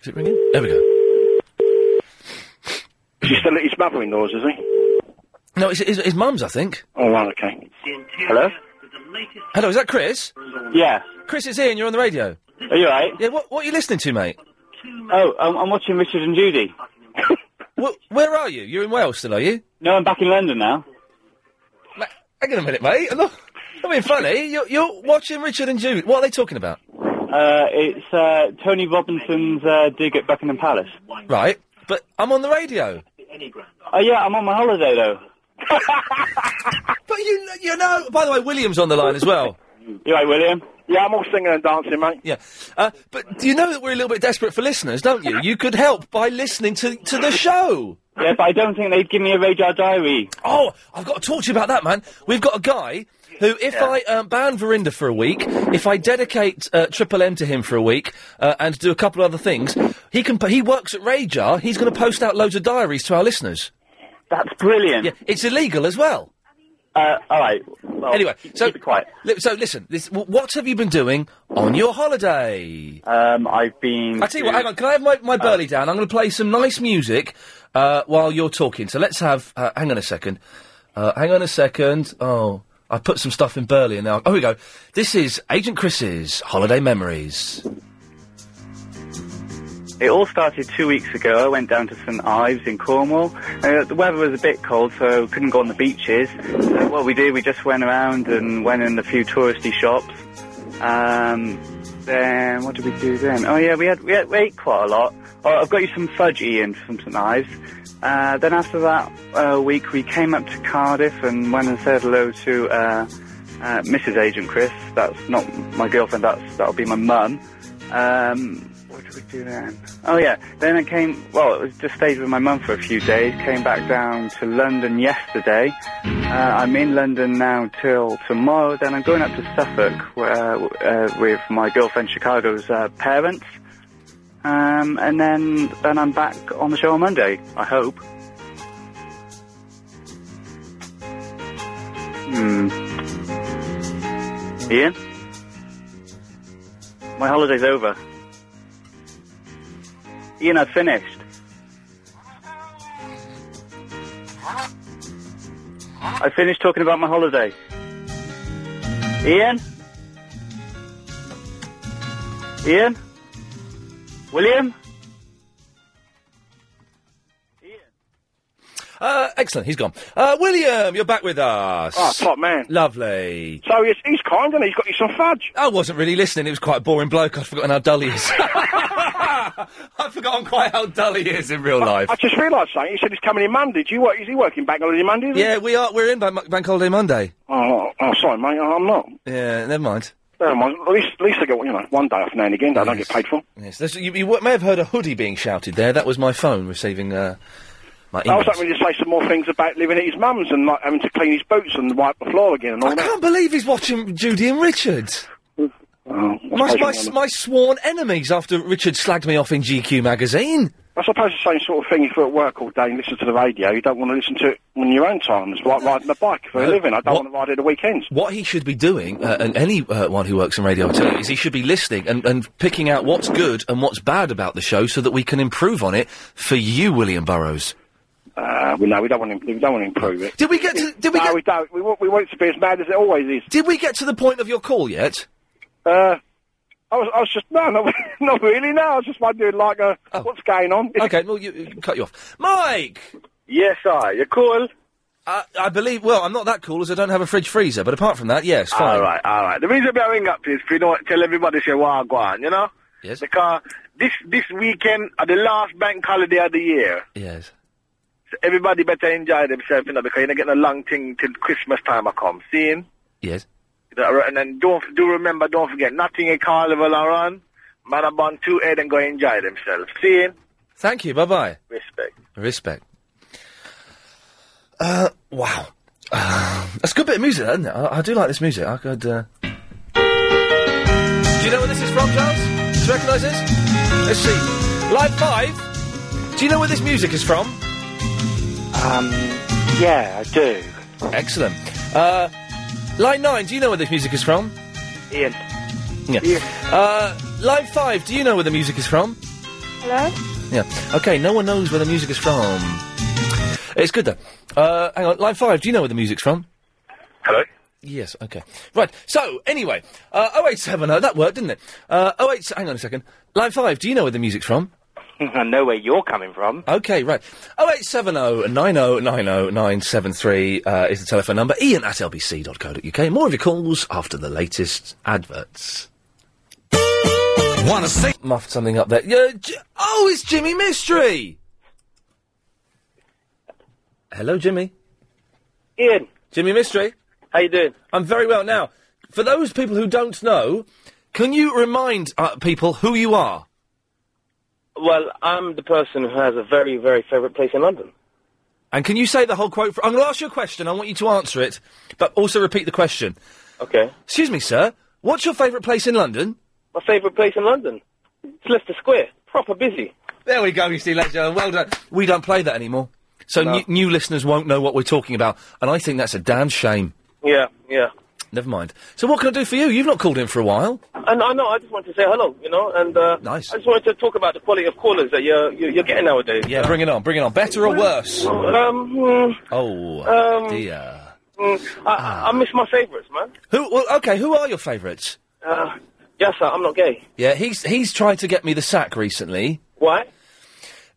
[SPEAKER 1] Is it ringing? There we go.
[SPEAKER 6] Is he still at his mother-in-law's, is he?
[SPEAKER 1] No, it's, it's his mum's, I think.
[SPEAKER 6] Oh, right, okay. Hello?
[SPEAKER 1] Hello, is that Chris?
[SPEAKER 14] Yeah.
[SPEAKER 1] Chris, it's Ian. You're on the radio.
[SPEAKER 14] Are you right?
[SPEAKER 1] Yeah. What What are you listening to, mate?
[SPEAKER 14] Oh, I'm, I'm watching Richard and Judy.
[SPEAKER 1] Wh- where are you? You're in Wales still, are you?
[SPEAKER 14] No, I'm back in London now.
[SPEAKER 1] Hang on a minute, mate. I'm not, I'm being funny. You're, you're watching Richard and Jude. What are they talking about?
[SPEAKER 14] Uh, it's uh, Tony Robinson's uh, dig at Buckingham Palace.
[SPEAKER 1] Right, but I'm on the radio.
[SPEAKER 14] Oh yeah, I'm on my holiday though.
[SPEAKER 1] But you, kn- you know. By the way, William's on the line as well.
[SPEAKER 14] You right, William?
[SPEAKER 6] Yeah, I'm all singing and dancing, mate.
[SPEAKER 1] Yeah, uh, but you know that we're a little bit desperate for listeners, don't you? You could help by listening to to the show.
[SPEAKER 14] Yeah, but I don't think they'd give me a radar diary.
[SPEAKER 1] Oh, I've got to talk to you about that, man. We've got a guy who, if I um, ban Verinda for a week, if I dedicate uh, Triple M to him for a week, uh, and do a couple other things, he can. p- He works at Radar. He's going to post out loads of diaries to our listeners.
[SPEAKER 14] That's brilliant.
[SPEAKER 1] Yeah, it's illegal as well.
[SPEAKER 14] Uh, all right. Well,
[SPEAKER 1] anyway, so
[SPEAKER 14] keep it quiet.
[SPEAKER 1] Li- so listen. This, w- what have you been doing on your holiday?
[SPEAKER 14] Um, I've been. Uh,
[SPEAKER 1] I tell you what. Hang on. Can I have my, my burley down? I'm going to play some nice music uh, while you're talking. So let's have. Uh, hang on a second. Uh, hang on a second. Oh, I put some stuff in burley and now. Oh, here we go. This is Agent Chris's holiday memories.
[SPEAKER 14] It all started two weeks ago. I went down to St Ives in Cornwall. Uh, the weather was a bit cold, so couldn't go on the beaches. So what we did, we just went around and went in a few touristy shops. Um, then what did we do then? Oh yeah, we had we, had, we ate quite a lot. Oh, I've got you some fudge, Ian, from St Ives. Uh, then after that uh, week, we came up to Cardiff and went and said hello to uh, uh, Mrs. Agent Chris. That's not my girlfriend. That's that'll be my mum. Um, what did we do then? Oh yeah, then I came. Well, it was just stayed with my mum for a few days. Came back down to London yesterday. Uh, I'm in London now till tomorrow. Then I'm going up to Suffolk where, uh, with my girlfriend Chicago's uh, parents. Um, and then then I'm back on the show on Monday. I hope. Hmm. Ian, my holiday's over. you know, finished. I finished talking about my holiday. Ian? Ian? William?
[SPEAKER 1] Uh, excellent, he's gone. Uh, William, you're back with us.
[SPEAKER 6] Oh, top man.
[SPEAKER 1] Lovely.
[SPEAKER 6] So he's, he's kind, and he's got you some fudge.
[SPEAKER 1] I wasn't really listening, it was quite a boring bloke. I'd forgotten how dull he is. I've forgotten quite how dull he is in real life.
[SPEAKER 6] I just realised something. You said he's coming in Monday. Do you work? Is he working bank holiday Monday? is he?
[SPEAKER 1] Yeah, we are. We're in Bank, Bank Holiday Monday.
[SPEAKER 6] Oh, oh, sorry, mate. I'm not.
[SPEAKER 1] Yeah, never mind.
[SPEAKER 6] Never mind. At least, at least I get you know one day off now and again. That I don't get paid for.
[SPEAKER 1] Yes, that's- you, you may have heard a hoodie being shouted there. That was my phone receiving uh, my
[SPEAKER 6] I
[SPEAKER 1] email.
[SPEAKER 6] was hoping to say some more things about living at his mum's and like having to clean his boots and wipe the floor again and all
[SPEAKER 1] I
[SPEAKER 6] that.
[SPEAKER 1] can't believe he's watching Judy and Richard.
[SPEAKER 6] Oh,
[SPEAKER 1] my, my, my sworn enemies after Richard slagged me off in GQ magazine.
[SPEAKER 6] I suppose the same sort of thing if you're at work all day and listen to the radio. You don't want to listen to it on your own time. It's like riding a bike for a living. I don't want to ride it at the weekends.
[SPEAKER 1] What he should be doing, uh, and anyone uh, one who works in radio or telly, is he should be listening and, and picking out what's good and what's bad about the show so that we can improve on it for you, William Burrows.
[SPEAKER 6] Uh, well, no, we don't want to. We don't want to improve it.
[SPEAKER 1] Did we get to? Did we?
[SPEAKER 6] No, we don't. We want, we want it to be as mad as it always is.
[SPEAKER 1] Did we get to the point of your call yet?
[SPEAKER 6] Uh, I was. I was just no, not, not really. No, I was just wondering, like, uh, what's going on?
[SPEAKER 1] Oh. Okay, well, you, you cut you off, Mike.
[SPEAKER 13] Yes, I. You're cool.
[SPEAKER 1] Uh, I believe. Well, I'm not that cool as I don't have a fridge freezer, but apart from that, yes, fine.
[SPEAKER 13] All right, all right. The reason why I ring up is for you know tell everybody say Wagwan, you know.
[SPEAKER 1] Yes.
[SPEAKER 13] Because this this weekend are the last bank holiday of the year.
[SPEAKER 1] Yes.
[SPEAKER 13] So everybody better enjoy themselves, you know, because you're not getting a long thing till Christmas time I come. Seeing.
[SPEAKER 1] Yes.
[SPEAKER 13] And then don't do remember, don't forget nothing a carnival around. Man about two head and go enjoy themselves. Seeing.
[SPEAKER 1] Thank you. Bye bye.
[SPEAKER 13] Respect.
[SPEAKER 1] Respect. Uh, wow. Uh, that's a good bit of music, isn't it? I, I do like this music. I could. Uh... Do you know where this is from, Charles? Do you recognise this? Let's see. Live Five. Do you know where this music is from? Um, yeah, I do. Excellent. Uh, line Nine. Do you know where this music is from?
[SPEAKER 8] Uh,
[SPEAKER 13] Ian.
[SPEAKER 1] Yeah. Uh, line Five. Do you know where the music is from?
[SPEAKER 26] Hello?
[SPEAKER 1] Yeah. Okay, no one knows where the music is from. It's good though. Uh, hang on, line five, do you know where the music's from?
[SPEAKER 13] Hello?
[SPEAKER 1] Yes, okay. Right, so, anyway, uh, 0870, that worked, didn't it? Uh, 08, hang on a second. Line five, do you know where the music's from?
[SPEAKER 13] I know where you're coming from.
[SPEAKER 1] Okay, right. 0870 oh, 9090973 uh, is the telephone number. Ian at lbc.co.uk. More of your calls after the latest adverts. Wanna see? Muffed something up there. Yeah, J- oh, it's Jimmy Mystery! Hello, Jimmy.
[SPEAKER 13] Ian.
[SPEAKER 1] Jimmy Mystery.
[SPEAKER 13] How you doing?
[SPEAKER 1] I'm very well. Now, for those people who don't know, can you remind uh, people who you are?
[SPEAKER 13] Well, I'm the person who has a very, very favourite place in London.
[SPEAKER 1] And can you say the whole quote? For, I'm going to ask you a question. I want you to answer it, but also repeat the question.
[SPEAKER 13] Okay.
[SPEAKER 1] Excuse me, sir. What's your favourite place in London?
[SPEAKER 13] My favourite place in London? It's Leicester Square. Proper busy.
[SPEAKER 1] There we go. You see, ladies and gentlemen, well done. We don't play that anymore, so
[SPEAKER 13] No.
[SPEAKER 1] new, new listeners won't know what we're talking about, and I think that's a damn shame.
[SPEAKER 13] Yeah, yeah.
[SPEAKER 1] Never mind. So, what can I do for you? You've not called in for a while.
[SPEAKER 13] And I know, I just wanted to say hello, you know, and uh,
[SPEAKER 1] Nice.
[SPEAKER 13] I just wanted to talk about the quality of callers that you're, you're, you're getting nowadays.
[SPEAKER 1] Yeah, bring it on. Bring it on. Better or worse?
[SPEAKER 13] Um, mm,
[SPEAKER 1] Oh
[SPEAKER 13] Um,
[SPEAKER 1] dear.
[SPEAKER 13] mm, I, I miss my favourites, man.
[SPEAKER 1] Who? Well, okay. Who are your favourites?
[SPEAKER 13] Uh, yes, sir, I'm not gay.
[SPEAKER 1] Yeah, he's he's tried to get me the sack recently.
[SPEAKER 13] Why?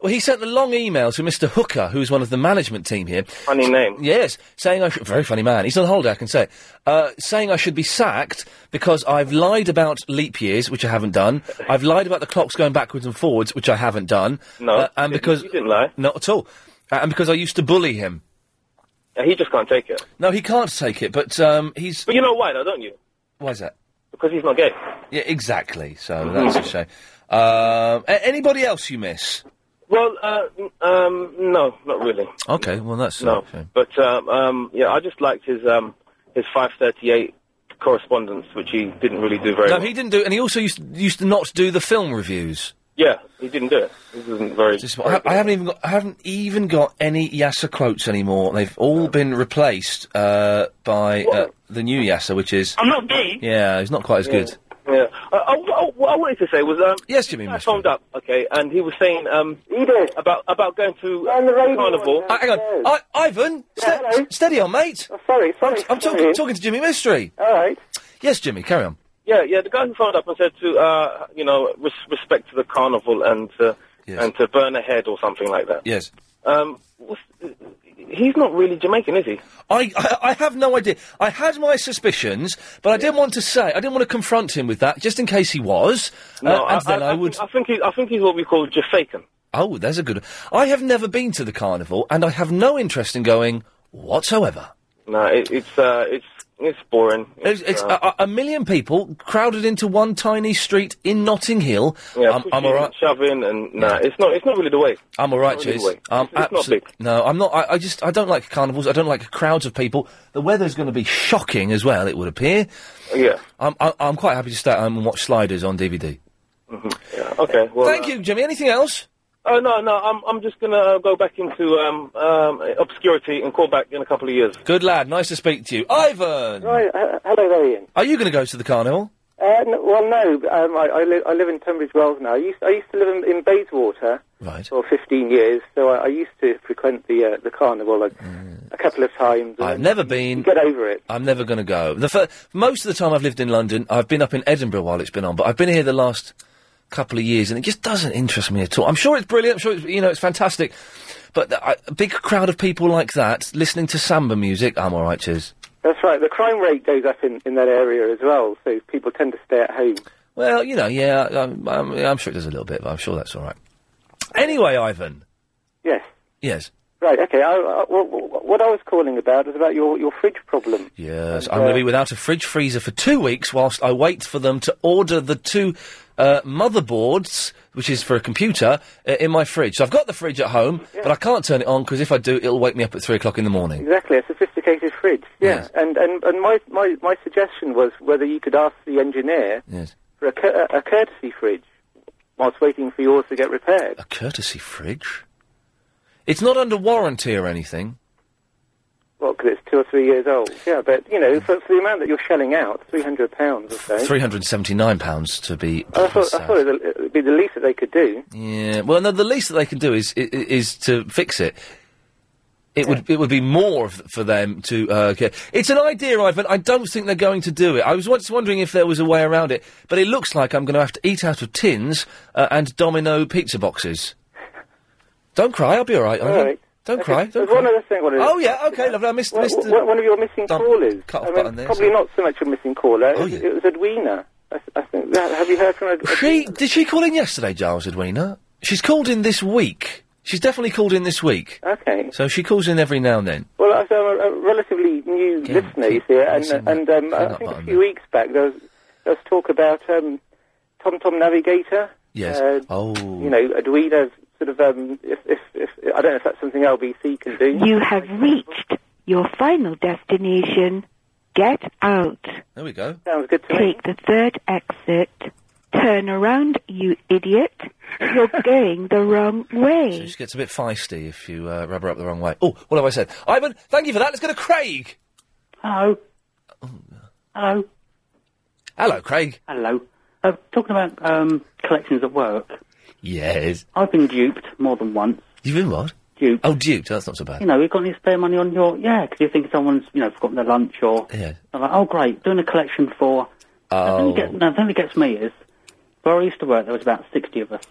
[SPEAKER 1] Well, he sent a long email to Mr. Hooker, who's one of the management team here.
[SPEAKER 13] Funny name.
[SPEAKER 1] Yes, saying I should. Very funny man. He's on holiday, I can say. it. Uh, saying I should be sacked because I've lied about leap years, which I haven't done. I've lied about the clocks going backwards and forwards, which I haven't done.
[SPEAKER 13] No,
[SPEAKER 1] Uh, and
[SPEAKER 13] you didn't-
[SPEAKER 1] because
[SPEAKER 13] you didn't lie.
[SPEAKER 1] Not at all. Uh, and because I used to bully him.
[SPEAKER 13] Uh, he just can't take it.
[SPEAKER 1] No, he can't take it. But um, he's.
[SPEAKER 13] But you know why, though, don't you?
[SPEAKER 1] Why is that?
[SPEAKER 13] Because he's not gay.
[SPEAKER 1] Yeah, exactly. So that's a shame. Um, a- anybody else you miss?
[SPEAKER 13] Well, uh, n- um, no, not really.
[SPEAKER 1] Okay, well that's a
[SPEAKER 13] No,
[SPEAKER 1] shame.
[SPEAKER 13] but um, um, yeah, I just liked his um, his 538 correspondence, which he didn't really do very.
[SPEAKER 1] No,
[SPEAKER 13] well.
[SPEAKER 1] he didn't do, and he also used used to not do the film reviews.
[SPEAKER 13] Yeah, he didn't do it. This isn't very.
[SPEAKER 1] I, ha- I haven't even got I haven't even got any Yasser quotes anymore. They've all been replaced uh, by uh, the new Yasser, which is
[SPEAKER 13] I'm not gay.
[SPEAKER 1] yeah, he's not quite as good.
[SPEAKER 13] Yeah. Uh, oh, oh,
[SPEAKER 8] what, what I wanted to say was, um,
[SPEAKER 1] yes, Jimmy, I
[SPEAKER 8] phoned up, okay, and he was saying, um, about about going to uh, carnival.
[SPEAKER 1] Uh, hang on, I, Ivan, ste- steady on, mate.
[SPEAKER 4] Oh,
[SPEAKER 8] sorry,
[SPEAKER 1] sorry, I'm, I'm talking talking to Jimmy Mystery.
[SPEAKER 13] Uh.
[SPEAKER 8] All right.
[SPEAKER 1] Yes, Jimmy, carry on.
[SPEAKER 8] Yeah, yeah. The guy who phoned up and said to, uh, you know, res- respect to the carnival and uh, and to burn a head or something like that.
[SPEAKER 1] Yes.
[SPEAKER 8] Um, what's, he's not really Jamaican, is he?
[SPEAKER 1] I, I I have no idea. I had my suspicions, but I didn't want to say. I didn't want to confront him with that, just in case he was.
[SPEAKER 8] No,
[SPEAKER 1] uh, and
[SPEAKER 8] I,
[SPEAKER 1] then I, would.
[SPEAKER 8] Think, I think he, I think he's what we call Jamaican.
[SPEAKER 1] Oh, there's a good. I have never been to the carnival, and I have no interest in going whatsoever.
[SPEAKER 8] No, it, it's uh, it's it's boring.
[SPEAKER 1] It's, it's
[SPEAKER 8] uh,
[SPEAKER 1] a, a a million people crowded into one tiny street in Notting Hill.
[SPEAKER 8] yeah,
[SPEAKER 1] I'm, I'm all
[SPEAKER 8] pushing,
[SPEAKER 1] right.
[SPEAKER 8] shoving and no, it's not it's not really the way.
[SPEAKER 1] I'm all right,
[SPEAKER 8] It's not really
[SPEAKER 1] Chiz.
[SPEAKER 8] the way.
[SPEAKER 1] I'm
[SPEAKER 8] It's- it's not
[SPEAKER 1] abso- No, I'm not. I, I just I don't like carnivals. I don't like crowds of people. The weather's going to be shocking as well. It would appear.
[SPEAKER 8] Yeah.
[SPEAKER 1] I'm I, I'm quite happy to stay at home and watch Sliders on DVD.
[SPEAKER 8] Okay. Well,
[SPEAKER 13] uh,
[SPEAKER 1] Thank you, Jimmy. Anything else?
[SPEAKER 8] Oh no, no. I'm I'm just gonna uh, go back into um, um, obscurity and call back in a couple of years.
[SPEAKER 1] Good lad. Nice to speak to you, Ivan.
[SPEAKER 4] Right, uh, hello there, Ian.
[SPEAKER 1] Are you going to go to the carnival?
[SPEAKER 4] Uh, n- well, no, um, I, I, li- I live in Tunbridge Wells now. I used, I used to live in, in Bayswater
[SPEAKER 1] right.
[SPEAKER 4] for 15 years, so I, I used to frequent the uh, the carnival a,
[SPEAKER 1] Mm.
[SPEAKER 4] a couple of times.
[SPEAKER 1] I've never been.
[SPEAKER 4] Get over it.
[SPEAKER 1] I'm never going to go. The fir- most of the time I've lived in London, I've been up in Edinburgh while it's been on, but I've been here the last couple of years, and it just doesn't interest me at all. I'm sure it's brilliant. I'm sure it's, you know it's fantastic, but th- I- a big crowd of people like that listening to samba music, I'm all right, cheers.
[SPEAKER 4] That's right. The crime rate goes up in, in that area as well, so people tend to stay at home.
[SPEAKER 1] Well, you know, yeah, I'm, I'm, I'm sure it does a little bit, but I'm sure that's all right. Anyway, Ivan.
[SPEAKER 4] Yes.
[SPEAKER 1] Yes.
[SPEAKER 4] Right. Okay. I, I, wh- wh- what I was calling about is about your, your fridge problem.
[SPEAKER 1] Yes, I'm going to be without a fridge freezer for two weeks whilst I wait for them to order the two uh, motherboards, which is for a computer, uh, in my fridge. So I've got the fridge at home, but I can't turn it on because if I do, it'll wake me up at three o'clock in the morning.
[SPEAKER 4] Exactly, a sophisticated fridge. Yeah, and and and my, my my suggestion was whether you could ask the engineer
[SPEAKER 1] Yes.
[SPEAKER 4] for a, cur- a courtesy fridge whilst waiting for yours to get repaired.
[SPEAKER 1] Courtesy fridge? It's not under warranty or anything.
[SPEAKER 4] Well, because it's two or three years old. Yeah, but you know, for, for the amount that you're shelling out, three hundred pounds or so.
[SPEAKER 1] £379 to be.
[SPEAKER 8] Oh,
[SPEAKER 4] I thought I thought it'd it'd be the least that they could do.
[SPEAKER 1] Yeah. Well, no, the least that they can do is i- i- is to fix it. It would it would be more f- for them to. Uh, ca- It's an idea, Ivan. I don't think they're going to do it. I was once wondering if there was a way around it, but it looks like I'm going to have to eat out of tins uh, and Domino pizza boxes. Don't cry. I'll be all right. Ivan.
[SPEAKER 4] All right.
[SPEAKER 1] Don't
[SPEAKER 4] Okay,
[SPEAKER 1] cry. Don't
[SPEAKER 4] There's
[SPEAKER 1] cry.
[SPEAKER 4] one other thing. I wanted to-
[SPEAKER 1] Oh yeah. Okay. Lovely. I missed.
[SPEAKER 4] Well,
[SPEAKER 1] missed
[SPEAKER 4] one one of your missing callers.
[SPEAKER 1] Cut off
[SPEAKER 4] I mean,
[SPEAKER 1] button there, Oh,
[SPEAKER 4] probably
[SPEAKER 1] so-
[SPEAKER 4] not so much a missing caller. it, it was Edwina. I, th- I think. That, have you heard from Edwina?
[SPEAKER 1] She did she call in yesterday, Giles Edwina? She's called in this week. She's definitely called in this week.
[SPEAKER 4] Okay.
[SPEAKER 1] So she calls in every now and then.
[SPEAKER 4] Well, I- so I'm a, a relatively new listener, you see, and, and um, I think a few weeks back there was, there was talk about um, Tom Tom Navigator.
[SPEAKER 1] Yes.
[SPEAKER 4] Uh,
[SPEAKER 1] oh.
[SPEAKER 4] You know, Arduino, sort of, um, if, if, if, I don't know if that's something LBC can do.
[SPEAKER 9] You have reached your final destination. Get out.
[SPEAKER 1] There we go.
[SPEAKER 4] Sounds good to me.
[SPEAKER 9] Take the third exit. Turn around, you idiot. You're going the wrong way.
[SPEAKER 1] She gets a bit feisty if you uh, rub her up the wrong way. Oh, what have I said? Ivan, thank you for that. Let's go to Craig.
[SPEAKER 28] Hello. Hello.
[SPEAKER 1] Hello, Craig.
[SPEAKER 28] Hello. Uh, talking about um, collections at work.
[SPEAKER 1] Yes.
[SPEAKER 28] I've been duped more than once.
[SPEAKER 1] You've been what?
[SPEAKER 28] Duped.
[SPEAKER 1] Oh, duped. That's not so bad.
[SPEAKER 28] You know, you've got any spare money on your yeah? Because you think someone's you know forgotten their lunch or
[SPEAKER 1] yeah.
[SPEAKER 28] I'm like, oh great, doing a collection for. Now, the
[SPEAKER 1] Oh.
[SPEAKER 28] thing that get- now, the thing that gets me is where I used to work, there was about sixty of us.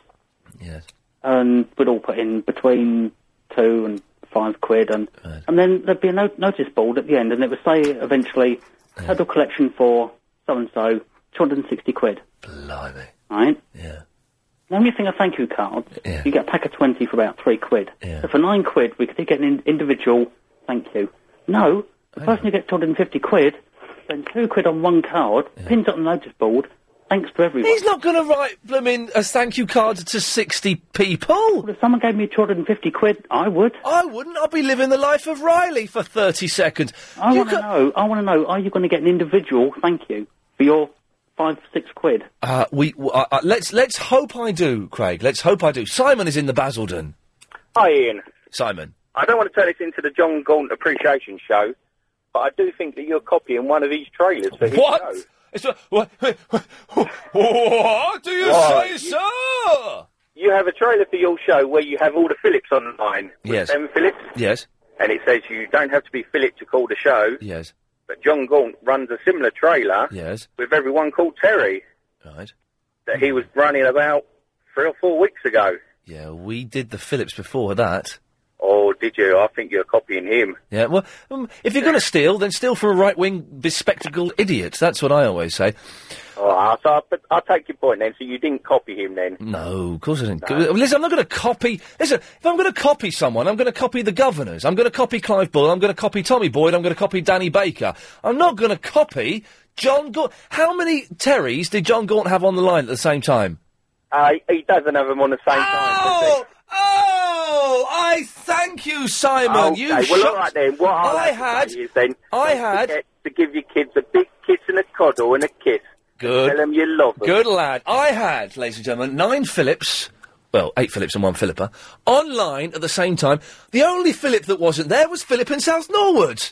[SPEAKER 1] Yes.
[SPEAKER 28] And we'd all put in between two and five quid, and and then there'd be a no- notice board at the end, and it would say eventually total collection for so and so, two hundred and sixty quid.
[SPEAKER 1] Blimey.
[SPEAKER 28] right?
[SPEAKER 1] Yeah.
[SPEAKER 28] Now, when you think of thank you cards, you get a pack of 20 for about three quid. So for nine quid, we could get an in- individual thank you. No, the
[SPEAKER 1] Oh.
[SPEAKER 28] person who gets 250 quid spends two quid on one card, pins it on the notice board, thanks to everyone.
[SPEAKER 1] He's not going to write, blooming, a thank you card to 60 people.
[SPEAKER 28] Well, if someone gave me 250 quid, I would.
[SPEAKER 1] I wouldn't. I'd be living the life of Riley for 30 seconds.
[SPEAKER 28] I want to know, I want to know, are you going to get an individual thank you for your five, six quid?
[SPEAKER 1] Uh, we, w- uh, uh, let's, let's hope I do, Craig. Let's hope I do. Simon is in the Basildon.
[SPEAKER 29] Hi, Ian.
[SPEAKER 1] Simon.
[SPEAKER 29] I don't want to turn this into the John Gaunt Appreciation Show, but I do think that you're copying one of these trailers for his
[SPEAKER 1] What?
[SPEAKER 29] show.
[SPEAKER 1] It's a, what, what, what do you
[SPEAKER 29] Why,
[SPEAKER 1] say,
[SPEAKER 29] you-
[SPEAKER 1] sir?
[SPEAKER 29] You have a trailer for your show where you have all the Phillips online. with
[SPEAKER 1] Yes.
[SPEAKER 29] Them Phillips,
[SPEAKER 1] Yes.
[SPEAKER 29] and it says you don't have to be Philip to call the show.
[SPEAKER 1] Yes.
[SPEAKER 29] But John Gaunt runs a similar trailer
[SPEAKER 1] Yes.
[SPEAKER 29] with everyone called Terry
[SPEAKER 1] Right.
[SPEAKER 29] that he was running about three or four weeks ago.
[SPEAKER 1] Yeah, we did the Phillips before that.
[SPEAKER 29] Oh, did you? I think you're copying him.
[SPEAKER 1] Yeah, well, um, if you're going to steal, then steal from a right-wing bespectacled idiot. That's what I always say.
[SPEAKER 29] Oh, I- so I, but I'll take your point then. So you didn't copy him then.
[SPEAKER 1] No, of course I didn't. Listen, I'm not going to copy. Listen, if I'm going to copy someone, I'm going to copy the governors. I'm going to copy Clive Bull. I'm going to copy Tommy Boyd. I'm going to copy Danny Baker. I'm not going to copy John Gaunt. How many Terrys did John Gaunt have on the line at the same time?
[SPEAKER 29] Uh, he doesn't have him on the same time. does he?
[SPEAKER 1] Oh, I thank you, Simon.
[SPEAKER 29] Okay,
[SPEAKER 1] you
[SPEAKER 29] well,
[SPEAKER 1] shot.
[SPEAKER 29] all right then. What I'll
[SPEAKER 1] I
[SPEAKER 29] have to
[SPEAKER 1] had.
[SPEAKER 29] say is then,
[SPEAKER 1] I
[SPEAKER 29] don't
[SPEAKER 1] had-
[SPEAKER 29] forget to give your kids a big kiss and a cuddle and a kiss.
[SPEAKER 1] Good.
[SPEAKER 29] Tell them you love them.
[SPEAKER 1] Good lad. I had, ladies and gentlemen, nine Phillips, well, eight Phillips and one Philippa, online at the same time. The only Philip that wasn't there was Philip in South Norwood.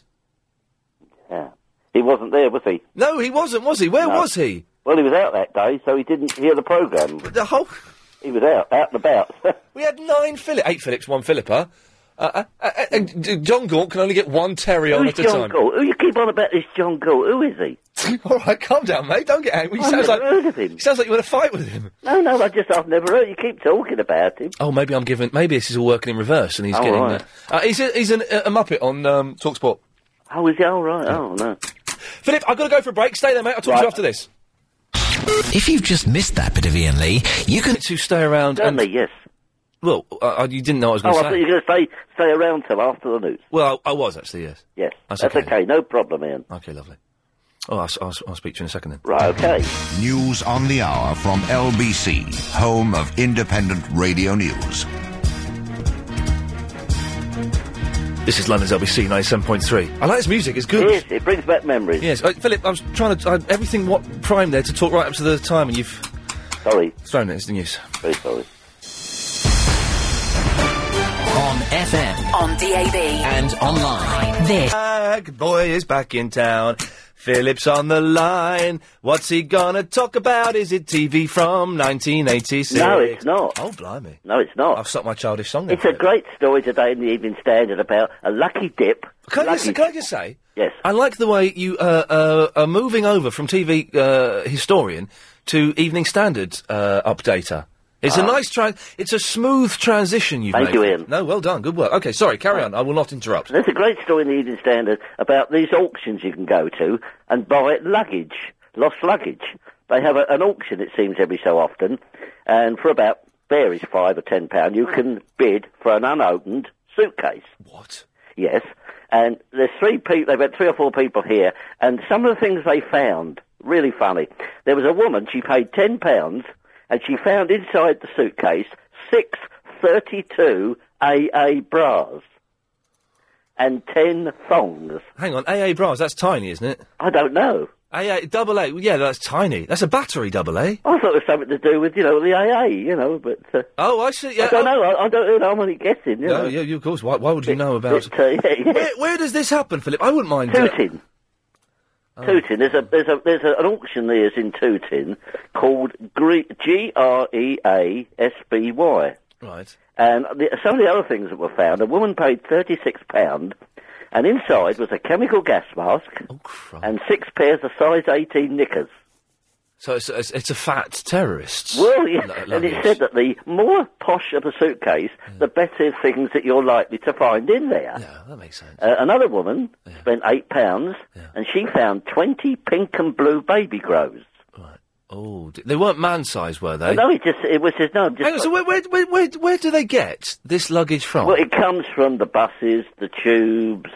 [SPEAKER 7] He wasn't there, was he?
[SPEAKER 1] No, he wasn't, was he? Where
[SPEAKER 7] No.
[SPEAKER 1] was he?
[SPEAKER 7] Well, he was out that day, so he didn't hear the programme.
[SPEAKER 1] The whole.
[SPEAKER 7] He was out, out and about.
[SPEAKER 1] We had nine Philip, eight Phillips, one Philippa. Uh, uh, uh, uh, and D- John Gaunt can only get one Terry on
[SPEAKER 7] Who's
[SPEAKER 1] at a
[SPEAKER 7] John
[SPEAKER 1] time.
[SPEAKER 7] Galt? Who you keep on about this John Galt? Who is he?
[SPEAKER 1] All right, calm down, mate. Don't get angry. He
[SPEAKER 7] I've
[SPEAKER 1] sounds
[SPEAKER 7] never
[SPEAKER 1] like
[SPEAKER 7] heard of him.
[SPEAKER 1] he sounds like you want to fight with him.
[SPEAKER 7] No, no, I just I've never heard. You keep talking about him.
[SPEAKER 1] Oh, maybe I'm giving. Maybe this is all working in reverse, and he's
[SPEAKER 7] Oh,
[SPEAKER 1] getting.
[SPEAKER 7] right.
[SPEAKER 1] Uh, uh, he's a, he's an, a, a muppet on um, Talksport.
[SPEAKER 7] Oh, is he all right? Oh no.
[SPEAKER 1] Philip, I've got to go for a break. Stay there, mate. I'll talk to you after this.
[SPEAKER 18] If you've just missed that bit of Ian Lee, you can
[SPEAKER 1] to stay around.
[SPEAKER 7] Certainly, yes.
[SPEAKER 1] Well, uh, uh, you didn't know I was
[SPEAKER 7] Oh, I
[SPEAKER 1] going to
[SPEAKER 7] thought
[SPEAKER 1] say.
[SPEAKER 7] you were going to stay stay around till after the news.
[SPEAKER 1] Well, I, I was actually yes.
[SPEAKER 7] Yes,
[SPEAKER 1] That's okay.
[SPEAKER 7] okay. No problem, Ian.
[SPEAKER 1] Okay, lovely. Oh, I'll, s- I'll, s- I'll speak to you in a second then.
[SPEAKER 7] Right. Okay.
[SPEAKER 19] News on the hour from LBC, home of independent radio news.
[SPEAKER 1] This is London's LBC 97.3. I like this music, it's good.
[SPEAKER 7] Yes, it brings back memories.
[SPEAKER 1] Yes, uh, Philip, I was trying to. I, everything what prime there to talk right up to the time, and you've.
[SPEAKER 7] Sorry.
[SPEAKER 1] Thrown it, it's the news.
[SPEAKER 7] Very sorry.
[SPEAKER 18] on FM, on DAB, and online. This
[SPEAKER 1] Bag Ah, boy is back in town. Philip's on the line. What's he gonna talk about? Is it TV from 1986?
[SPEAKER 7] No, it's not.
[SPEAKER 1] Oh, blimey.
[SPEAKER 7] No, it's not.
[SPEAKER 1] I've stopped my childish song.
[SPEAKER 7] It's a great story today in the Evening Standard about a lucky dip.
[SPEAKER 1] Can I,
[SPEAKER 7] lucky
[SPEAKER 1] just, can I just say?
[SPEAKER 7] Yes.
[SPEAKER 1] I like the way you uh, uh, are moving over from TV uh, historian to Evening Standard uh, updater. It's a
[SPEAKER 7] Ah.
[SPEAKER 1] nice tran It's a smooth transition you've
[SPEAKER 7] Thank
[SPEAKER 1] made.
[SPEAKER 7] you, Ian.
[SPEAKER 1] No, well done. Good work. Okay, sorry. Carry on. I will not interrupt.
[SPEAKER 7] There's a great story in the Evening Standard about these auctions you can go to and buy luggage, lost luggage. They have a, an auction, it seems, every so often, and for about varies five or ten pound, you can bid for an unopened suitcase.
[SPEAKER 1] What?
[SPEAKER 7] Yes, and there's three people. They've had three or four people here, and some of the things they found really funny. There was a woman. She paid ten pounds, and she found inside the suitcase six thirty-two AA bras and ten thongs.
[SPEAKER 1] Hang on. AA bras. That's tiny, isn't it?
[SPEAKER 7] I don't know.
[SPEAKER 1] AA double A. Yeah, that's tiny. That's a battery double A.
[SPEAKER 7] I thought it was something to do with you know the AA, you know, but uh,
[SPEAKER 1] Oh, I see. Yeah.
[SPEAKER 7] I don't
[SPEAKER 1] oh.
[SPEAKER 7] know. I, I don't know. I'm only guessing. You
[SPEAKER 1] No,
[SPEAKER 7] know.
[SPEAKER 1] yeah, you- of course. Why, why would you know about?
[SPEAKER 7] It's, uh, yeah, yeah.
[SPEAKER 1] Where, where does this happen, Philip? I wouldn't mind. uh, Oh.
[SPEAKER 7] Tooting. Tooting. There's a there's a there's a, an auctioneer's in Tooting called G R E A S B Y.
[SPEAKER 1] Right.
[SPEAKER 7] And the, some of the other things that were found, a woman paid thirty six pound, and inside was a chemical gas mask
[SPEAKER 1] Oh,
[SPEAKER 7] and six pairs of size eighteen knickers.
[SPEAKER 1] So it's, it's, it's a fat terrorist.
[SPEAKER 7] Well, yeah,
[SPEAKER 1] Lo-
[SPEAKER 7] and
[SPEAKER 1] luggage.
[SPEAKER 7] it said that the more posh of a suitcase, the better things that you're likely to find in there.
[SPEAKER 1] Oh, that makes sense.
[SPEAKER 7] Uh, another woman spent eight pounds, and she found twenty pink and blue baby grows.
[SPEAKER 1] Oh, d- they weren't man size, were they?
[SPEAKER 7] No, it just it was just no. Just
[SPEAKER 1] Hang on, so where, where, where, where, where do they get this luggage from?
[SPEAKER 7] Well, it comes from the buses, the tubes,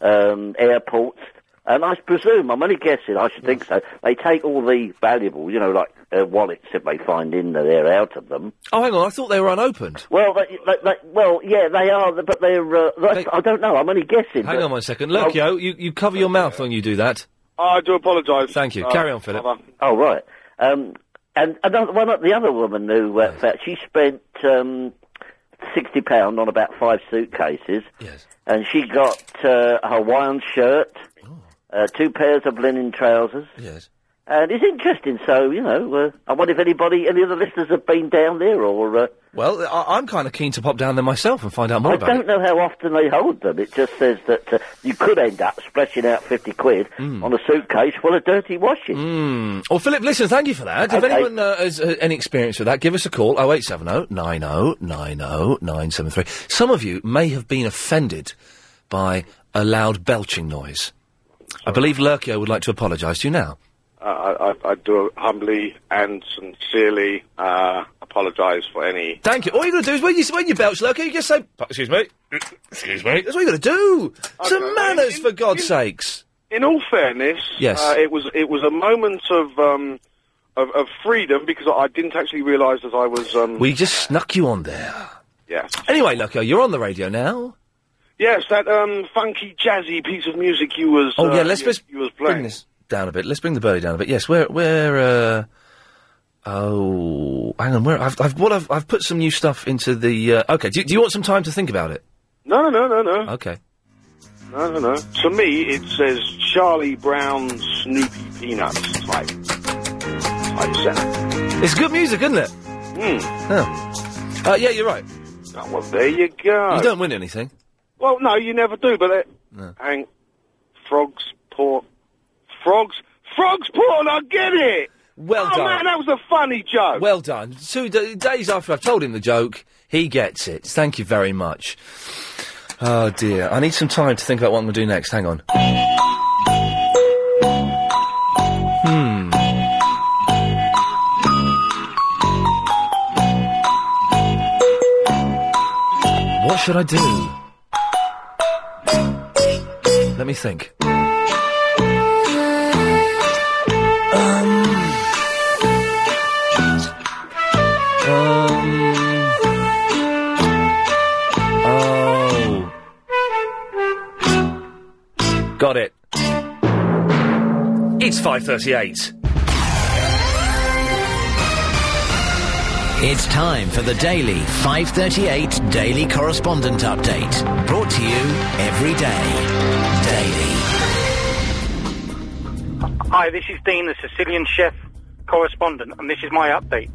[SPEAKER 7] um, airports, and I presume I'm only guessing. I should think so. They take all the valuables, you know, like uh, wallets if they find in there, they're out of them.
[SPEAKER 1] Oh, hang on, I thought they were unopened.
[SPEAKER 7] Well, they, they, they, well, yeah, they are, but they're. Uh, that's- I don't know. I'm only guessing.
[SPEAKER 1] Hang
[SPEAKER 7] but-
[SPEAKER 1] on one second. Look,
[SPEAKER 7] Oh,
[SPEAKER 1] yo, you, you cover your mouth when you do that.
[SPEAKER 7] I do apologise. Uh, Thank
[SPEAKER 1] you. Carry on, Philip.
[SPEAKER 7] Oh right. Um, and another one, the other woman who uh, that she spent um, sixty pound on about five suitcases.
[SPEAKER 1] Yes.
[SPEAKER 7] And she
[SPEAKER 1] Oh.
[SPEAKER 7] got uh, a Hawaiian shirt, uh, two pairs of linen trousers,
[SPEAKER 1] Yes.
[SPEAKER 7] And it's interesting, so, you know, uh, I wonder if anybody, any of the listeners have been down there or. Uh,
[SPEAKER 1] Well, I- I'm kind of keen to pop down there myself and find out more
[SPEAKER 7] I
[SPEAKER 1] about
[SPEAKER 7] don't
[SPEAKER 1] it.
[SPEAKER 7] know how often they hold them. It just says that uh, you could end up splashing out 50 quid
[SPEAKER 1] Hmm.
[SPEAKER 7] on a suitcase full of dirty washing.
[SPEAKER 1] Mm. Well, Philip, listen, thank you for that. If
[SPEAKER 7] Okay.
[SPEAKER 1] anyone uh, has uh, any experience with that, give us a call 0870 90 90 973. Some of you may have been offended by a loud belching noise. I believe Lurkio would like to apologise to you now.
[SPEAKER 6] Uh, I, I, I do humbly and sincerely uh, apologise for any.
[SPEAKER 1] Thank you. All you got to do is when you when you belch, Lurkio, you just say, "P- "Excuse me, excuse me." That's what you got to do. Some manners, for God's sakes.
[SPEAKER 6] In all fairness,
[SPEAKER 1] Yes.
[SPEAKER 6] uh, it was it was a moment of um, of, of freedom because I didn't actually realise that I was. Um,
[SPEAKER 1] We just snuck you on there.
[SPEAKER 6] Yes.
[SPEAKER 1] Anyway, Lurkio, you're on the radio now.
[SPEAKER 6] Yes, that um, funky jazzy piece of music you was.
[SPEAKER 1] Oh
[SPEAKER 6] uh,
[SPEAKER 1] yeah, let's
[SPEAKER 6] you,
[SPEAKER 1] just
[SPEAKER 6] you was
[SPEAKER 1] bring
[SPEAKER 6] playing.
[SPEAKER 1] this down a bit. Let's bring the birdie down a bit. Yes, we're we're. Uh, oh, hang on. Where I've I've well, I've I've put some new stuff into the. Uh, okay, do, do you want some time to think about it?
[SPEAKER 6] No, no, no, no.
[SPEAKER 1] Okay.
[SPEAKER 6] No, no, no. To me, it says Charlie Brown Snoopy Peanuts type. Type set.
[SPEAKER 1] It's good music, isn't it?
[SPEAKER 6] Hmm.
[SPEAKER 1] Oh. Uh, yeah, you're right.
[SPEAKER 6] Oh, well, there you go.
[SPEAKER 1] You don't win anything.
[SPEAKER 6] Well, no, you never do, but it.
[SPEAKER 1] No.
[SPEAKER 6] Hang. Frogs porn. Frogs. Frogs porn, I get it!
[SPEAKER 1] Well
[SPEAKER 6] oh,
[SPEAKER 1] done.
[SPEAKER 6] man, that was a funny joke.
[SPEAKER 1] Well done. Two d- days after I've told him the joke, he gets it. Thank you very much. Oh dear, I need some time to think about what I'm going to do next. Hang on. Hmm. What should I do? Let me think. Um. Um. Oh. Got it. It's 5:38.
[SPEAKER 30] It's time for the daily 538 Daily Correspondent Update. Brought to you every day.
[SPEAKER 8] Hi, this is Dean, the Sicilian chef correspondent, and this is my update.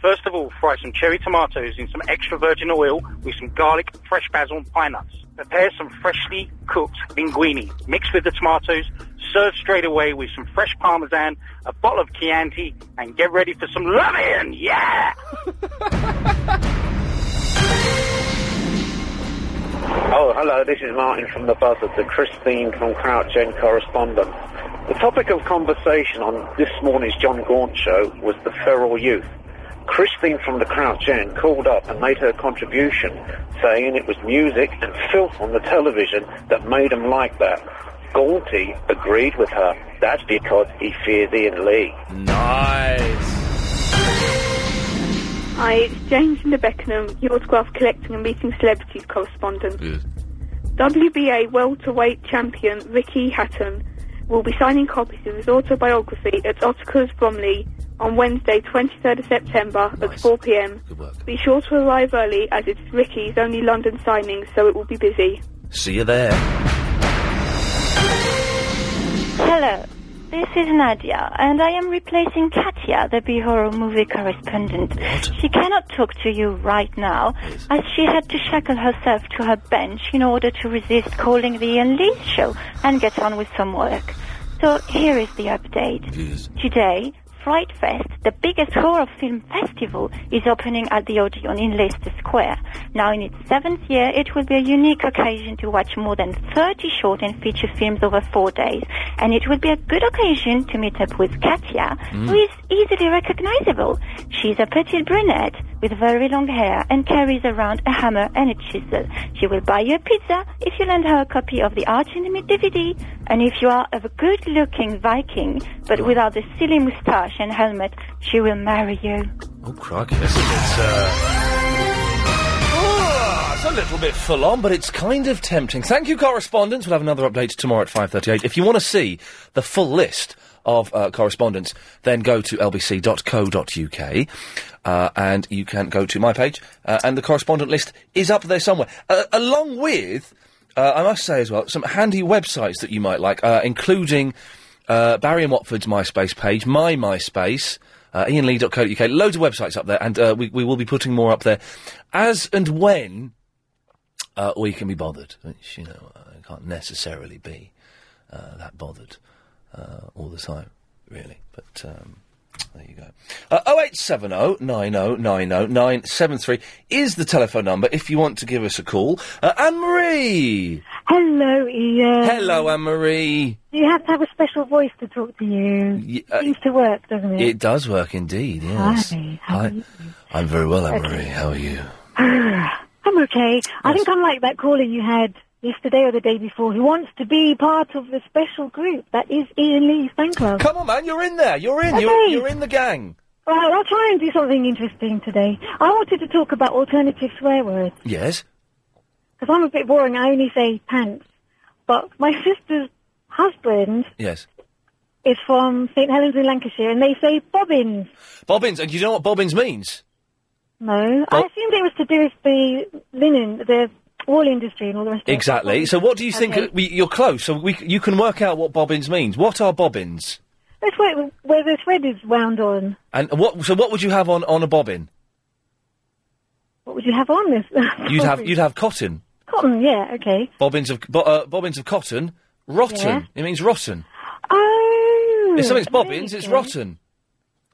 [SPEAKER 8] First of all, fry some cherry tomatoes in some extra virgin oil with some garlic, fresh basil, and pine nuts. Prepare some freshly cooked linguine. Mix with the tomatoes. Serve straight away with some fresh parmesan, a bottle of Chianti, and get ready for some lovin'. Yeah!
[SPEAKER 26] Oh, hello, this is Martin from The Buzzard, the Christine from Crouch End correspondent. The topic of conversation on this morning's John Gaunt show was the feral youth. Christine from the Crouch End called up and made her contribution, saying it was music and filth on the television that made him like that. Gaunty agreed with her. That's because he fears Ian Lee.
[SPEAKER 1] Nice.
[SPEAKER 24] Hi, it's James from the Beckenham, your autograph collecting and meeting celebrities correspondent. WBA welterweight champion Ricky Hatton will be signing copies of his autobiography at Otterker's Bromley on Wednesday, 23rd of September at 4 pm. Be sure to arrive early as it's Ricky's only London signing, so it will be busy.
[SPEAKER 1] See you there.
[SPEAKER 22] Hello, this is Nadia, and I am replacing Katya, the B-horror movie correspondent. She cannot talk to you right now, as she had to shackle herself to her bench in order to resist calling the Ian Lee show and get on with some work. So here is the update. Today, Fright Fest, the biggest horror film festival, is opening at the Odeon in Leicester Square. Now in its seventh year, it will be a unique occasion to watch more than 30 short and feature films over four days. And it will be a good occasion to meet up with Katya,
[SPEAKER 15] Mm.
[SPEAKER 22] who is easily recognizable. She's a petite brunette with very long hair and carries around a hammer and a chisel. She will buy you a pizza if you lend her a copy of the Arch Enemy DVD. And if you are a good looking Viking, but without the silly moustache and helmet, she will marry you.
[SPEAKER 1] Oh, crikey, that's a bit, uh... It's a little bit full on, but it's kind of tempting. Thank you, correspondents. We'll have another update tomorrow at 5.38. If you want to see the full list of uh, correspondence, then go to lbc.co.uk uh, and you can go to my page, uh, and the correspondent list is up there somewhere, uh, along with, uh, I must say as well, some handy websites that you might like, uh, including uh, Barry and Watford's MySpace page, my MySpace, uh, ianlee.co.uk. Loads of websites up there, and uh, we, we will be putting more up there as and when uh, we can be bothered, which, you know, I can't necessarily be uh, that bothered uh, all the time, really. But um, there you go. Uh, 0870 90 90 973 is the telephone number if you want to give us a call. Uh, Anne Marie!
[SPEAKER 16] Hello, Ian.
[SPEAKER 1] Hello, Anne Marie!
[SPEAKER 16] You have to have a special voice to talk to you.
[SPEAKER 1] Y- uh,
[SPEAKER 16] Seems to work, doesn't it?
[SPEAKER 1] It does work indeed, yes.
[SPEAKER 16] Hi, how
[SPEAKER 1] Hi. I'm very well, Anne Marie. How are you?
[SPEAKER 16] I'm okay. I think I'm like that caller you had yesterday or the day before who wants to be part of the special group that is Ian Lee's fan club.
[SPEAKER 1] Come on, man, you're in there. You're in. You're,
[SPEAKER 16] Okay.
[SPEAKER 1] you're in the gang.
[SPEAKER 16] Well, I'll try and do something interesting today. I wanted to talk about alternative swear words.
[SPEAKER 1] Yes.
[SPEAKER 16] because I'm a bit boring. I only say pants. But my sister's husband
[SPEAKER 1] Yes.
[SPEAKER 16] is from St Helens in Lancashire, and they say bobbins.
[SPEAKER 1] Bobbins, and you know what bobbins means?
[SPEAKER 16] No, I assumed it was to do with the linen, the wool industry, and all the rest.
[SPEAKER 1] Exactly. So, what do you think?
[SPEAKER 16] Okay.
[SPEAKER 1] uh, We, you're close, so we, c- you can work out what bobbins means. What are bobbins?
[SPEAKER 16] That's where, where the thread is wound on.
[SPEAKER 1] And what? So, what would you have on, on a bobbin?
[SPEAKER 16] What would you have on this?
[SPEAKER 1] You'd have you'd have cotton.
[SPEAKER 16] cotton. Yeah. Okay.
[SPEAKER 1] Bobbins of bo- uh, bobbins of cotton. Rotten.
[SPEAKER 16] Yeah.
[SPEAKER 1] It means rotten.
[SPEAKER 16] Oh.
[SPEAKER 1] if something's bobbins, it's
[SPEAKER 16] amazing.
[SPEAKER 1] rotten.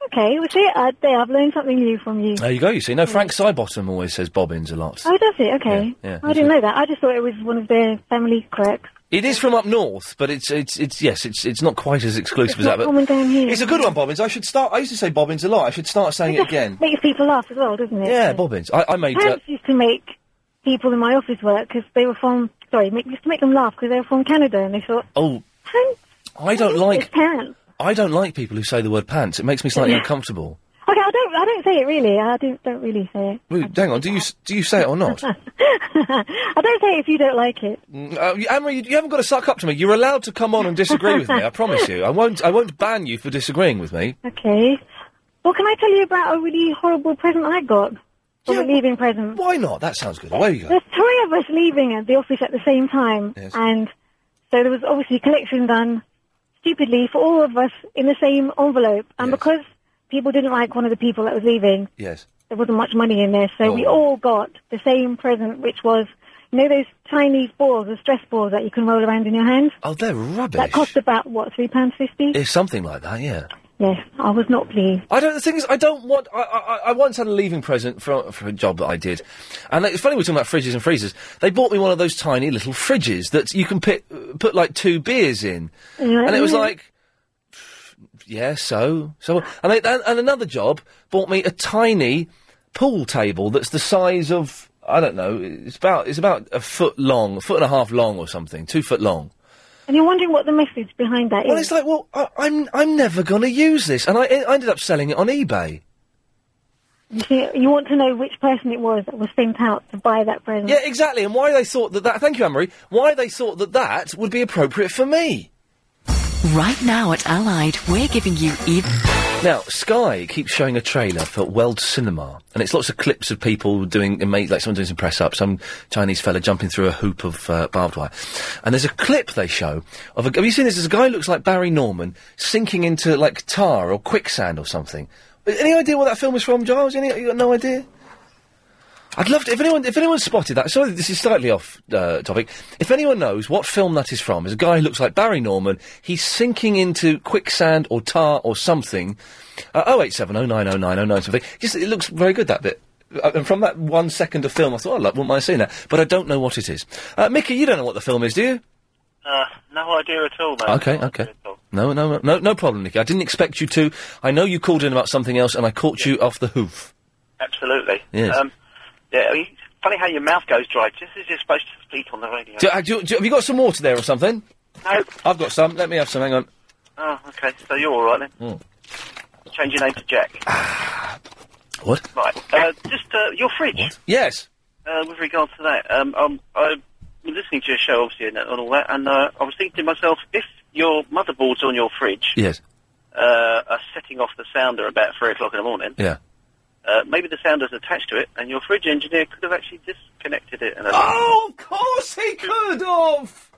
[SPEAKER 16] Okay. Well, see, uh, there, I've learned something new from you.
[SPEAKER 1] There you go. You see, no Frank Sidebottom always says bobbins a lot.
[SPEAKER 16] Oh, does it? Okay.
[SPEAKER 1] Yeah, yeah,
[SPEAKER 16] I didn't know that. I just thought it was one of their family quirks.
[SPEAKER 1] It is from up north, but it's it's it's yes, it's it's not quite as exclusive
[SPEAKER 16] It's
[SPEAKER 1] as that. But
[SPEAKER 16] not common down here.
[SPEAKER 1] it's a good one, bobbins. I should start. I used to say bobbins a lot. I should start saying it again.
[SPEAKER 16] Makes people laugh as well, doesn't it?
[SPEAKER 1] Yeah, bobbins. I, I made. Uh,
[SPEAKER 16] Parents used to make people in my office work because they were from. Sorry, make, used to make them laugh because they were from Canada and they thought
[SPEAKER 1] oh,
[SPEAKER 16] pants.
[SPEAKER 1] I don't like.
[SPEAKER 16] Parents.
[SPEAKER 1] I don't like people who say the word pants. It makes me slightly
[SPEAKER 16] Yeah.
[SPEAKER 1] uncomfortable.
[SPEAKER 16] Okay, I don't. I don't say it really. I don't. Don't really say it.
[SPEAKER 1] Well, hang on. Do you s- do you say it or not?
[SPEAKER 16] I don't say it if you don't like it.
[SPEAKER 1] Mm, Uh, you- Anne-Marie, you, you haven't got to suck up to me. You're allowed to come on and disagree with me. I promise you. I won't. I won't ban you for disagreeing with me.
[SPEAKER 16] Okay. Well, can I tell you about a really horrible present I got? Or a leaving present.
[SPEAKER 1] Why not? That sounds good. Away you go.
[SPEAKER 16] There's three of us leaving at the office at the same time,
[SPEAKER 1] Yes.
[SPEAKER 16] and so there was obviously a collection done stupidly for all of us in the same envelope. And because people didn't like one of the people that was leaving,
[SPEAKER 1] Yes.
[SPEAKER 16] there wasn't much money in there, so we
[SPEAKER 1] Oh.
[SPEAKER 16] all got the same present, which was you know those Chinese balls, the stress balls that you can roll around in your hand.
[SPEAKER 1] Oh, they're rubbish.
[SPEAKER 16] That cost about what three pounds fifty.
[SPEAKER 1] It's something like that. Yeah.
[SPEAKER 16] Yes, I was not pleased.
[SPEAKER 1] I don't. The thing is, I don't want. I, I, I once had a leaving present for, for a job that I did, and it's funny we're talking about fridges and freezers. They bought me one of those tiny little fridges that you can pit, put like two beers in, Um, and it was like, yeah, so so. And, they, and, and another job bought me a tiny pool table that's the size of I don't know. It's about it's about a foot long, a foot and a half long or something, two foot long.
[SPEAKER 16] And you're wondering what the message behind that is.
[SPEAKER 1] Well, it's like, well, I, I'm I'm never going to use this, and I, I ended up selling it on eBay.
[SPEAKER 16] You, see, you want to know which person it was that was sent out to buy that present.
[SPEAKER 1] Yeah, exactly. And why they thought that that. Thank you, Anne-Marie. Why they thought that that would be appropriate for me.
[SPEAKER 31] Right now at Allied, we're giving you even.
[SPEAKER 1] Now, Sky keeps showing a trailer for World Cinema, and it's lots of clips of people doing, ama- like someone doing some press up, some Chinese fella jumping through a hoop of uh, barbed wire. And there's a clip they show of a. Have you seen this? There's a guy who looks like Barry Norman sinking into like tar or quicksand or something. Any idea where that film is from, Giles? Any, you got no idea? I'd love to, if anyone, if anyone spotted that, sorry, this is slightly off uh, topic. If anyone knows what film that is from, is a guy who looks like Barry Norman, he's sinking into quicksand or tar or something. Uh, 087090909 something. Just, it looks very good, that bit. Uh, and from that one second of film, I thought, oh, look, wouldn't mind seeing that. But I don't know what it is. Uh, Mickey, you don't know what the film is, do you?
[SPEAKER 3] Uh, no idea at all, mate.
[SPEAKER 1] Okay, okay. No, no, no, no problem, Nicky. I didn't expect you to. I know you called in about something else, and I caught you off the hoof.
[SPEAKER 3] Absolutely.
[SPEAKER 1] Yes.
[SPEAKER 3] Um, yeah, I mean, it's funny how your mouth goes dry just as you're supposed to speak on the radio.
[SPEAKER 1] Do, uh, do- do- have you got some water there or something?
[SPEAKER 3] No.
[SPEAKER 1] I've got some. Let me have some. Hang on.
[SPEAKER 3] Oh, okay. So you're all right then.
[SPEAKER 1] Mm.
[SPEAKER 3] Change your name to Jack.
[SPEAKER 1] What?
[SPEAKER 3] Right. Uh, just uh, your fridge.
[SPEAKER 1] Yes.
[SPEAKER 3] Uh, with regard to that, um, um, I'm listening to your show obviously and, and all that, and uh, I was thinking to myself, if your motherboards on your fridge
[SPEAKER 1] Yes.
[SPEAKER 3] uh, are setting off the sounder about three o'clock in the morning,
[SPEAKER 1] Yeah.
[SPEAKER 3] uh, maybe the sounder's attached to it, and your fridge engineer could have actually disconnected it. And
[SPEAKER 1] oh, of course he could have.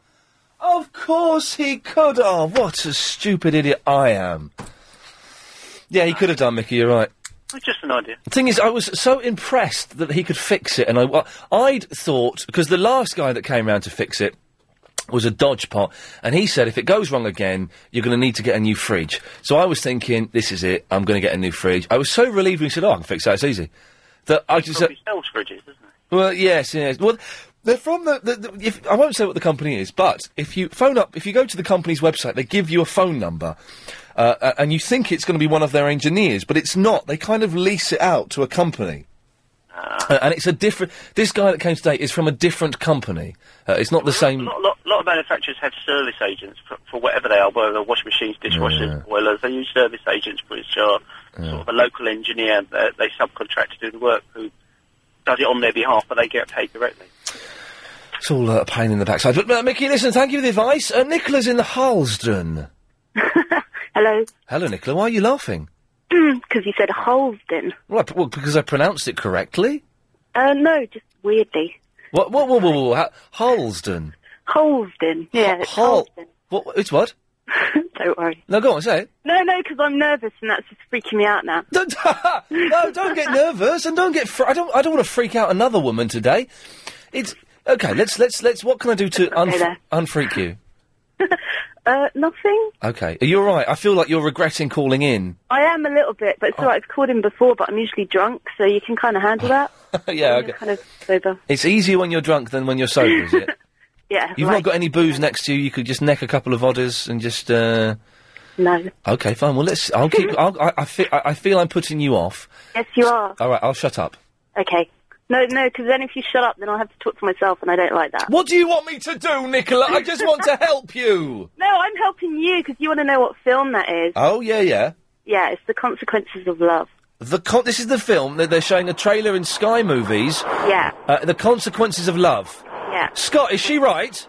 [SPEAKER 1] Of course he could. Oh, what a stupid idiot I am. Yeah, he could have done, Mickey. You're right.
[SPEAKER 8] It's just an idea.
[SPEAKER 1] The thing is, I was so impressed that he could fix it, and I, I'd thought because the last guy that came round to fix it was a dodge pot, and he said if it goes wrong again, you're going to need to get a new fridge. So I was thinking, this is it. I'm going to get a new fridge. I was so relieved when he said, "Oh, I can fix that. It's easy." That I just said,
[SPEAKER 8] Probably sells fridges, doesn't it?
[SPEAKER 1] well, yes, yes. Well, they're from the. the, the if, I won't say what the company is, but if you phone up, if you go to the company's website, they give you a phone number, uh, a- and you think it's going to be one of their engineers, but it's not. They kind of lease it out to a company.
[SPEAKER 8] Ah.
[SPEAKER 1] A- and it's a different. This guy that came today is from a different company. Uh, it's not the
[SPEAKER 8] A
[SPEAKER 1] same.
[SPEAKER 8] lot, lot, lot of manufacturers have service agents for, for whatever they are, whether they're washing machines, dishwashers, boilers. They use service agents, which are sort of a local engineer that they subcontract to do the work, who does it on their behalf, but they get paid directly.
[SPEAKER 1] It's all uh, a pain in the backside. But uh, Mickey, listen, thank you for the advice. Uh, Nicola's in the Harlesden.
[SPEAKER 19] Hello.
[SPEAKER 1] Hello, Nicola. Why are you laughing?
[SPEAKER 19] Because you said Holden.
[SPEAKER 1] Well, I p- well, because I pronounced it correctly.
[SPEAKER 19] Uh, no, just weirdly.
[SPEAKER 1] What? What? What? What? what, what Harlesden.
[SPEAKER 19] Holden. Yeah, it's Holden.
[SPEAKER 1] What? It's what?
[SPEAKER 19] Don't worry.
[SPEAKER 1] No, go on, say it.
[SPEAKER 19] No, no, because I'm nervous and that's just freaking me out now.
[SPEAKER 1] Don't, no, don't get nervous and don't get. Fr- I don't. I don't want to freak out another woman today. It's okay. Let's let's let's. What can I do to unf-
[SPEAKER 19] there.
[SPEAKER 1] unfreak you?
[SPEAKER 19] Uh, nothing.
[SPEAKER 1] Okay, are you all right? I feel like you're regretting calling in.
[SPEAKER 19] I am a little bit, but it's alright. I've called in before, but I'm usually drunk, so you can kind of handle that.
[SPEAKER 1] yeah.
[SPEAKER 19] I'm
[SPEAKER 1] Okay.
[SPEAKER 19] kind of sober.
[SPEAKER 1] It's easier when you're drunk than when you're sober, is it?
[SPEAKER 19] Yeah.
[SPEAKER 1] You've
[SPEAKER 19] right.
[SPEAKER 1] not got any booze next to you. You could just neck a couple of odders and just. Uh...
[SPEAKER 19] No.
[SPEAKER 1] Okay, fine. Well, let's. I'll keep. I'll, I, I, fe- I, I feel I'm putting you off.
[SPEAKER 19] Yes, you are.
[SPEAKER 1] All right, I'll shut up.
[SPEAKER 19] Okay. No, no, because then if you shut up, then I'll have to talk to myself, and I don't like that.
[SPEAKER 1] What do you want me to do, Nicola? I just want to help you.
[SPEAKER 19] No, I'm helping you because you want to know what film that is.
[SPEAKER 1] Oh yeah, yeah.
[SPEAKER 19] Yeah, it's The Consequences of Love.
[SPEAKER 1] The con- this is the film that they're showing a trailer in Sky Movies.
[SPEAKER 19] Yeah,
[SPEAKER 1] Uh, the consequences of love.
[SPEAKER 19] yeah.
[SPEAKER 1] Scott, is she right?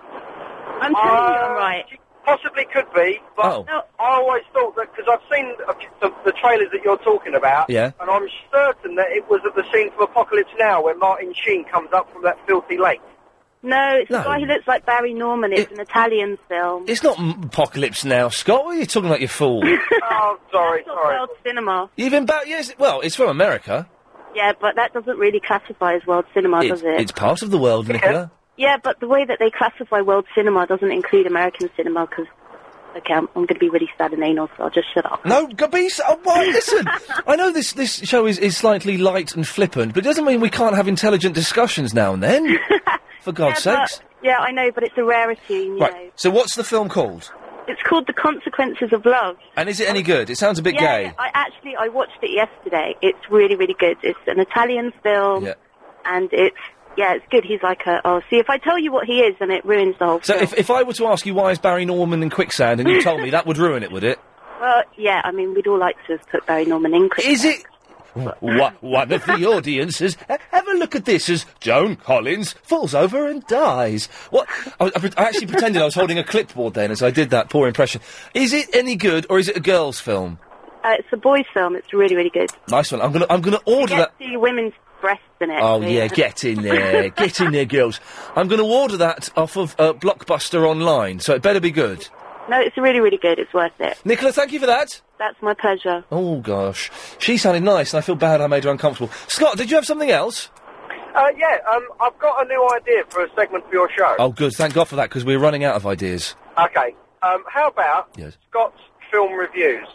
[SPEAKER 19] I'm telling you, I'm right.
[SPEAKER 3] Uh, Possibly could be, but
[SPEAKER 1] Oh.
[SPEAKER 3] I always thought that because I've seen the, the, the trailers that you're talking about,
[SPEAKER 1] Yeah.
[SPEAKER 3] and I'm certain that it was at the scene from Apocalypse Now where Martin Sheen comes up from that filthy lake.
[SPEAKER 19] No, it's the guy who looks like Barry Norman. It's an Italian film.
[SPEAKER 1] It's not m- apocalypse now, Scott. What are you talking about? You fool.
[SPEAKER 19] oh, sorry, sorry. World cinema.
[SPEAKER 1] You've been back. Yes. Well, it's from America.
[SPEAKER 19] Yeah, but that doesn't really classify as world cinema,
[SPEAKER 1] It's,
[SPEAKER 19] does it?
[SPEAKER 1] it's part of the world, Nicola.
[SPEAKER 19] Yeah, but the way that they classify world cinema doesn't include American cinema because. Okay, I'm, I'm going to be really sad and anal, so I'll just shut up.
[SPEAKER 1] No, Gabisa, oh, why? Listen, I know this, this show is, is slightly light and flippant, but it doesn't mean we can't have intelligent discussions now and then. For God's
[SPEAKER 19] yeah,
[SPEAKER 1] sakes.
[SPEAKER 19] but, yeah, I know, but it's a rarity, you know.
[SPEAKER 1] Right, so what's the film called?
[SPEAKER 19] It's called The Consequences of Love.
[SPEAKER 1] And is it any good? It sounds a bit
[SPEAKER 19] yeah,
[SPEAKER 1] gay.
[SPEAKER 19] yeah, I actually I watched it yesterday. It's really really good. It's an Italian film,
[SPEAKER 1] Yeah.
[SPEAKER 19] and it's yeah, it's good. He's like a oh, see if I tell you what he is, then it ruins the whole
[SPEAKER 1] So
[SPEAKER 19] film.
[SPEAKER 1] if, if I were to ask you why is Barry Norman in quicksand and you told me, that would ruin it, would it?
[SPEAKER 19] well, yeah, I mean we'd all like to have put Barry Norman in. Quick
[SPEAKER 1] Is it? Wha- one of the audiences. "Ha- Have a look at this as Joan Collins falls over and dies. What? I, I pre- I actually pretended I was holding a clipboard then as I did that poor impression. Is it any good or is it a girls' film?
[SPEAKER 19] Uh, it's a boys' film. It's really really good.
[SPEAKER 1] Nice one. I'm gonna I'm gonna order
[SPEAKER 19] Get
[SPEAKER 1] that.
[SPEAKER 19] the women's breasts in it.
[SPEAKER 1] Oh
[SPEAKER 19] so
[SPEAKER 1] yeah, get in there, get in there, girls. I'm going to order that off of uh, Blockbuster online, so it better be good.
[SPEAKER 19] No, it's really really good. It's worth it.
[SPEAKER 1] Nicola, thank you for that.
[SPEAKER 19] That's my pleasure.
[SPEAKER 1] Oh gosh, she sounded nice, and I feel bad I made her uncomfortable. Scott, did you have something else?
[SPEAKER 3] Uh, yeah, um, I've got a new idea for a segment for your show.
[SPEAKER 1] Oh, good. Thank God for that because we're running out of ideas.
[SPEAKER 3] Okay, um, how about
[SPEAKER 1] Oh. Yes.
[SPEAKER 3] Scott's film reviews?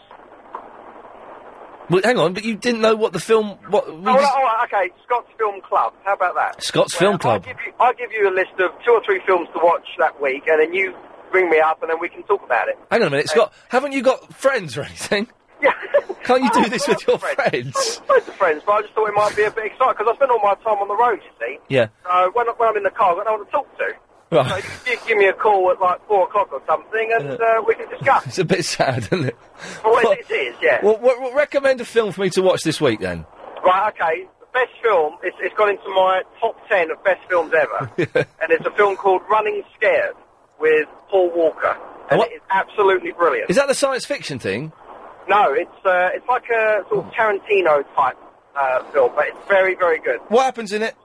[SPEAKER 1] Well, hang on, but you didn't know what the film. What we
[SPEAKER 3] all,
[SPEAKER 1] just-
[SPEAKER 3] right, all right, Oh, okay, Scott's Film Club. How about that?
[SPEAKER 1] Scott's
[SPEAKER 3] Where
[SPEAKER 1] Film Club.
[SPEAKER 3] I'll give, you, I'll give you a list of two or three films to watch that week, and then you ring me up, and then we can talk about it.
[SPEAKER 1] Hang on a minute, Scott. Haven't you got friends or anything? Yeah. Can't you do this with your friends?
[SPEAKER 3] Loads of friends, but I just thought it might be a bit exciting because I spend all my time on the road, you see.
[SPEAKER 1] Yeah.
[SPEAKER 3] So when, I- when I'm in the car, I've got no one to talk to.
[SPEAKER 1] Right.
[SPEAKER 3] So you give me a call at like four o'clock or something, and uh, we can discuss.
[SPEAKER 1] It's a bit sad, isn't it?
[SPEAKER 3] But what it is, yeah.
[SPEAKER 1] Well, what, what, recommend a film for me to watch this week then.
[SPEAKER 3] Right, okay. The best film, it's, it's gone into my top ten of best films ever. and it's a film called Running Scared with Paul Walker. And
[SPEAKER 1] What?
[SPEAKER 3] it is absolutely brilliant.
[SPEAKER 1] Is that the science fiction thing?
[SPEAKER 3] No, it's uh, it's like a sort of Tarantino type uh, film, but it's very, very good.
[SPEAKER 1] What happens in it?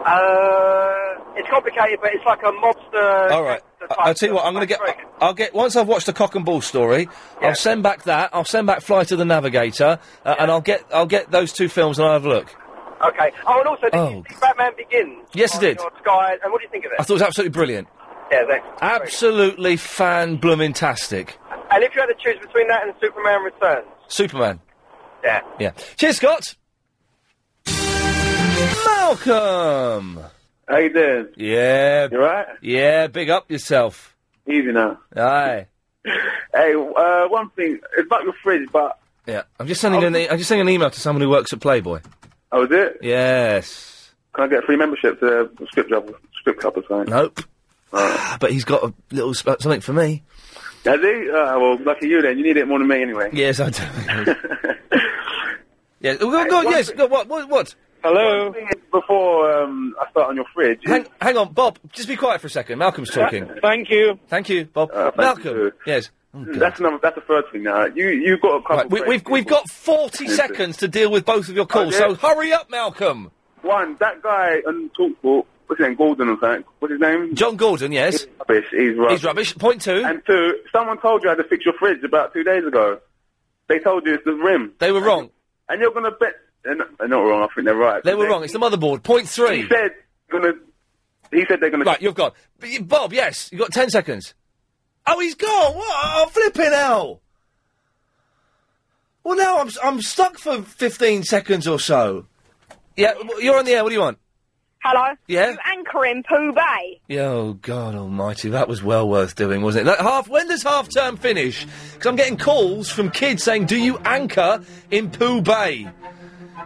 [SPEAKER 3] Uh, it's complicated, but it's like a mobster
[SPEAKER 1] All right. I'll tell you what. I'm going to get. I'll get once I've watched the cock and bull story. I'll send back that. I'll send back Flight of the Navigator, uh, and I'll get. I'll get those two films and I'll have a look.
[SPEAKER 32] Okay. Oh, and also, did
[SPEAKER 1] Oh.
[SPEAKER 32] you see Batman Begins?
[SPEAKER 1] Yes, I
[SPEAKER 32] on
[SPEAKER 1] did.
[SPEAKER 32] your Sky, and what do you think of it?
[SPEAKER 1] I thought it was absolutely brilliant.
[SPEAKER 32] Yeah, thanks.
[SPEAKER 1] Absolutely fan blooming tastic.
[SPEAKER 32] And if you had to choose between that and Superman Returns,
[SPEAKER 1] Superman.
[SPEAKER 32] yeah.
[SPEAKER 1] Yeah. Cheers, Scott. Malcolm.
[SPEAKER 6] How you doing?
[SPEAKER 1] Yeah.
[SPEAKER 6] You right?
[SPEAKER 1] Yeah. Big up yourself.
[SPEAKER 6] Easy now.
[SPEAKER 1] Aye.
[SPEAKER 6] Hey, uh, one thing. It's about your fridge, but
[SPEAKER 1] Yeah. I'm just sending an. E- I'm just sending an email to someone who works at Playboy.
[SPEAKER 6] oh, is it?
[SPEAKER 1] Yes.
[SPEAKER 6] Can I get a free membership to the script job, script club or something?
[SPEAKER 1] Nope. Ah, but he's got a little sp- something for me.
[SPEAKER 6] Has he? Uh, well, lucky you then. You need it more than me anyway.
[SPEAKER 1] Yes, I do. yeah. Go, go,
[SPEAKER 6] one
[SPEAKER 1] yes. Go, what? What? What?
[SPEAKER 6] Hello. Before um, I start on your fridge,
[SPEAKER 1] Hang, hang on, Bob. Just be quiet for a second. Malcolm's talking.
[SPEAKER 6] thank you.
[SPEAKER 1] Thank you, Bob.
[SPEAKER 6] Uh,
[SPEAKER 1] Malcolm. yes. Oh,
[SPEAKER 6] that's another. That's the first thing. Now you you've got a couple.
[SPEAKER 1] We, we've we've got forty seconds to deal with both of your calls.
[SPEAKER 6] Oh, yeah.
[SPEAKER 1] So hurry up, Malcolm.
[SPEAKER 6] One, that guy on Talksport, what's his name, Gordon or something? What's his name?
[SPEAKER 1] John Gordon, yes.
[SPEAKER 6] He's rubbish, he's rubbish.
[SPEAKER 1] He's rubbish. Point two.
[SPEAKER 6] And two, someone told you how to fix your fridge about two days ago. They told you it's the rim.
[SPEAKER 1] They were wrong.
[SPEAKER 6] And you're going to bet... They're not, they're not wrong, I think they're right.
[SPEAKER 1] They were wrong. It's the motherboard. Point three.
[SPEAKER 6] He said gonna. He said they're gonna.
[SPEAKER 1] Right, you've got B- Bob. Yes, you've got ten seconds. Oh, he's gone. What? Oh, flipping hell. Well, now I'm s- I'm stuck for fifteen seconds or so. Yeah, w- you're on the air. What do you want?
[SPEAKER 24] Hello?
[SPEAKER 1] Yeah.
[SPEAKER 24] You anchor in Pooh Bay.
[SPEAKER 1] Yeah, oh, God Almighty, that was well worth doing, wasn't it? That half. When does half term finish? Because I'm getting calls from kids saying, "Do you anchor in Pooh Bay?"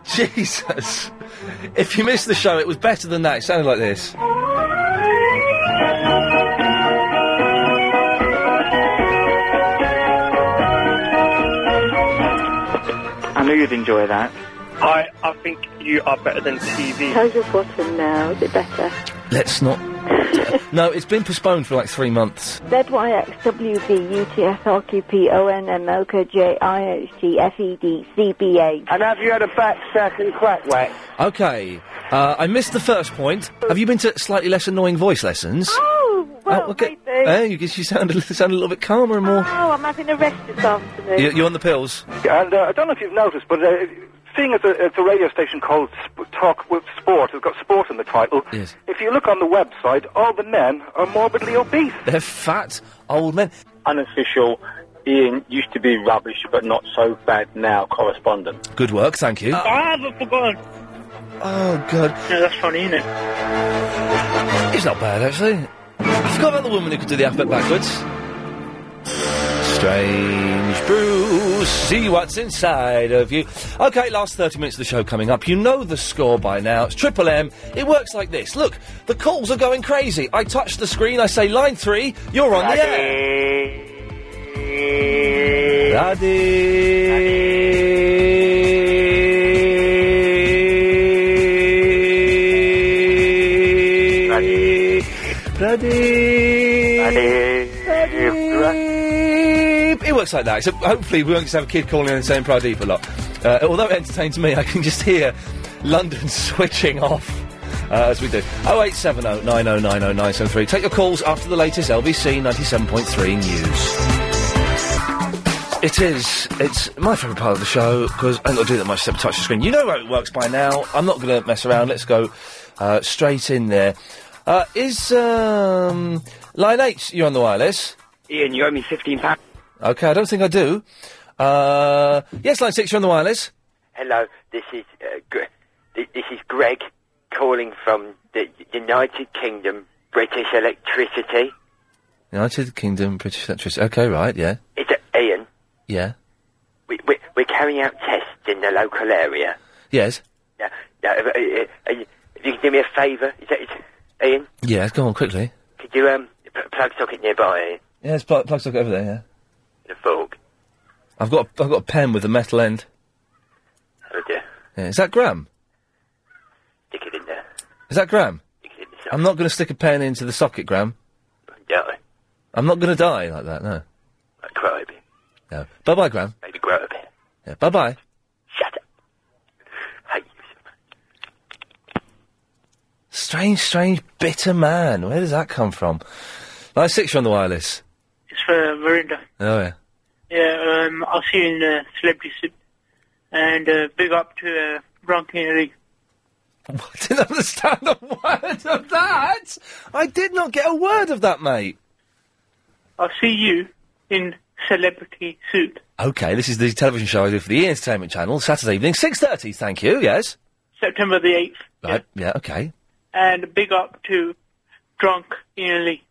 [SPEAKER 1] Jesus! If you missed the show, it was better than that. It sounded like this.
[SPEAKER 14] I knew you'd enjoy that.
[SPEAKER 6] I, I think you are better than TV.
[SPEAKER 9] How's your bottom now? Is it better?
[SPEAKER 1] Let's not. no, it's been postponed for like three months.
[SPEAKER 9] E ZYXWVUTFRQPONMOKJIHGFEDCBH.
[SPEAKER 6] And have you had a back sack and crack whack?
[SPEAKER 1] Okay, uh, I missed the first point. Have you been to slightly less annoying voice lessons?
[SPEAKER 9] Oh, well,
[SPEAKER 1] Oh, okay.
[SPEAKER 9] maybe.
[SPEAKER 1] Eh, you, you sound a, little- sound a little bit calmer and more.
[SPEAKER 9] Oh, I'm having a rest this afternoon.
[SPEAKER 1] You, you're on the pills.
[SPEAKER 8] And uh, I don't know if you've noticed, but uh, seeing as a, it's a radio station called Sp- Talk with Sport, it's got sport in the title.
[SPEAKER 1] Yes.
[SPEAKER 8] If you look on the website, all the men are morbidly obese.
[SPEAKER 1] They're fat old men.
[SPEAKER 3] Unofficial Ian used to be rubbish, but not so bad now correspondent.
[SPEAKER 1] Good work, thank you.
[SPEAKER 3] I haven't forgotten.
[SPEAKER 1] Oh, God.
[SPEAKER 3] No, that's funny, isn't it?
[SPEAKER 1] It's not bad, actually. I forgot about the woman who could do the alphabet backwards. Strange brew, see what's inside of you. Okay, last 30 minutes of the show coming up. You know the score by now. It's Triple M. It works like this. Look, the calls are going crazy. I touch the screen, I say line three, you're on the air. Daddy. Pradeep. It works like that. So hopefully we won't just have a kid calling in and saying Pradeep a lot. Uh, although it entertains me, I can just hear London switching off uh, as we do. 0870 9090973. Take your calls after the latest LBC 97.3 news. It is. It's my favourite part of the show because I ain't got to do that much except touch the screen. You know how it works by now. I'm not going to mess around. Let's go uh, straight in there. Uh, is um, Line H, you're on the wireless?
[SPEAKER 3] Ian, you owe me fifteen pounds.
[SPEAKER 1] Okay, I don't think I do. Uh, yes, line six, you're on the wireless.
[SPEAKER 3] Hello, this is uh, Gre- thi- this is Greg calling from the United Kingdom British Electricity.
[SPEAKER 1] United Kingdom, British electricity. Okay, right, yeah,
[SPEAKER 3] Is it Ian?
[SPEAKER 1] yeah,
[SPEAKER 3] We, we, we're carrying out tests in the local area.
[SPEAKER 1] yes,
[SPEAKER 3] Now, now uh, uh, uh, if you could do me a favour, is that, is, Ian,
[SPEAKER 1] yes. Go on quickly.
[SPEAKER 3] could you um p- plug socket nearby? Ian?
[SPEAKER 1] Yes, plug, plug socket over there. Yeah,
[SPEAKER 3] The fork.
[SPEAKER 1] I've got a, I've got a pen with a metal end.
[SPEAKER 3] Oh dear,
[SPEAKER 1] Yeah, is that Graham?
[SPEAKER 3] stick it in there.
[SPEAKER 1] Is that Graham? I'm not going to stick a pen into the socket, Graham.
[SPEAKER 3] Die.
[SPEAKER 1] I'm not going to die like that. No,
[SPEAKER 3] Like grow a bit.
[SPEAKER 1] no. Bye bye, Graham.
[SPEAKER 3] Maybe grow a bit.
[SPEAKER 1] Yeah, bye bye.
[SPEAKER 3] Shut up.
[SPEAKER 1] Strange, strange, bitter man. Where does that come from? Line six, you're on the wireless.
[SPEAKER 2] It's for Marinda.
[SPEAKER 1] Oh yeah.
[SPEAKER 2] Yeah, um, I'll see you in uh, Celebrity Soup. And uh, big up to uh, Bronchieri.
[SPEAKER 1] I didn't understand a word of that. I did not get a word of that, mate.
[SPEAKER 2] I'll see you in Celebrity Suit.
[SPEAKER 1] Okay, this is the television show I do for the E! Entertainment Channel, Saturday evening, six thirty. Thank you. Yes.
[SPEAKER 2] September the 8th.
[SPEAKER 1] Right. Yeah. Okay.
[SPEAKER 2] And big up to Drunk Ian Lee.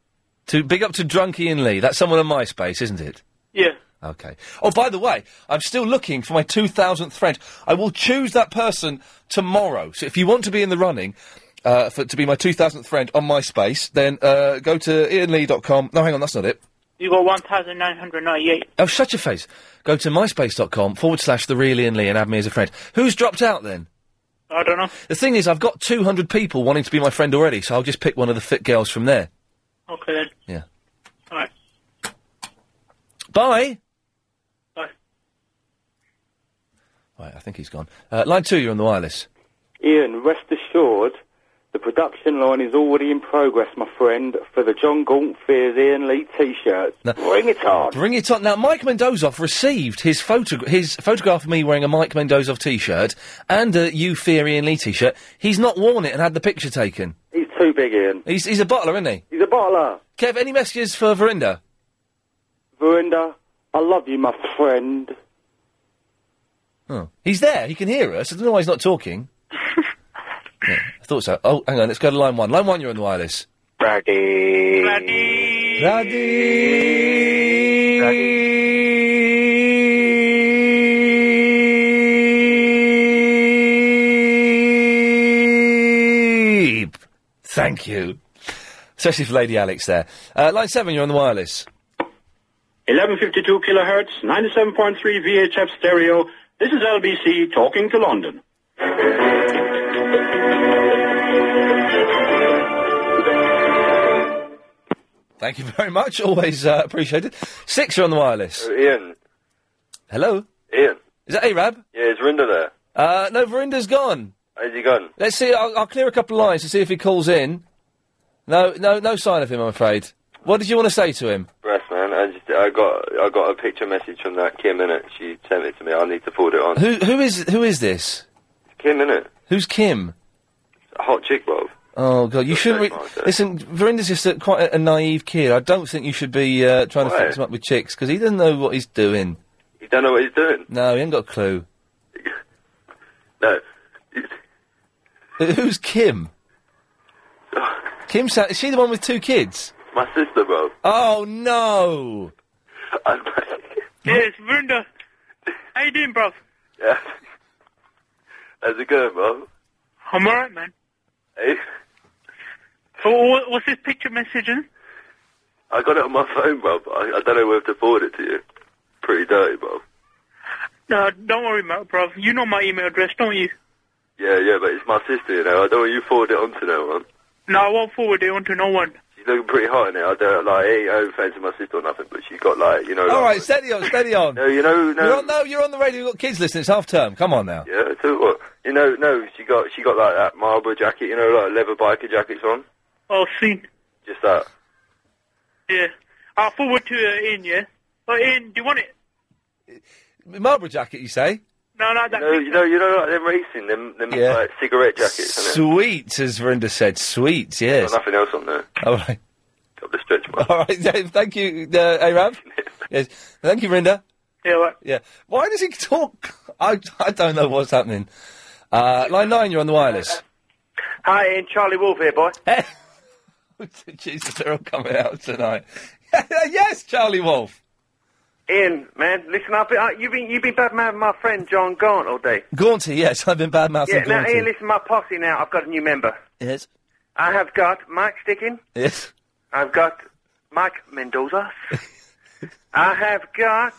[SPEAKER 1] To big up to Drunk Ian Lee. That's someone on MySpace, isn't it?
[SPEAKER 2] Yeah.
[SPEAKER 1] Okay. Oh, by the way, I'm still looking for my 2,000th friend. I will choose that person tomorrow. So if you want to be in the running uh, for, to be my 2,000th friend on MySpace, then uh, go to ianlee.com. No, hang on, that's not it.
[SPEAKER 2] You got 1,998.
[SPEAKER 1] Oh, shut your face. Go to myspace.com forward slash the real Ian Lee and add me as a friend. Who's dropped out then?
[SPEAKER 2] I don't know.
[SPEAKER 1] The thing is, I've got 200 people wanting to be my friend already, so I'll just pick one of the fit girls from there.
[SPEAKER 2] Okay then.
[SPEAKER 1] Yeah.
[SPEAKER 2] All right.
[SPEAKER 1] Bye.
[SPEAKER 2] Bye.
[SPEAKER 1] Right, I think he's gone. Uh, line two, you're on the wireless.
[SPEAKER 18] Ian, rest assured, the production line is already in progress, my friend, for the John Gaunt Fears Ian Lee T-shirts. Bring it on.
[SPEAKER 1] Bring it on. Now, Mike Mendozov received his, photo- his photograph of me wearing a Mike Mendozov T-shirt and a You Fear Ian Lee T-shirt. He's not worn it and had the picture taken.
[SPEAKER 18] He's too big, Ian.
[SPEAKER 1] He's, he's a bottler, isn't he?
[SPEAKER 18] He's a bottler.
[SPEAKER 1] Kev, any messages for Verinda?
[SPEAKER 18] Verinda, I love you, my friend.
[SPEAKER 1] Oh. He's there. He can hear us. I don't know why he's not talking. Yeah, I thought so. Oh, hang on. Let's go to line one. Line one, you're on the wireless.
[SPEAKER 18] Brady.
[SPEAKER 1] Brady. Brady. Thank you. Especially for Lady Alex there. Uh, line seven, you're on the wireless.
[SPEAKER 8] 1152 kilohertz, 97.3 VHF stereo. This is LBC talking to London.
[SPEAKER 1] Thank you very much. Always uh, appreciated. Six, you're on the wireless.
[SPEAKER 13] Ian,
[SPEAKER 1] Hello?
[SPEAKER 13] Ian.
[SPEAKER 1] Is that Arab?
[SPEAKER 13] Yeah, is Rinda there?
[SPEAKER 1] Uh, no, Verinda's gone.
[SPEAKER 13] Has he gone?
[SPEAKER 1] Let's see. I'll, I'll clear a couple of lines to see if he calls in. No, no, no sign of him, I'm afraid. What did you want to say to him?
[SPEAKER 13] Brass man, I just I got I got a picture message from that Kim Innit. She sent it to me. I need to forward it on.
[SPEAKER 1] Who, who is, who is this?
[SPEAKER 13] Kim Innit,
[SPEAKER 1] Who's Kim?
[SPEAKER 13] a hot chick, Bob.
[SPEAKER 1] Oh God, you shouldn't. Re- Listen, Verinda's just a, quite a, a naive kid. I don't think you should be uh, trying
[SPEAKER 13] Why?
[SPEAKER 1] to fix him up with chicks because he doesn't know what he's doing.
[SPEAKER 13] He don't know what he's doing.
[SPEAKER 1] No, he ain't got a clue.
[SPEAKER 13] No,
[SPEAKER 1] Uh, Who's Kim? Kim, Sa- is she the one with two kids?
[SPEAKER 13] my sister, Bob.
[SPEAKER 1] Oh no!
[SPEAKER 2] Yes, Verinda. How you doing, bruv?
[SPEAKER 13] Yeah. How's it going, Bob?
[SPEAKER 2] I'm alright, man.
[SPEAKER 13] Hey,
[SPEAKER 2] So, wha- what's this picture messaging?
[SPEAKER 13] I got it on my phone, Bob. I, I don't know whether to forward it to you. Pretty dirty, Bob.
[SPEAKER 2] No, don't worry, mate, bruv. You know my email address, don't you?
[SPEAKER 13] Yeah, yeah, but it's my sister, you know. I don't want you to forward it on to no one.
[SPEAKER 2] No, I won't forward it on to no one.
[SPEAKER 13] She's looking pretty hot in it. I don't like. Hey, I don't fancy my sister or nothing, but she got like, you know.
[SPEAKER 1] All
[SPEAKER 13] like,
[SPEAKER 1] right, steady on, steady on.
[SPEAKER 13] No, you know, no.
[SPEAKER 1] You're on, no, you're on the radio. We've got kids listening. It's half term. Come on now.
[SPEAKER 13] Yeah, so what? You know, no, she got she got like that Marlboro jacket, you know, like leather biker jackets on.
[SPEAKER 2] Oh, seen.
[SPEAKER 13] Just that.
[SPEAKER 2] Yeah. I'll forward to uh, Ian, yeah? Oh, Ian, do you want it?
[SPEAKER 1] Marlboro jacket, you say?
[SPEAKER 2] No, no,
[SPEAKER 13] You
[SPEAKER 2] that
[SPEAKER 13] know,
[SPEAKER 2] picture.
[SPEAKER 13] you know, you know, like them racing, them, them
[SPEAKER 1] Yeah.
[SPEAKER 13] like cigarette jackets, and
[SPEAKER 1] Sweet, as Verinda said. Sweet, yes.
[SPEAKER 13] Got nothing else on there.
[SPEAKER 1] All right.
[SPEAKER 13] Got the stretch mark.
[SPEAKER 1] All right, Dave, thank you, uh, Arab. yes, thank you, Verinda.
[SPEAKER 2] Yeah, right.
[SPEAKER 1] Yeah. Why does he talk? I, I don't know what's happening. Uh, line nine, you're on the wireless.
[SPEAKER 3] Hi, Ian. Charlie Wolf here, boy.
[SPEAKER 1] Jesus, they're all coming out tonight. yes, Charlie Wolf.
[SPEAKER 3] Ian, man, listen up. Uh, You've been you've been bad mouthing my friend John Gaunt all day.
[SPEAKER 1] Gaunty, yes, I've been bad mouthing
[SPEAKER 3] yeah. Now,
[SPEAKER 1] Gaunty.
[SPEAKER 3] Ian, listen, my posse. Now, I've got a new member.
[SPEAKER 1] Yes,
[SPEAKER 3] I have got Mike Sticking.
[SPEAKER 1] yes.
[SPEAKER 3] I've got Mike Mendoza. I have got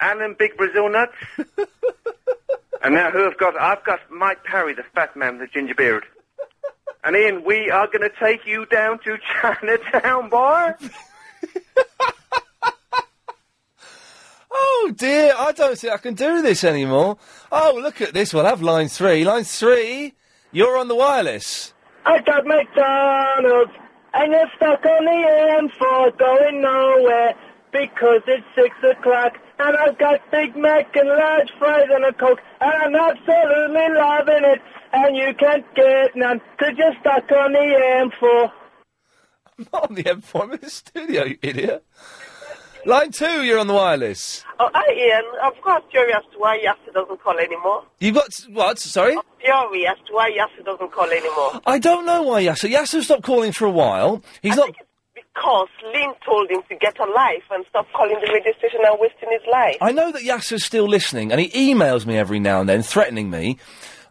[SPEAKER 3] Alan Big Brazil Nuts. and now who have got? I've got Mike Parry, the fat man with the ginger beard. And Ian, we are going to take you down to Chinatown, boy.
[SPEAKER 1] Oh dear, I don't think I can do this anymore. Oh, look at this. We'll have line three. Line three, you're on the wireless.
[SPEAKER 33] I got McDonald's.
[SPEAKER 3] And you're stuck on the AM4 going nowhere because it's six o'clock. And I've got Big Mac and large fries and a Coke. And I'm absolutely loving it. And you can't get none because you're stuck on the AM4.
[SPEAKER 1] I'm not on the M4, I'm in the studio, you idiot. Line two, you're on the wireless.
[SPEAKER 34] Oh, hi, Ian. I'm quite curious as to why Yasser doesn't call anymore.
[SPEAKER 1] You've got what? Sorry,
[SPEAKER 34] Fury as to why Yasser doesn't call anymore.
[SPEAKER 1] I don't know why Yasser. Yasser stopped calling for a while. He's not.
[SPEAKER 34] Because Lynn told him to get a life and stop calling the radio station and wasting his life.
[SPEAKER 1] I know that Yasser's still listening, and he emails me every now and then, threatening me.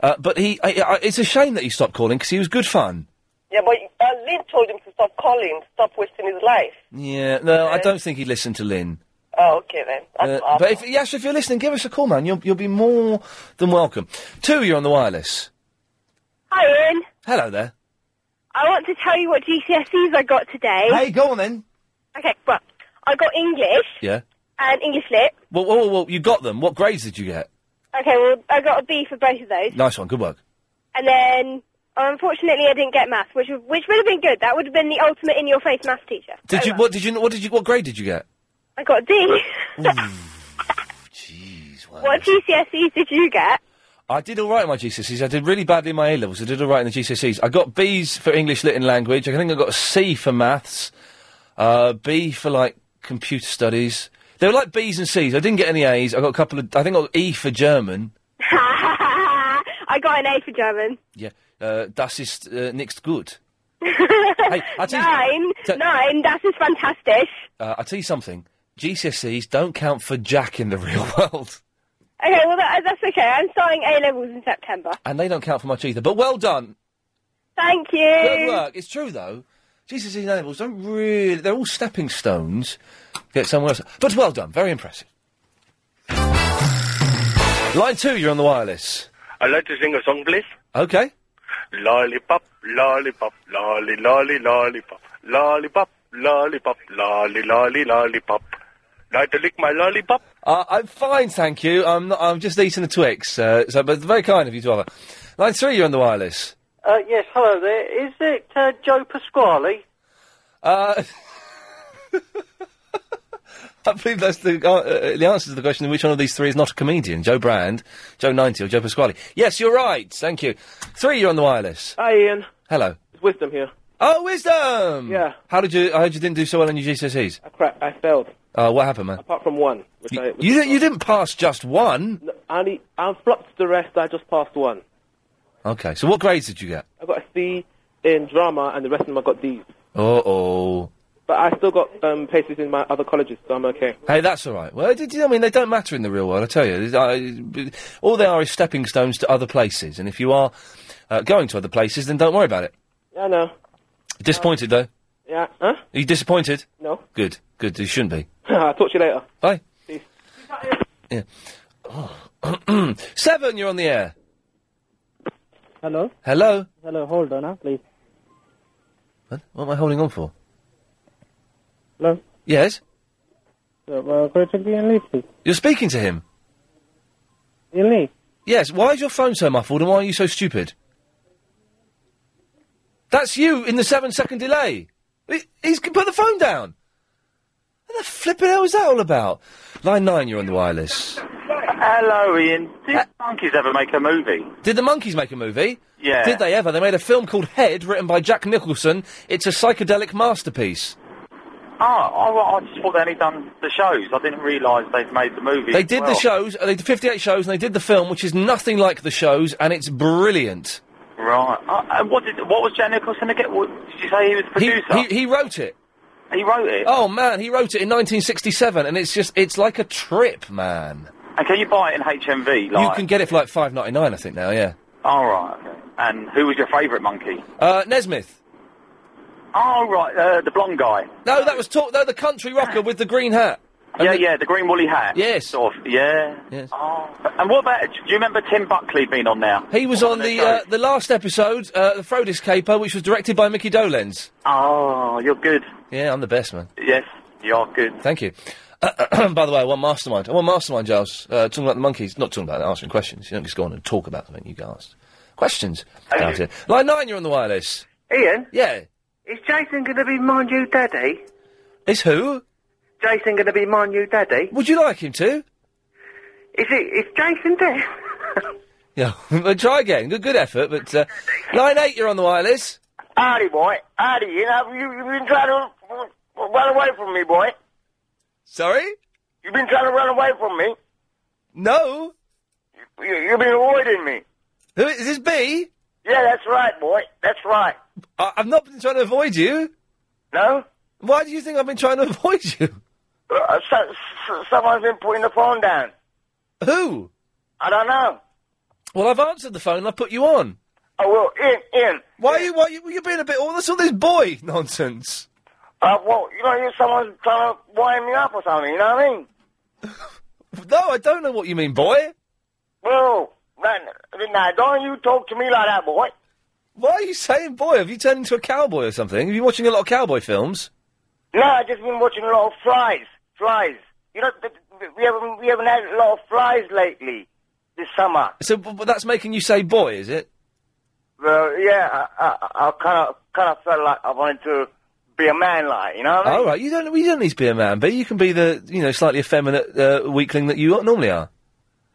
[SPEAKER 1] Uh, but he, I, I, it's a shame that he stopped calling because he was good fun.
[SPEAKER 34] Yeah, but uh, Lynn told him to stop calling, stop wasting his life.
[SPEAKER 1] Yeah, no, I don't think he listened to Lynn.
[SPEAKER 34] Oh, okay then. That's
[SPEAKER 1] Uh, but if, Yasser, if you're listening, give us a call, man. You'll, you'll be more than welcome. Two, you're on the wireless.
[SPEAKER 19] Hi, Ian.
[SPEAKER 1] Hello there.
[SPEAKER 19] I want to tell you what GCSEs I got today.
[SPEAKER 1] Hey, go on then.
[SPEAKER 19] Okay, well, I got English
[SPEAKER 1] Yeah.
[SPEAKER 19] and English Lit.
[SPEAKER 1] Well, well, well, well, you got them. What grades did you get?
[SPEAKER 19] Okay, well, I got a B for both of those.
[SPEAKER 1] Nice one. Good work.
[SPEAKER 19] And then, unfortunately, I didn't get math, which which would have been good. That would have been the ultimate in-your-face math teacher.
[SPEAKER 1] Did you? What did you? What did you? What grade did you get?
[SPEAKER 19] I got a D. What GCSEs E did you get?
[SPEAKER 1] I did all right in my GCSEs. I did really badly in my A levels. I did all right in the GCSEs. I got B's for English Lit and Language. I think I got a C for Maths, uh, B for like Computer Studies. They were like B's and C's. I didn't get any A's. I got a couple of. I think I got E for German.
[SPEAKER 19] I got an A for German.
[SPEAKER 1] Yeah, uh, das ist uh, nichts gut. I tell you-
[SPEAKER 19] nine,
[SPEAKER 1] so-
[SPEAKER 19] nine. That is fantastic.
[SPEAKER 1] Uh, I tell you something. GCSEs don't count for jack in the real world,
[SPEAKER 19] Okay, well that, that's okay. I'm starting A levels in September.
[SPEAKER 1] and they don't count for much either. But well done.
[SPEAKER 19] Thank you.
[SPEAKER 1] Good work. It's true though. GCSEs and A levels don't really. They're all stepping stones. Get somewhere else. But well done. Very impressive. Line two, you're on the wireless.
[SPEAKER 6] I'd like to sing a song, please.
[SPEAKER 1] Okay.
[SPEAKER 6] Lollipop, lollipop, lolly, lolly, lollipop, lollipop, lollipop, lolly, lolly, lollipop. Like to lick my lollipop?
[SPEAKER 1] Uh, I'm fine, thank you. I'm not, I'm just eating a Twix. Uh, so, but very kind of you to offer. Line three, you're on the wireless.
[SPEAKER 26] Uh, yes, hello there. Is it uh, Joe Pasquale?
[SPEAKER 1] Uh, I believe that's the uh, uh, the answer to the question: which one of these three is not a comedian? Joe Brand, Joe ninety, or Joe Pasquale? Yes, you're right. Thank you. Three, you're on the wireless.
[SPEAKER 26] Hi, Ian.
[SPEAKER 1] Hello.
[SPEAKER 26] It's Wisdom here.
[SPEAKER 1] Oh, wisdom.
[SPEAKER 26] Yeah.
[SPEAKER 1] How did you? I heard you didn't do so well in your GCSEs.
[SPEAKER 26] Crap, I failed.
[SPEAKER 1] Uh, what happened, man?
[SPEAKER 26] Apart from one, which I...
[SPEAKER 1] You di- you didn't pass just one.
[SPEAKER 26] No, I only... I flopped the rest. I just passed one.
[SPEAKER 1] Okay. So what grades did you get?
[SPEAKER 26] I got a C in drama, and the rest of them I got D's.
[SPEAKER 1] Uh oh.
[SPEAKER 26] But I still got um, places in my other colleges, so I'm okay.
[SPEAKER 1] Hey, that's all right. Well, did you, I mean, they don't matter in the real world. I tell you, I, all they are is stepping stones to other places. And if you are uh, going to other places, then don't worry about it.
[SPEAKER 26] Yeah, no.
[SPEAKER 1] Disappointed though?
[SPEAKER 26] Yeah, huh?
[SPEAKER 1] Are you disappointed?
[SPEAKER 26] No.
[SPEAKER 1] Good, good. You shouldn't be.
[SPEAKER 26] I'll talk to you later.
[SPEAKER 1] Bye. Yeah. Oh. Seven, you're on the air.
[SPEAKER 2] Hello?
[SPEAKER 1] Hello.
[SPEAKER 2] Hello, hold on, huh, please.
[SPEAKER 1] What? What am I holding on for?
[SPEAKER 2] Hello?
[SPEAKER 1] Yes,
[SPEAKER 2] Uh, uh, could you be in Lee, please?
[SPEAKER 1] you're speaking to him.
[SPEAKER 2] In Lee?
[SPEAKER 1] Yes. Why is your phone so muffled, and why are you so stupid? That's you in the seven-second delay. He- He's put the phone down. What the flipping hell is that all about? Line nine, you're on the wireless.
[SPEAKER 8] Hello, Ian. Did monkeys ever make a movie?
[SPEAKER 1] Uh, Did the monkeys make a movie?
[SPEAKER 8] Yeah.
[SPEAKER 1] Did they ever? They made a film called Head, written by Jack Nicholson. It's a psychedelic masterpiece.
[SPEAKER 8] Oh, I, I just thought they only done the shows. I didn't realise they'd made the movie.
[SPEAKER 1] They
[SPEAKER 8] as
[SPEAKER 1] did the
[SPEAKER 8] well.
[SPEAKER 1] shows. uh, They did 58 shows, and they did the film, which is nothing like the shows, and it's brilliant.
[SPEAKER 8] Right. Uh, and what did what was Jack Nicholson again? What, did you say he was
[SPEAKER 1] He,
[SPEAKER 8] producer?
[SPEAKER 1] he, he wrote it.
[SPEAKER 8] He wrote it.
[SPEAKER 1] Oh man, he wrote it in 1967, and it's just it's like a trip, man.
[SPEAKER 8] And can you buy it in HMV? Like,
[SPEAKER 1] You can get it for like 5.99, I think now. Yeah.
[SPEAKER 8] All right. Okay. And who was your favourite monkey?
[SPEAKER 1] Uh, Nesmith.
[SPEAKER 8] Oh right, uh, the blonde guy.
[SPEAKER 1] No, that was talk. No, the country rocker with the green hat.
[SPEAKER 8] yeah, yeah, the green woolly hat.
[SPEAKER 1] Yes.
[SPEAKER 8] Sort of. Yeah. Yes. Oh. And what about? Do you remember Tim Buckley being on there?
[SPEAKER 1] He was on the uh, the last episode, uh, the Frodis Caper, which was directed by Mickey Dolenz.
[SPEAKER 8] Oh, you're good.
[SPEAKER 1] Yeah, I'm the best man.
[SPEAKER 8] Yes, you are good.
[SPEAKER 1] Thank you. by the way, I won Mastermind. I won Mastermind, Giles. Uh, talking about the monkeys. Not talking about that, answering questions. You don't just go on and talk about something. You go ask questions about it. Line 9, you're on the wireless.
[SPEAKER 26] Ian?
[SPEAKER 1] Yeah.
[SPEAKER 3] Is Jason going to be my new daddy?
[SPEAKER 1] Is who?
[SPEAKER 3] Jason going to be my new daddy?
[SPEAKER 1] Would you like him to?
[SPEAKER 3] Is it? Is Jason dead?
[SPEAKER 1] Yeah, but try again. Good, good effort, but uh, line eight, you're on the wireless.
[SPEAKER 34] Hardy, boy. Hardy, you know, you, you've been trying to uh, run away from me, boy.
[SPEAKER 1] Sorry?
[SPEAKER 34] You've been trying to run away from me.
[SPEAKER 1] No.
[SPEAKER 34] You, you, have been avoiding me.
[SPEAKER 1] Who is this? B?
[SPEAKER 34] Yeah, that's right, boy. That's right.
[SPEAKER 1] I, I've not been trying to avoid you.
[SPEAKER 34] No.
[SPEAKER 1] Why do you think I've been trying to avoid you?
[SPEAKER 34] Uh, so, so, someone's been putting the phone down.
[SPEAKER 1] Who?
[SPEAKER 34] I don't know.
[SPEAKER 1] Well, I've answered the phone. and I put you on.
[SPEAKER 34] Oh well, in, in.
[SPEAKER 1] Why are you? Why are you? You're being a bit. All this, all this boy nonsense.
[SPEAKER 34] Uh, well, you know, you're someone's trying to wind me up or something. You know what I mean?
[SPEAKER 1] No, I don't know what you mean, boy.
[SPEAKER 34] Well, now, now don't you talk to me like that, boy.
[SPEAKER 1] Why are you saying boy? Have you turned into a cowboy or something? Have you been watching a lot of cowboy films?
[SPEAKER 34] No, I've just been watching a lot of flies. Flies. You know, th- th- we haven't we haven't had a lot of flies lately this summer.
[SPEAKER 1] So, b- but that's making you say boy, is it?
[SPEAKER 34] Well, yeah, I I kind of kind of felt like I wanted to be a man, like you know what I mean?
[SPEAKER 1] All Oh, right, you don't. You don't need to be a man, but you can be the you know slightly effeminate uh, weakling that you normally are.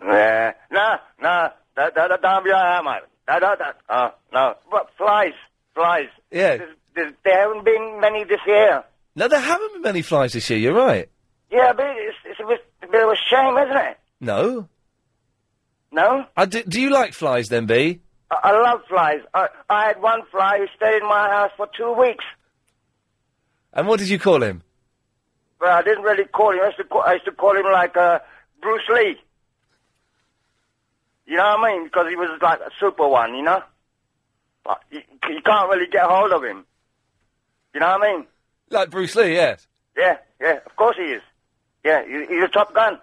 [SPEAKER 34] Yeah. No, no, that that that don't be like that, mate. That that that. Uh, no, but flies, flies.
[SPEAKER 1] Yeah.
[SPEAKER 34] There's, there's, there haven't been many this year.
[SPEAKER 1] No, there haven't been many flies this year. You're right.
[SPEAKER 34] Yeah, but it's it's a bit, a bit of a shame, isn't it?
[SPEAKER 1] No.
[SPEAKER 34] No.
[SPEAKER 1] I do, do you like flies then, B?
[SPEAKER 34] I, I love flies. I I had one fly who stayed in my house for two weeks.
[SPEAKER 1] And what did you call him?
[SPEAKER 34] Well, I didn't really call him. I used to call, I used to call him like uh, Bruce Lee. You know what I mean? Because he was like a super one, you know. But you, you can't really get hold of him. You know what I mean?
[SPEAKER 1] Like Bruce Lee, yes.
[SPEAKER 34] Yeah, yeah. Of course he is. Yeah, he, he's a top gun,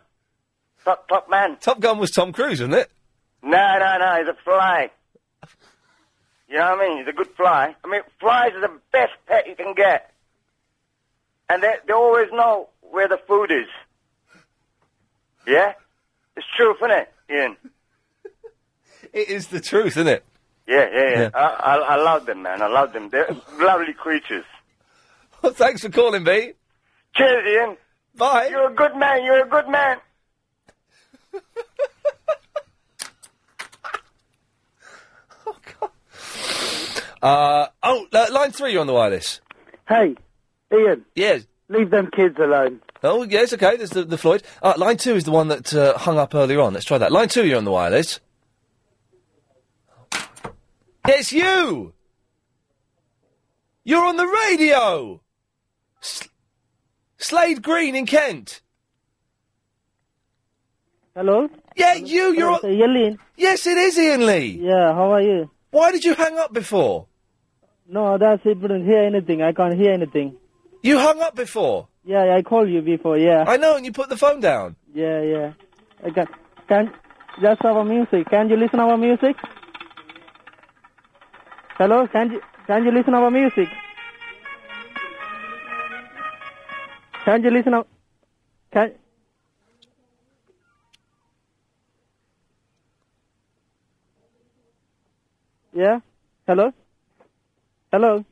[SPEAKER 34] top top man.
[SPEAKER 1] Top Gun was Tom Cruise, wasn't it?
[SPEAKER 34] No, no, no. He's a fly. You know what I mean? He's a good fly. I mean, flies are the best pet you can get, and they they always know where the food is. Yeah, it's truth, isn't it, Ian?
[SPEAKER 1] It is the truth, isn't it?
[SPEAKER 34] Yeah, yeah, yeah.
[SPEAKER 1] Yeah.
[SPEAKER 34] I, I, I love them, man. I love them. They're lovely creatures.
[SPEAKER 1] Well, thanks for calling, B.
[SPEAKER 34] Cheers, Ian.
[SPEAKER 1] Bye.
[SPEAKER 34] You're a good man. You're a good man.
[SPEAKER 1] Uh, oh, li- line three, you're on the wireless.
[SPEAKER 2] Hey, Ian,
[SPEAKER 1] Yes.
[SPEAKER 2] leave them kids alone.
[SPEAKER 1] Oh, yes, okay, there's the, the Floyd. Uh, line two is the one that uh, hung up earlier on. Let's try that. Line two, you're on the wireless. It's you! You're on the radio! S- Slade Green in Kent.
[SPEAKER 2] Hello?
[SPEAKER 1] Yeah, you, you're on...
[SPEAKER 2] Ian?
[SPEAKER 1] Yes, it is Ian Lee.
[SPEAKER 2] Yeah, how are you?
[SPEAKER 1] Why did you hang up before?
[SPEAKER 2] No, that's it. Didn't hear anything. I can't hear anything.
[SPEAKER 1] You hung up before.
[SPEAKER 2] Yeah, I called you before. Yeah,
[SPEAKER 1] I know, and you put the phone down.
[SPEAKER 2] yeah, yeah. I can, can just our music. Can you listen our music? Hello, can you can you listen our music? Can you listen? Our, can yeah? Hello, hello,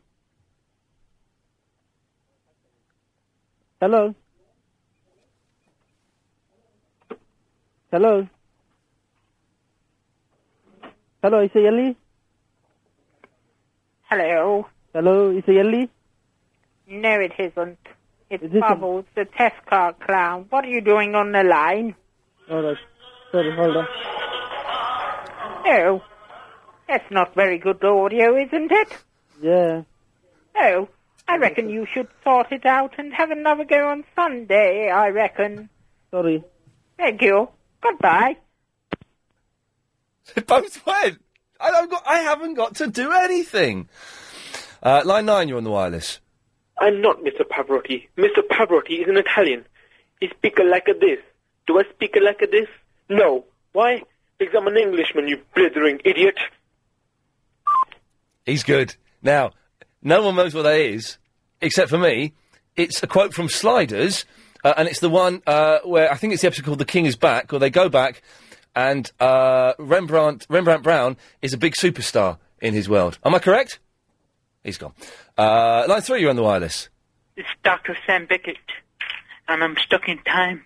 [SPEAKER 2] hello, hello, hello. Is it Ellie?
[SPEAKER 20] Hello.
[SPEAKER 2] Hello, is it Ellie?
[SPEAKER 20] No, it isn't. It's
[SPEAKER 2] Is this a-
[SPEAKER 20] Bubbles, the test car clown. What are you doing on the line?
[SPEAKER 2] All right. Sorry, hold on.
[SPEAKER 20] Oh, that's not very good audio, isn't it?
[SPEAKER 2] Yeah.
[SPEAKER 20] Oh, I reckon you should sort it out and have another go on Sunday, I reckon.
[SPEAKER 2] Sorry.
[SPEAKER 20] Thank you. Goodbye.
[SPEAKER 1] They both went. I don't got. I haven't got to do anything. Uh, line nine, you're on the wireless.
[SPEAKER 35] I'm not Mr. Pavarotti. Mr. Pavarotti is an Italian. He speaks like this. Do I speak like this? No. Why? Because I'm an Englishman, you blithering idiot.
[SPEAKER 1] He's good. Now, no one knows what that is, except for me. It's a quote from Sliders, uh, and it's the one uh, where I think it's the episode called "The King Is Back," or they go back, and uh, Rembrandt Rembrandt Brown is a big superstar in his world. Am I correct? He's gone. Uh, line three, you're on the wireless.
[SPEAKER 36] It's Dr. Sam Bickett, and I'm stuck in time.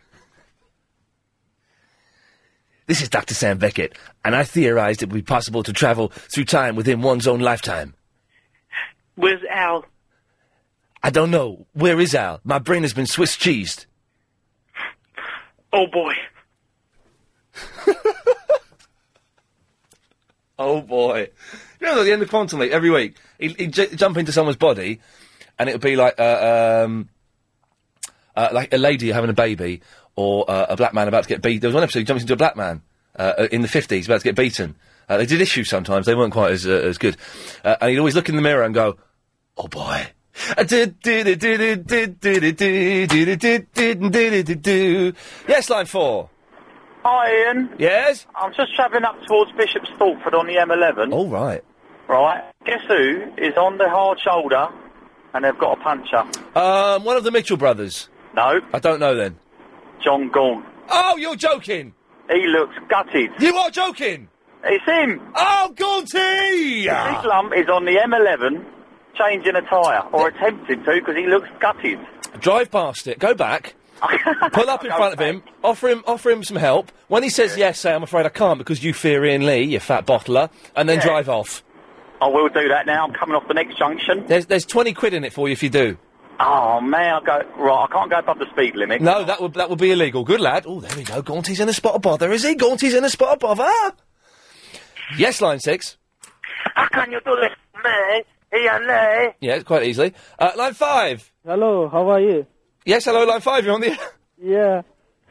[SPEAKER 1] This is Dr. Sam Beckett, and I theorised it would be possible to travel through time within one's own lifetime.
[SPEAKER 36] Where's Al?
[SPEAKER 1] I don't know. Where is Al? My brain has been Swiss cheesed.
[SPEAKER 36] Oh boy.
[SPEAKER 1] Oh boy. You know, at the end of Quantum Leap, every week, he'd, he'd j- jump into someone's body, and it would be like, uh, um, uh, like a lady having a baby, or uh, a black man about to get beat. There was one episode he jumped into a black man uh, in the 50s about to get beaten. Uh, they did issues sometimes, they weren't quite as, uh, as good. Uh, and he'd always look in the mirror and go, oh boy. Uh, do, do, do, do, do, do, do, do, do, do, do, do, do, do, do, do. Yes, line four.
[SPEAKER 8] Hi, Ian.
[SPEAKER 1] Yes?
[SPEAKER 8] I'm just travelling up towards Bishop's Stortford on the M11.
[SPEAKER 1] All right.
[SPEAKER 8] Right. Guess who is on the hard shoulder and they've got a puncher?
[SPEAKER 1] Um, one of the Mitchell brothers.
[SPEAKER 8] No.
[SPEAKER 1] I don't know then.
[SPEAKER 8] John Gorn.
[SPEAKER 1] Oh, you're joking.
[SPEAKER 8] He looks gutted.
[SPEAKER 1] You are joking.
[SPEAKER 8] It's him.
[SPEAKER 1] Oh, Gaunty!
[SPEAKER 8] The big lump is on the M11 changing a tyre, or attempting to, because he looks gutted.
[SPEAKER 1] Drive past it, go back, pull up in front of him, offer him offer him some help. When he says yes, say, I'm afraid I can't because you fear Ian Lee, you fat bottler, and then drive off.
[SPEAKER 8] I will do that now. I'm coming off the next junction.
[SPEAKER 1] There's, there's 20 quid in it for you if you do.
[SPEAKER 8] Oh, man, I'll go... Right, I can't go above the speed limit.
[SPEAKER 1] No, that would that would be illegal. Good lad. Oh, there we go. Gaunty's in a spot of bother, is he? Gaunty's in a spot of bother. Yes, line six.
[SPEAKER 3] How can you do this to me, Ian Lee?
[SPEAKER 1] Yeah, quite easily. Uh, line five.
[SPEAKER 2] Hello, how are you?
[SPEAKER 1] Yes, hello, line five. You're on the.
[SPEAKER 2] Yeah.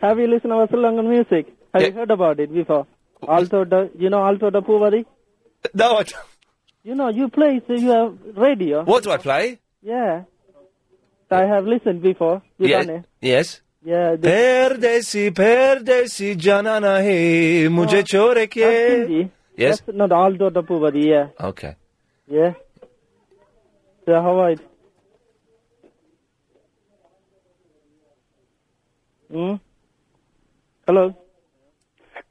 [SPEAKER 2] Have you listened our Sri Lankan music? Have you heard about it before? Also, the, you know, also the Puvari?
[SPEAKER 1] No, I don't.
[SPEAKER 2] You know, you play, so you have radio.
[SPEAKER 1] What do I play?
[SPEAKER 2] Yeah. I have listened before. You
[SPEAKER 1] Yeah.
[SPEAKER 2] done it.
[SPEAKER 1] Yes.
[SPEAKER 2] Yeah. this-
[SPEAKER 1] Perdesi, perdesi, jana nahi, mujhe chore
[SPEAKER 2] Ah, that's
[SPEAKER 1] ke.
[SPEAKER 2] Hindi.
[SPEAKER 1] Yes.
[SPEAKER 2] That's not Alto the Puvari, yeah.
[SPEAKER 1] Okay.
[SPEAKER 2] Yeah. So, how are you? Hmm? Hello?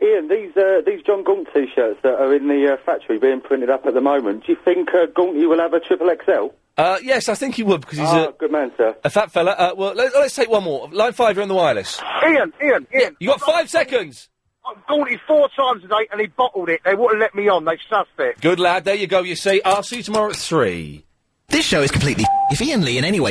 [SPEAKER 18] Ian, these uh, these John Gaunt t-shirts that are in the uh, factory being printed up at the moment. Do you think uh, Gaunty will have a triple XL?
[SPEAKER 1] Uh, yes, I think he would because he's
[SPEAKER 18] Ah, good man, sir.
[SPEAKER 1] a, a fat fella. Uh, well, let, let's take one more. Line five, you're on the wireless.
[SPEAKER 3] Ian, Ian, Ian.
[SPEAKER 1] You got five seconds.
[SPEAKER 3] I've gone it four times a day and he bottled it. They wouldn't let me on. They sussed it.
[SPEAKER 1] Good lad. There you go. You see, I'll see you tomorrow at three.
[SPEAKER 37] This show is completely. If Ian Lee in any way